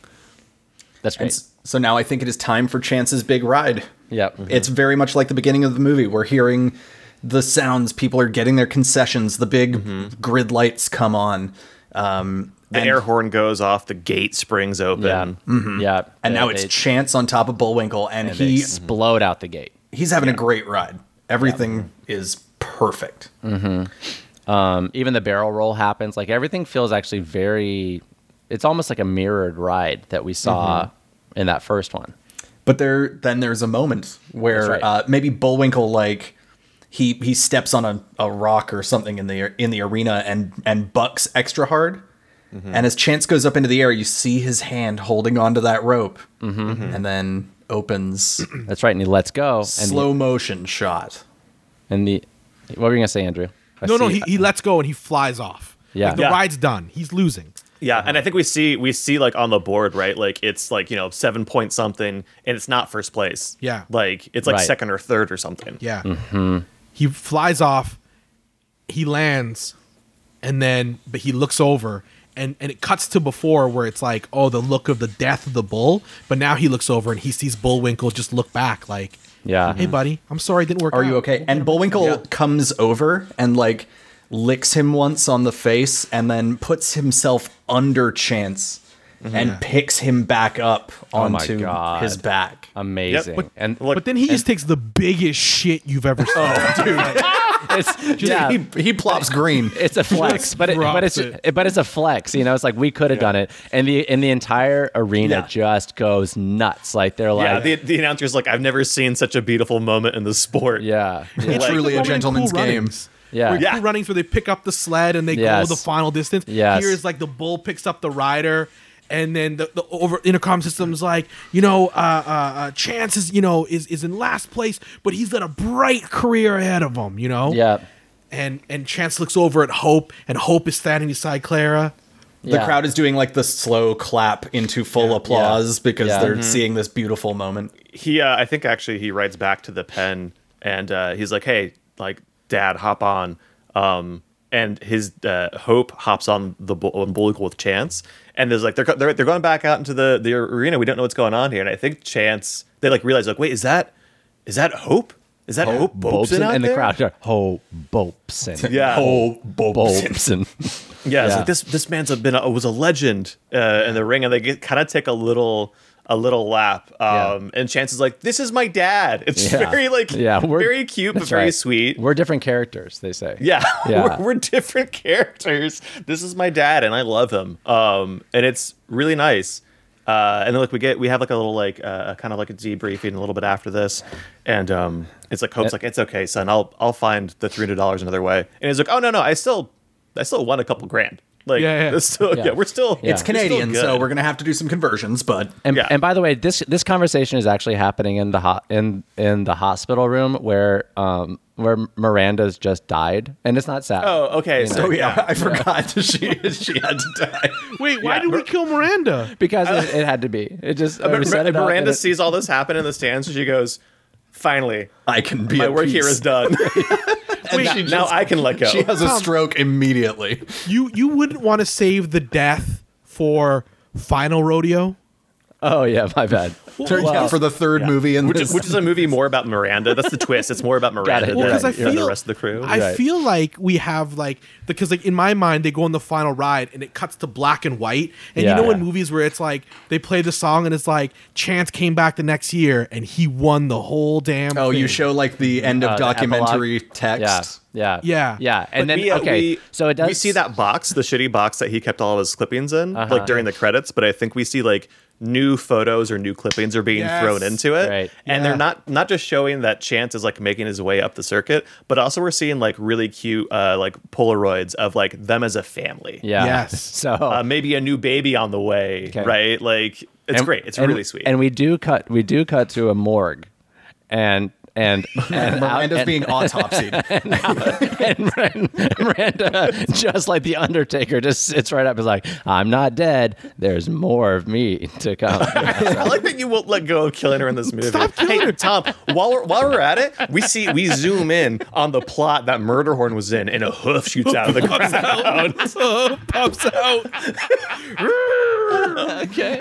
[SPEAKER 4] That's great.
[SPEAKER 2] And s- so now I think it is time for Chance's big ride.
[SPEAKER 4] yep.
[SPEAKER 2] It's very much like the beginning of the movie. We're hearing the sounds. People are getting their concessions. The big
[SPEAKER 4] Mm-hmm.
[SPEAKER 2] grid lights come on. Um,
[SPEAKER 5] The
[SPEAKER 2] and,
[SPEAKER 5] air horn goes off. The gate springs open.
[SPEAKER 4] yeah.
[SPEAKER 2] Mm-hmm.
[SPEAKER 4] Yeah.
[SPEAKER 2] and now
[SPEAKER 4] They-
[SPEAKER 2] it's
[SPEAKER 4] they-
[SPEAKER 2] Chance on top of Bullwinkle, and,
[SPEAKER 4] they
[SPEAKER 2] he
[SPEAKER 4] explode out the gate.
[SPEAKER 2] he's having a great ride. Everything is perfect.
[SPEAKER 4] Um, even the barrel roll happens. Like everything feels actually very. It's almost like a mirrored ride that we saw
[SPEAKER 2] Mm-hmm.
[SPEAKER 4] in that first one.
[SPEAKER 2] But there, then there's a moment where
[SPEAKER 4] That's right.
[SPEAKER 2] uh, maybe Bullwinkle like he he steps on a, a rock or something in the in the arena and and bucks extra hard.
[SPEAKER 4] Mm-hmm.
[SPEAKER 2] And as Chance goes up into the air, you see his hand holding onto that rope, and then opens
[SPEAKER 4] That's right. Mm-hmm. And he lets go. And
[SPEAKER 2] slow motion shot.
[SPEAKER 4] The, and the. What were you gonna say, Andrew? I
[SPEAKER 3] no, no.
[SPEAKER 4] see-
[SPEAKER 3] He, he lets go and he flies off.
[SPEAKER 4] Yeah.
[SPEAKER 3] like, the
[SPEAKER 5] Yeah.
[SPEAKER 3] ride's done. He's losing.
[SPEAKER 5] Yeah,
[SPEAKER 3] Uh-huh.
[SPEAKER 5] and I think we see we see like on the board, right? Like it's like you know seven point something, and it's not first place.
[SPEAKER 3] Yeah.
[SPEAKER 5] like it's like
[SPEAKER 4] Right.
[SPEAKER 5] second or third or something.
[SPEAKER 3] Yeah, he flies off. He lands, and then but he looks over. And, and it cuts to before where it's like, oh, the look of the death of the bull. But now he looks over and he sees Bullwinkle just look back, like,
[SPEAKER 4] Yeah.
[SPEAKER 3] hey, buddy, I'm sorry, it didn't work.
[SPEAKER 2] Are you
[SPEAKER 3] out.
[SPEAKER 2] okay? And Bullwinkle comes over and like licks him once on the face and then puts himself under Chance
[SPEAKER 5] Mm-hmm.
[SPEAKER 2] and picks him back up
[SPEAKER 5] Oh
[SPEAKER 4] my
[SPEAKER 2] onto
[SPEAKER 4] God.
[SPEAKER 2] his back.
[SPEAKER 5] Uh,
[SPEAKER 4] Amazing.
[SPEAKER 5] Yep.
[SPEAKER 4] and
[SPEAKER 5] Look,
[SPEAKER 3] But then he just takes the biggest shit you've ever seen.
[SPEAKER 2] Oh.
[SPEAKER 4] it's yeah.
[SPEAKER 2] He, he plops green.
[SPEAKER 4] it's a flex, but it, but
[SPEAKER 3] drops
[SPEAKER 4] it's but it's a flex. You know, it's like we could have done it, and the and the entire arena
[SPEAKER 2] Yeah.
[SPEAKER 4] just goes nuts. Like they're like,
[SPEAKER 5] yeah. The, the announcer's like, I've never seen such a beautiful moment in the sport.
[SPEAKER 4] yeah, yeah,
[SPEAKER 2] It's
[SPEAKER 5] like-
[SPEAKER 2] truly a
[SPEAKER 3] Moment in
[SPEAKER 2] gentleman's
[SPEAKER 3] Cool
[SPEAKER 2] game.
[SPEAKER 3] Runnings.
[SPEAKER 4] yeah.
[SPEAKER 3] Like
[SPEAKER 5] Yeah.
[SPEAKER 3] Cool runnings where they pick up the sled and they
[SPEAKER 4] Yes.
[SPEAKER 3] go the final distance.
[SPEAKER 4] Yes.
[SPEAKER 3] Here is like the bull picks up the rider. And then the, the over intercom system's like, you know, uh, uh, uh, Chance is, you know, is, is in last place, but he's got a bright career ahead of him, you know?
[SPEAKER 4] Yeah.
[SPEAKER 3] And and Chance looks over at Hope, and Hope is standing beside Clara.
[SPEAKER 2] The crowd is doing like the slow clap into full applause because
[SPEAKER 4] Yeah.
[SPEAKER 2] they're
[SPEAKER 5] Mm-hmm.
[SPEAKER 2] seeing this beautiful moment.
[SPEAKER 5] He, uh, I think actually he rides back to the pen, and uh, he's like, hey, like dad, hop on. Um, and his uh, hope hops on the bull, on Bullwinkle with Chance, and there's like they're, go- they're they're going back out into the the arena. We don't know what's going on here, and I think Chance they like realize like, wait, is that is that Hope? Is that Hope, Bobson
[SPEAKER 4] Bobson
[SPEAKER 5] out
[SPEAKER 4] and the
[SPEAKER 5] there?
[SPEAKER 4] crowd Oh, are ho Bobson.
[SPEAKER 5] Yeah.
[SPEAKER 2] Oh, Bob.
[SPEAKER 4] Bobson.
[SPEAKER 5] Yeah, it's
[SPEAKER 4] Yeah.
[SPEAKER 5] like this this man's been a, was a legend uh, in the ring, and they get, kind of take a little a little lap. Um, And Chance is like, "This is my dad." It's
[SPEAKER 4] Yeah.
[SPEAKER 5] very like
[SPEAKER 4] Yeah, we're-
[SPEAKER 5] very cute but
[SPEAKER 4] That's
[SPEAKER 5] very
[SPEAKER 4] right.
[SPEAKER 5] sweet.
[SPEAKER 4] We're different characters, they say.
[SPEAKER 5] yeah,
[SPEAKER 4] Yeah.
[SPEAKER 5] We're, we're different characters. This is my dad, and I love him. Um, and it's really nice. Uh, and then like we get we have like a little like uh, kind of like a debriefing a little bit after this, and um, it's like Hope's like it's okay, son. I'll I'll find the three hundred dollars another way. And he's like, oh no no, I still I still won a couple grand. Like
[SPEAKER 3] Yeah, yeah.
[SPEAKER 5] it's Still,
[SPEAKER 4] Yeah.
[SPEAKER 5] yeah. we're still
[SPEAKER 4] It's
[SPEAKER 5] we're
[SPEAKER 2] It's
[SPEAKER 5] still
[SPEAKER 2] Canadian, so
[SPEAKER 5] good.
[SPEAKER 2] we're gonna have to do some conversions, but
[SPEAKER 4] And,
[SPEAKER 5] Yeah.
[SPEAKER 4] and by the way, this this conversation is actually happening in the ho- in in the hospital room where um where Miranda's just died, and it's not sad.
[SPEAKER 5] Oh, okay. So
[SPEAKER 2] oh yeah,
[SPEAKER 5] yeah.
[SPEAKER 2] I forgot she she had to die.
[SPEAKER 3] Wait, why
[SPEAKER 5] Yeah.
[SPEAKER 3] did we kill Miranda?
[SPEAKER 4] because it, it had to be. It just uh,
[SPEAKER 5] But Mir- Miranda
[SPEAKER 4] sees.
[SPEAKER 5] sees all this happen in the stands, and she goes, "Finally,
[SPEAKER 2] I can be.
[SPEAKER 5] my
[SPEAKER 2] at
[SPEAKER 5] work
[SPEAKER 2] peace.
[SPEAKER 5] here is done.
[SPEAKER 2] And
[SPEAKER 5] now,
[SPEAKER 2] she
[SPEAKER 5] now
[SPEAKER 2] just-
[SPEAKER 5] I can let go."
[SPEAKER 2] She has a stroke immediately.
[SPEAKER 3] You you wouldn't want to save the death for final rodeo?
[SPEAKER 4] Oh yeah, my bad.
[SPEAKER 2] Turns out for the third movie in
[SPEAKER 5] which
[SPEAKER 2] this.
[SPEAKER 5] is, which is a movie more about Miranda. That's the twist. It's more about Miranda
[SPEAKER 4] it. Well,
[SPEAKER 5] than
[SPEAKER 4] 'cause I
[SPEAKER 5] you know, the rest of the crew.
[SPEAKER 3] I
[SPEAKER 4] Right.
[SPEAKER 3] feel like we have like because like in my mind they go on the final ride and it cuts to black and white. And
[SPEAKER 4] Yeah.
[SPEAKER 3] you know in
[SPEAKER 4] Yeah.
[SPEAKER 3] movies where it's like they play the song and it's like Chance came back the next year and he won the whole damn.
[SPEAKER 2] oh, you
[SPEAKER 3] thing.
[SPEAKER 2] show like the end of
[SPEAKER 4] Uh, the
[SPEAKER 2] documentary
[SPEAKER 4] epilogue.
[SPEAKER 2] text.
[SPEAKER 4] Yeah, yeah,
[SPEAKER 3] Yeah.
[SPEAKER 4] yeah. And then
[SPEAKER 5] We, uh,
[SPEAKER 4] okay,
[SPEAKER 5] we-
[SPEAKER 4] so it does.
[SPEAKER 5] We see that box, the shitty box that he kept all of his clippings in,
[SPEAKER 4] Uh-huh.
[SPEAKER 5] like during the credits. But I think we see like new photos or new clippings are being
[SPEAKER 3] Yes.
[SPEAKER 5] thrown into it,
[SPEAKER 4] Right.
[SPEAKER 5] and
[SPEAKER 3] Yeah.
[SPEAKER 5] they're not not just showing that Chance is like making his way up the circuit, but also we're seeing like really cute uh, like Polaroids of like them as a family.
[SPEAKER 4] Yeah.
[SPEAKER 3] Yes.
[SPEAKER 4] So
[SPEAKER 5] uh, maybe a new baby on the way,
[SPEAKER 4] Okay.
[SPEAKER 5] right? Like it's great. It's
[SPEAKER 4] and-
[SPEAKER 5] really sweet.
[SPEAKER 4] And we do cut. We do cut to a morgue, and and and
[SPEAKER 2] Miranda's
[SPEAKER 4] and-
[SPEAKER 2] being autopsied.
[SPEAKER 4] and Miranda, Miranda, just like the Undertaker, just sits right up. and is like, I'm not dead. There's more of me to come.
[SPEAKER 5] I like that you won't let go of killing her in this movie.
[SPEAKER 3] Stop killing
[SPEAKER 5] hey,
[SPEAKER 3] her.
[SPEAKER 5] Tom. While we're while we're at it, we see we zoom in on the plot that Murder Horn was in, and a hoof shoots out of the ground.
[SPEAKER 3] pops out.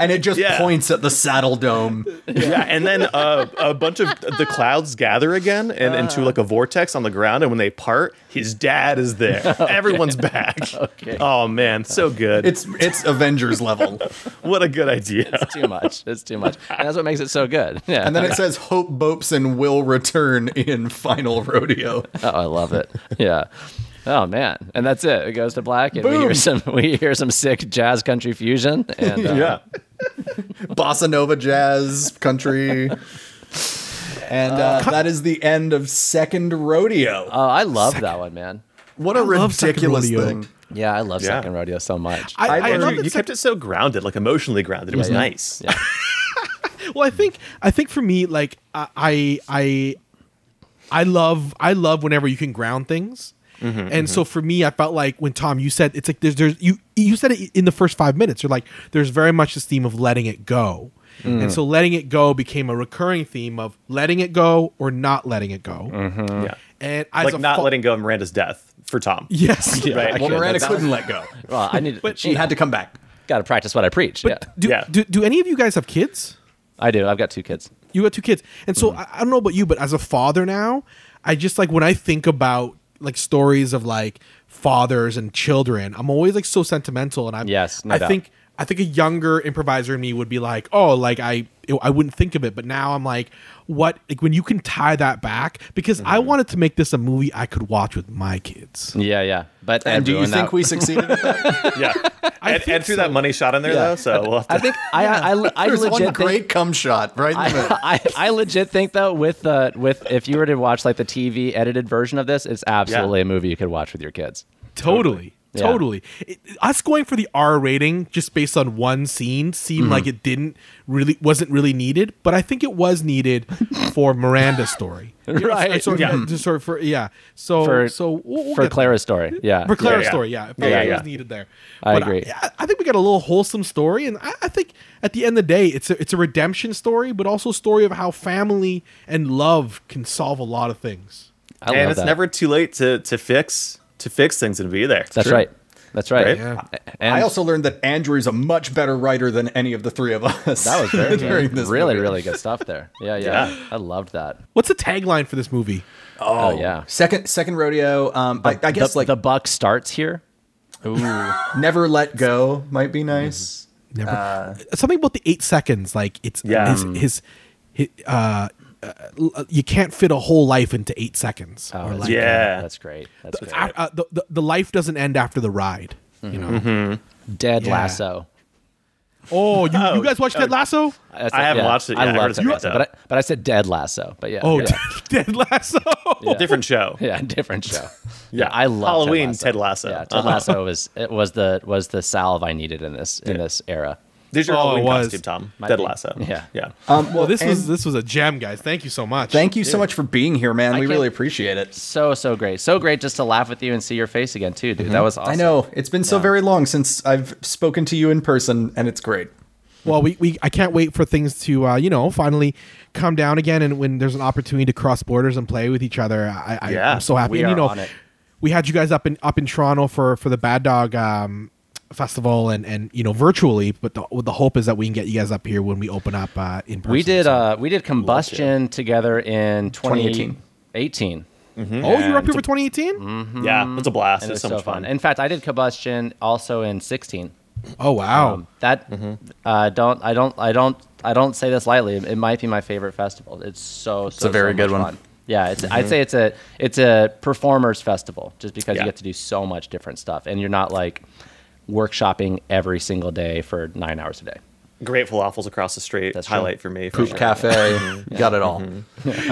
[SPEAKER 2] and it just
[SPEAKER 5] Yeah.
[SPEAKER 2] points at the saddle dome.
[SPEAKER 5] yeah, and then uh, a bunch of the clouds gather again and into like a vortex on the ground, and when they part, his dad is there. Everyone's back.
[SPEAKER 4] Okay.
[SPEAKER 5] Oh man, so good.
[SPEAKER 2] It's it's Avengers level.
[SPEAKER 5] what a good idea.
[SPEAKER 4] It's too much. It's too much. And that's what makes it so good. Yeah.
[SPEAKER 2] And then it says Hope Bopson will return in Final Rodeo.
[SPEAKER 4] Oh, I love it. Yeah. Oh man. And that's it. It goes to black and we hear
[SPEAKER 2] Boom.
[SPEAKER 4] some we hear some sick jazz country fusion and uh,
[SPEAKER 5] Yeah.
[SPEAKER 2] Bossa Nova jazz country. And uh, that is the end of second rodeo.
[SPEAKER 4] Oh, I love that one, man.
[SPEAKER 2] what a
[SPEAKER 3] love Second
[SPEAKER 2] ridiculous
[SPEAKER 3] Rodeo.
[SPEAKER 2] thing.
[SPEAKER 4] Yeah, I love
[SPEAKER 5] Yeah.
[SPEAKER 4] Second Rodeo so much.
[SPEAKER 3] I, I,
[SPEAKER 2] learned
[SPEAKER 3] love
[SPEAKER 5] Andrew,
[SPEAKER 3] that
[SPEAKER 5] you
[SPEAKER 3] Sec-
[SPEAKER 5] kept it so grounded, like emotionally grounded. It was
[SPEAKER 4] yeah.
[SPEAKER 5] nice.
[SPEAKER 4] Yeah.
[SPEAKER 3] well i think i think for me like i i i, I love i love whenever you can ground things
[SPEAKER 5] Mm-hmm,
[SPEAKER 3] and so for me i felt like when tom you said it's like there's there's you you said it in the first five minutes you're like there's very much this theme of letting it go
[SPEAKER 5] Mm.
[SPEAKER 3] and so letting it go became a recurring theme of letting it go or not letting it go
[SPEAKER 5] Yeah.
[SPEAKER 3] and as
[SPEAKER 5] Mm-hmm. Like
[SPEAKER 3] a
[SPEAKER 5] not
[SPEAKER 3] fo-
[SPEAKER 5] letting go of Miranda's death for Tom.
[SPEAKER 3] yes
[SPEAKER 5] Right.
[SPEAKER 2] Well,
[SPEAKER 4] Okay,
[SPEAKER 2] Miranda
[SPEAKER 4] that's-
[SPEAKER 2] couldn't let go.
[SPEAKER 4] Well, I need
[SPEAKER 2] She had to come back.
[SPEAKER 4] got to practice what I preach.
[SPEAKER 3] but
[SPEAKER 4] yeah.
[SPEAKER 3] do,
[SPEAKER 5] Yeah.
[SPEAKER 3] do do any of you guys have kids
[SPEAKER 4] I do. I've got two kids.
[SPEAKER 3] You got two kids, and
[SPEAKER 4] Mm-hmm.
[SPEAKER 3] so I, I don't know about you, but as a father now, I just like when I think about like stories of like fathers and children, I'm always like so sentimental, and I'm
[SPEAKER 4] Yes, no
[SPEAKER 3] I
[SPEAKER 4] doubt.
[SPEAKER 3] think I think a younger improviser in me would be like, oh, like I I wouldn't think of it, but now I'm like, what like when you can tie that back because I
[SPEAKER 4] Mm-hmm.
[SPEAKER 3] wanted to make this a movie I could watch with my kids.
[SPEAKER 4] Yeah, yeah. But
[SPEAKER 2] And do you
[SPEAKER 4] everyone
[SPEAKER 2] think
[SPEAKER 4] out-
[SPEAKER 2] we succeeded? at that?
[SPEAKER 5] Yeah.
[SPEAKER 3] I
[SPEAKER 5] and,
[SPEAKER 3] think
[SPEAKER 5] and threw that money shot in there
[SPEAKER 4] Yeah.
[SPEAKER 5] though, so we'll have to.
[SPEAKER 4] I think I I, I, I
[SPEAKER 2] There's
[SPEAKER 4] legit
[SPEAKER 2] one
[SPEAKER 4] think-
[SPEAKER 2] great cum shot right in the middle.
[SPEAKER 4] I, I legit think though with the with if you were to watch like the TV edited version of this, it's absolutely a movie you could watch with your kids.
[SPEAKER 3] Totally.
[SPEAKER 4] Yeah.
[SPEAKER 3] Totally. It- us going for the R rating just based on one scene seemed like it didn't really wasn't really needed, but I think it was needed for Miranda's story.
[SPEAKER 4] Right.
[SPEAKER 3] So,
[SPEAKER 5] Yeah.
[SPEAKER 3] just sort of for yeah.
[SPEAKER 2] Oh,
[SPEAKER 3] So
[SPEAKER 4] For-
[SPEAKER 3] so we'll, we'll
[SPEAKER 4] For
[SPEAKER 3] get
[SPEAKER 4] Clara's story. Yeah.
[SPEAKER 3] there. for Clara's
[SPEAKER 5] yeah.
[SPEAKER 3] story, yeah. It felt
[SPEAKER 5] Yeah,
[SPEAKER 3] like it
[SPEAKER 5] yeah,
[SPEAKER 3] was
[SPEAKER 5] yeah.
[SPEAKER 3] needed there.
[SPEAKER 4] I
[SPEAKER 3] But
[SPEAKER 4] agree.
[SPEAKER 3] I, I think we got a little wholesome story and I, I think at the end of the day it's a it's a redemption story, but also a story of how family and love can solve a lot of things.
[SPEAKER 4] I love
[SPEAKER 5] and it's
[SPEAKER 4] that.
[SPEAKER 5] never too late to to fix to fix things and be there.
[SPEAKER 4] That's right. That's right.
[SPEAKER 5] Right?
[SPEAKER 3] Yeah.
[SPEAKER 4] And
[SPEAKER 2] I also learned that Andrew's a much better writer than any of the three of us.
[SPEAKER 4] that was very good.
[SPEAKER 2] during this
[SPEAKER 4] really
[SPEAKER 2] movie.
[SPEAKER 4] really good stuff there. Yeah, yeah.
[SPEAKER 5] Yeah.
[SPEAKER 4] I loved that.
[SPEAKER 3] What's the tagline for this movie?
[SPEAKER 4] Oh, yeah.
[SPEAKER 2] second second rodeo. Um, I, I guess
[SPEAKER 4] the,
[SPEAKER 2] like
[SPEAKER 4] the buck starts here.
[SPEAKER 2] never let go might be nice.
[SPEAKER 3] Never. Something about the eight seconds, like it's
[SPEAKER 5] Yeah.
[SPEAKER 3] his, his, hi- uh, uh, l- you can't fit a whole life into eight seconds.
[SPEAKER 4] Oh,
[SPEAKER 3] or
[SPEAKER 4] that's
[SPEAKER 3] like,
[SPEAKER 4] great.
[SPEAKER 5] Yeah.
[SPEAKER 4] That's great. That's great.
[SPEAKER 3] a- uh, the, the the life doesn't end after the ride. You know,
[SPEAKER 4] Dead
[SPEAKER 3] yeah.
[SPEAKER 4] lasso.
[SPEAKER 3] Oh, you, you guys watched Ted Lasso?
[SPEAKER 4] That's-
[SPEAKER 5] I haven't watched it yet. I
[SPEAKER 4] I
[SPEAKER 5] heard
[SPEAKER 4] love
[SPEAKER 5] it's
[SPEAKER 4] Ted
[SPEAKER 5] good,
[SPEAKER 4] Lasso,
[SPEAKER 5] though.
[SPEAKER 4] but I, but I said Dead Lasso. But yeah.
[SPEAKER 3] Oh,
[SPEAKER 4] yeah.
[SPEAKER 3] Ted Lasso.
[SPEAKER 5] Different show.
[SPEAKER 4] Yeah, different show.
[SPEAKER 5] Yeah.
[SPEAKER 4] I love
[SPEAKER 5] Halloween,
[SPEAKER 4] Ted
[SPEAKER 5] Ted
[SPEAKER 4] Lasso.
[SPEAKER 5] Lasso.
[SPEAKER 4] Yeah, Ted Lasso was it was the was the salve I needed in this in this era.
[SPEAKER 5] There's your
[SPEAKER 3] Oh, it
[SPEAKER 5] Halloween
[SPEAKER 3] was.
[SPEAKER 5] costume, Tom.
[SPEAKER 4] Might
[SPEAKER 5] Ted
[SPEAKER 4] be.
[SPEAKER 5] Lasso.
[SPEAKER 4] Yeah.
[SPEAKER 5] Yeah.
[SPEAKER 4] Mm-hmm.
[SPEAKER 2] Um,
[SPEAKER 3] Well, this was
[SPEAKER 2] and
[SPEAKER 3] this was a gem, guys. Thank you so much.
[SPEAKER 2] Thank you so much for being here, man. we
[SPEAKER 4] can't-
[SPEAKER 2] really appreciate it.
[SPEAKER 4] So so great, so great just to laugh with you and see your face again too, dude.
[SPEAKER 5] Mm-hmm.
[SPEAKER 4] That was awesome.
[SPEAKER 2] I know it's been so very long since I've spoken to you in person, and it's great.
[SPEAKER 3] Well, we, we I can't wait for things to uh, you know finally come down again, and when there's an opportunity to cross borders and play with each other, I, I
[SPEAKER 5] Yeah,
[SPEAKER 3] I'm so happy.
[SPEAKER 4] we
[SPEAKER 3] and, you
[SPEAKER 4] are
[SPEAKER 3] know,
[SPEAKER 4] on it.
[SPEAKER 3] we had you guys up in up in Toronto for for the Bad Dog um, festival, and and you know virtually, but the, with the hope is that we can get you guys up here when we open up uh, in person.
[SPEAKER 4] We did
[SPEAKER 3] So-
[SPEAKER 4] uh we did combustion together in
[SPEAKER 2] 2018.
[SPEAKER 4] 2018.
[SPEAKER 3] oh, you were up here for 2018.
[SPEAKER 4] Mm-hmm.
[SPEAKER 5] Yeah. It's a blast.
[SPEAKER 4] And it
[SPEAKER 5] It's
[SPEAKER 4] was
[SPEAKER 5] so much fun.
[SPEAKER 4] In fact, I did combustion also in 16.
[SPEAKER 3] Oh wow.
[SPEAKER 4] Um, that uh, don't I don't I don't I don't say this lightly. It might be my favorite festival. It's so so
[SPEAKER 2] a very
[SPEAKER 4] so
[SPEAKER 2] good
[SPEAKER 4] much
[SPEAKER 2] one.
[SPEAKER 4] Fun. Yeah, it's, I'd say it's a it's a performers festival just because
[SPEAKER 5] Yeah.
[SPEAKER 4] you get to do so much different stuff and you're not like workshopping every single day for nine hours a day.
[SPEAKER 5] Great falafels across the street.
[SPEAKER 4] That's true.
[SPEAKER 5] highlight for me. For
[SPEAKER 2] Poop
[SPEAKER 5] sure.
[SPEAKER 2] Cafe,
[SPEAKER 4] Mm-hmm.
[SPEAKER 2] got it all.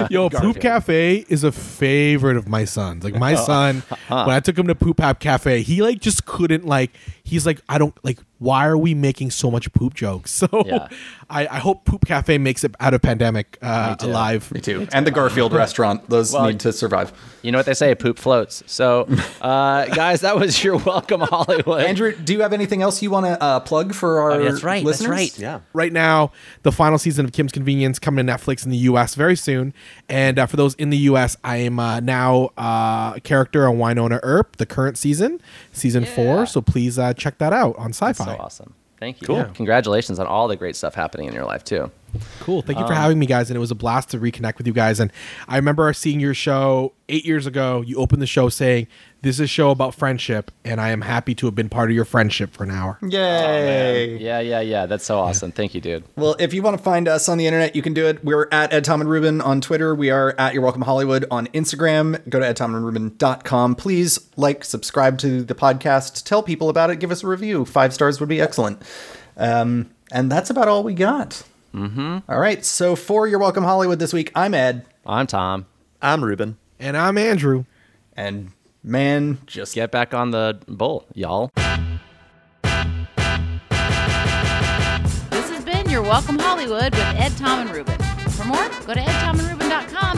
[SPEAKER 3] Yo, Poop Cafe is a favorite of my son's. Like my son, when I took him to Poop Hap Cafe, he like just couldn't like. He's like, I don't like. Why are we making so much poop jokes? So
[SPEAKER 4] Yeah.
[SPEAKER 3] I, I hope Poop Cafe makes it out of pandemic uh,
[SPEAKER 4] too.
[SPEAKER 3] alive.
[SPEAKER 2] Me too. And the Garfield restaurant; those
[SPEAKER 4] Well,
[SPEAKER 2] need to survive.
[SPEAKER 4] You know what they say? Poop floats. So, uh, guys, that was your welcome Hollywood.
[SPEAKER 2] Andrew, do you have anything else you want to uh, plug for our?
[SPEAKER 4] Oh, that's right.
[SPEAKER 2] Listeners?
[SPEAKER 4] That's right.
[SPEAKER 5] Yeah.
[SPEAKER 3] Right now, the final season of Kim's Convenience coming to Netflix in the U.S. very soon. And uh, for those in the U.S., I am uh, now uh, a character on Winona Earp, the current season, season four. So please uh, check that out on Sci-Fi.
[SPEAKER 4] So awesome. Thank you.
[SPEAKER 5] Cool.
[SPEAKER 4] Yeah. Congratulations on all the great stuff happening in your life too.
[SPEAKER 3] Cool. Thank you for having me, guys. And it was a blast to reconnect with you guys. And I remember seeing your show eight years ago. You opened the show saying, This is a show about friendship, and I am happy to have been part of your friendship for an hour.
[SPEAKER 4] Oh,
[SPEAKER 2] Yay!
[SPEAKER 4] Yeah, yeah, yeah. That's so awesome. Thank you, dude.
[SPEAKER 2] Well, if you want to find us on the internet, you can do it. We're at Ed Tom and Ruben on Twitter. We are at You're Welcome Hollywood on Instagram. Go to edtomandruben.com. Please like, subscribe to the podcast, tell people about it, give us a review. Five stars would be excellent. Um, and that's about all we got. Mm-hmm. right. So for You're Welcome Hollywood this week, I'm Ed.
[SPEAKER 4] I'm Tom.
[SPEAKER 5] I'm Ruben.
[SPEAKER 3] And I'm Andrew.
[SPEAKER 2] And man, just
[SPEAKER 4] Get back on the bull, y'all.
[SPEAKER 1] This has been Your Welcome Hollywood with Ed, Tom, and Ruben. For more, go to edtomandruben.com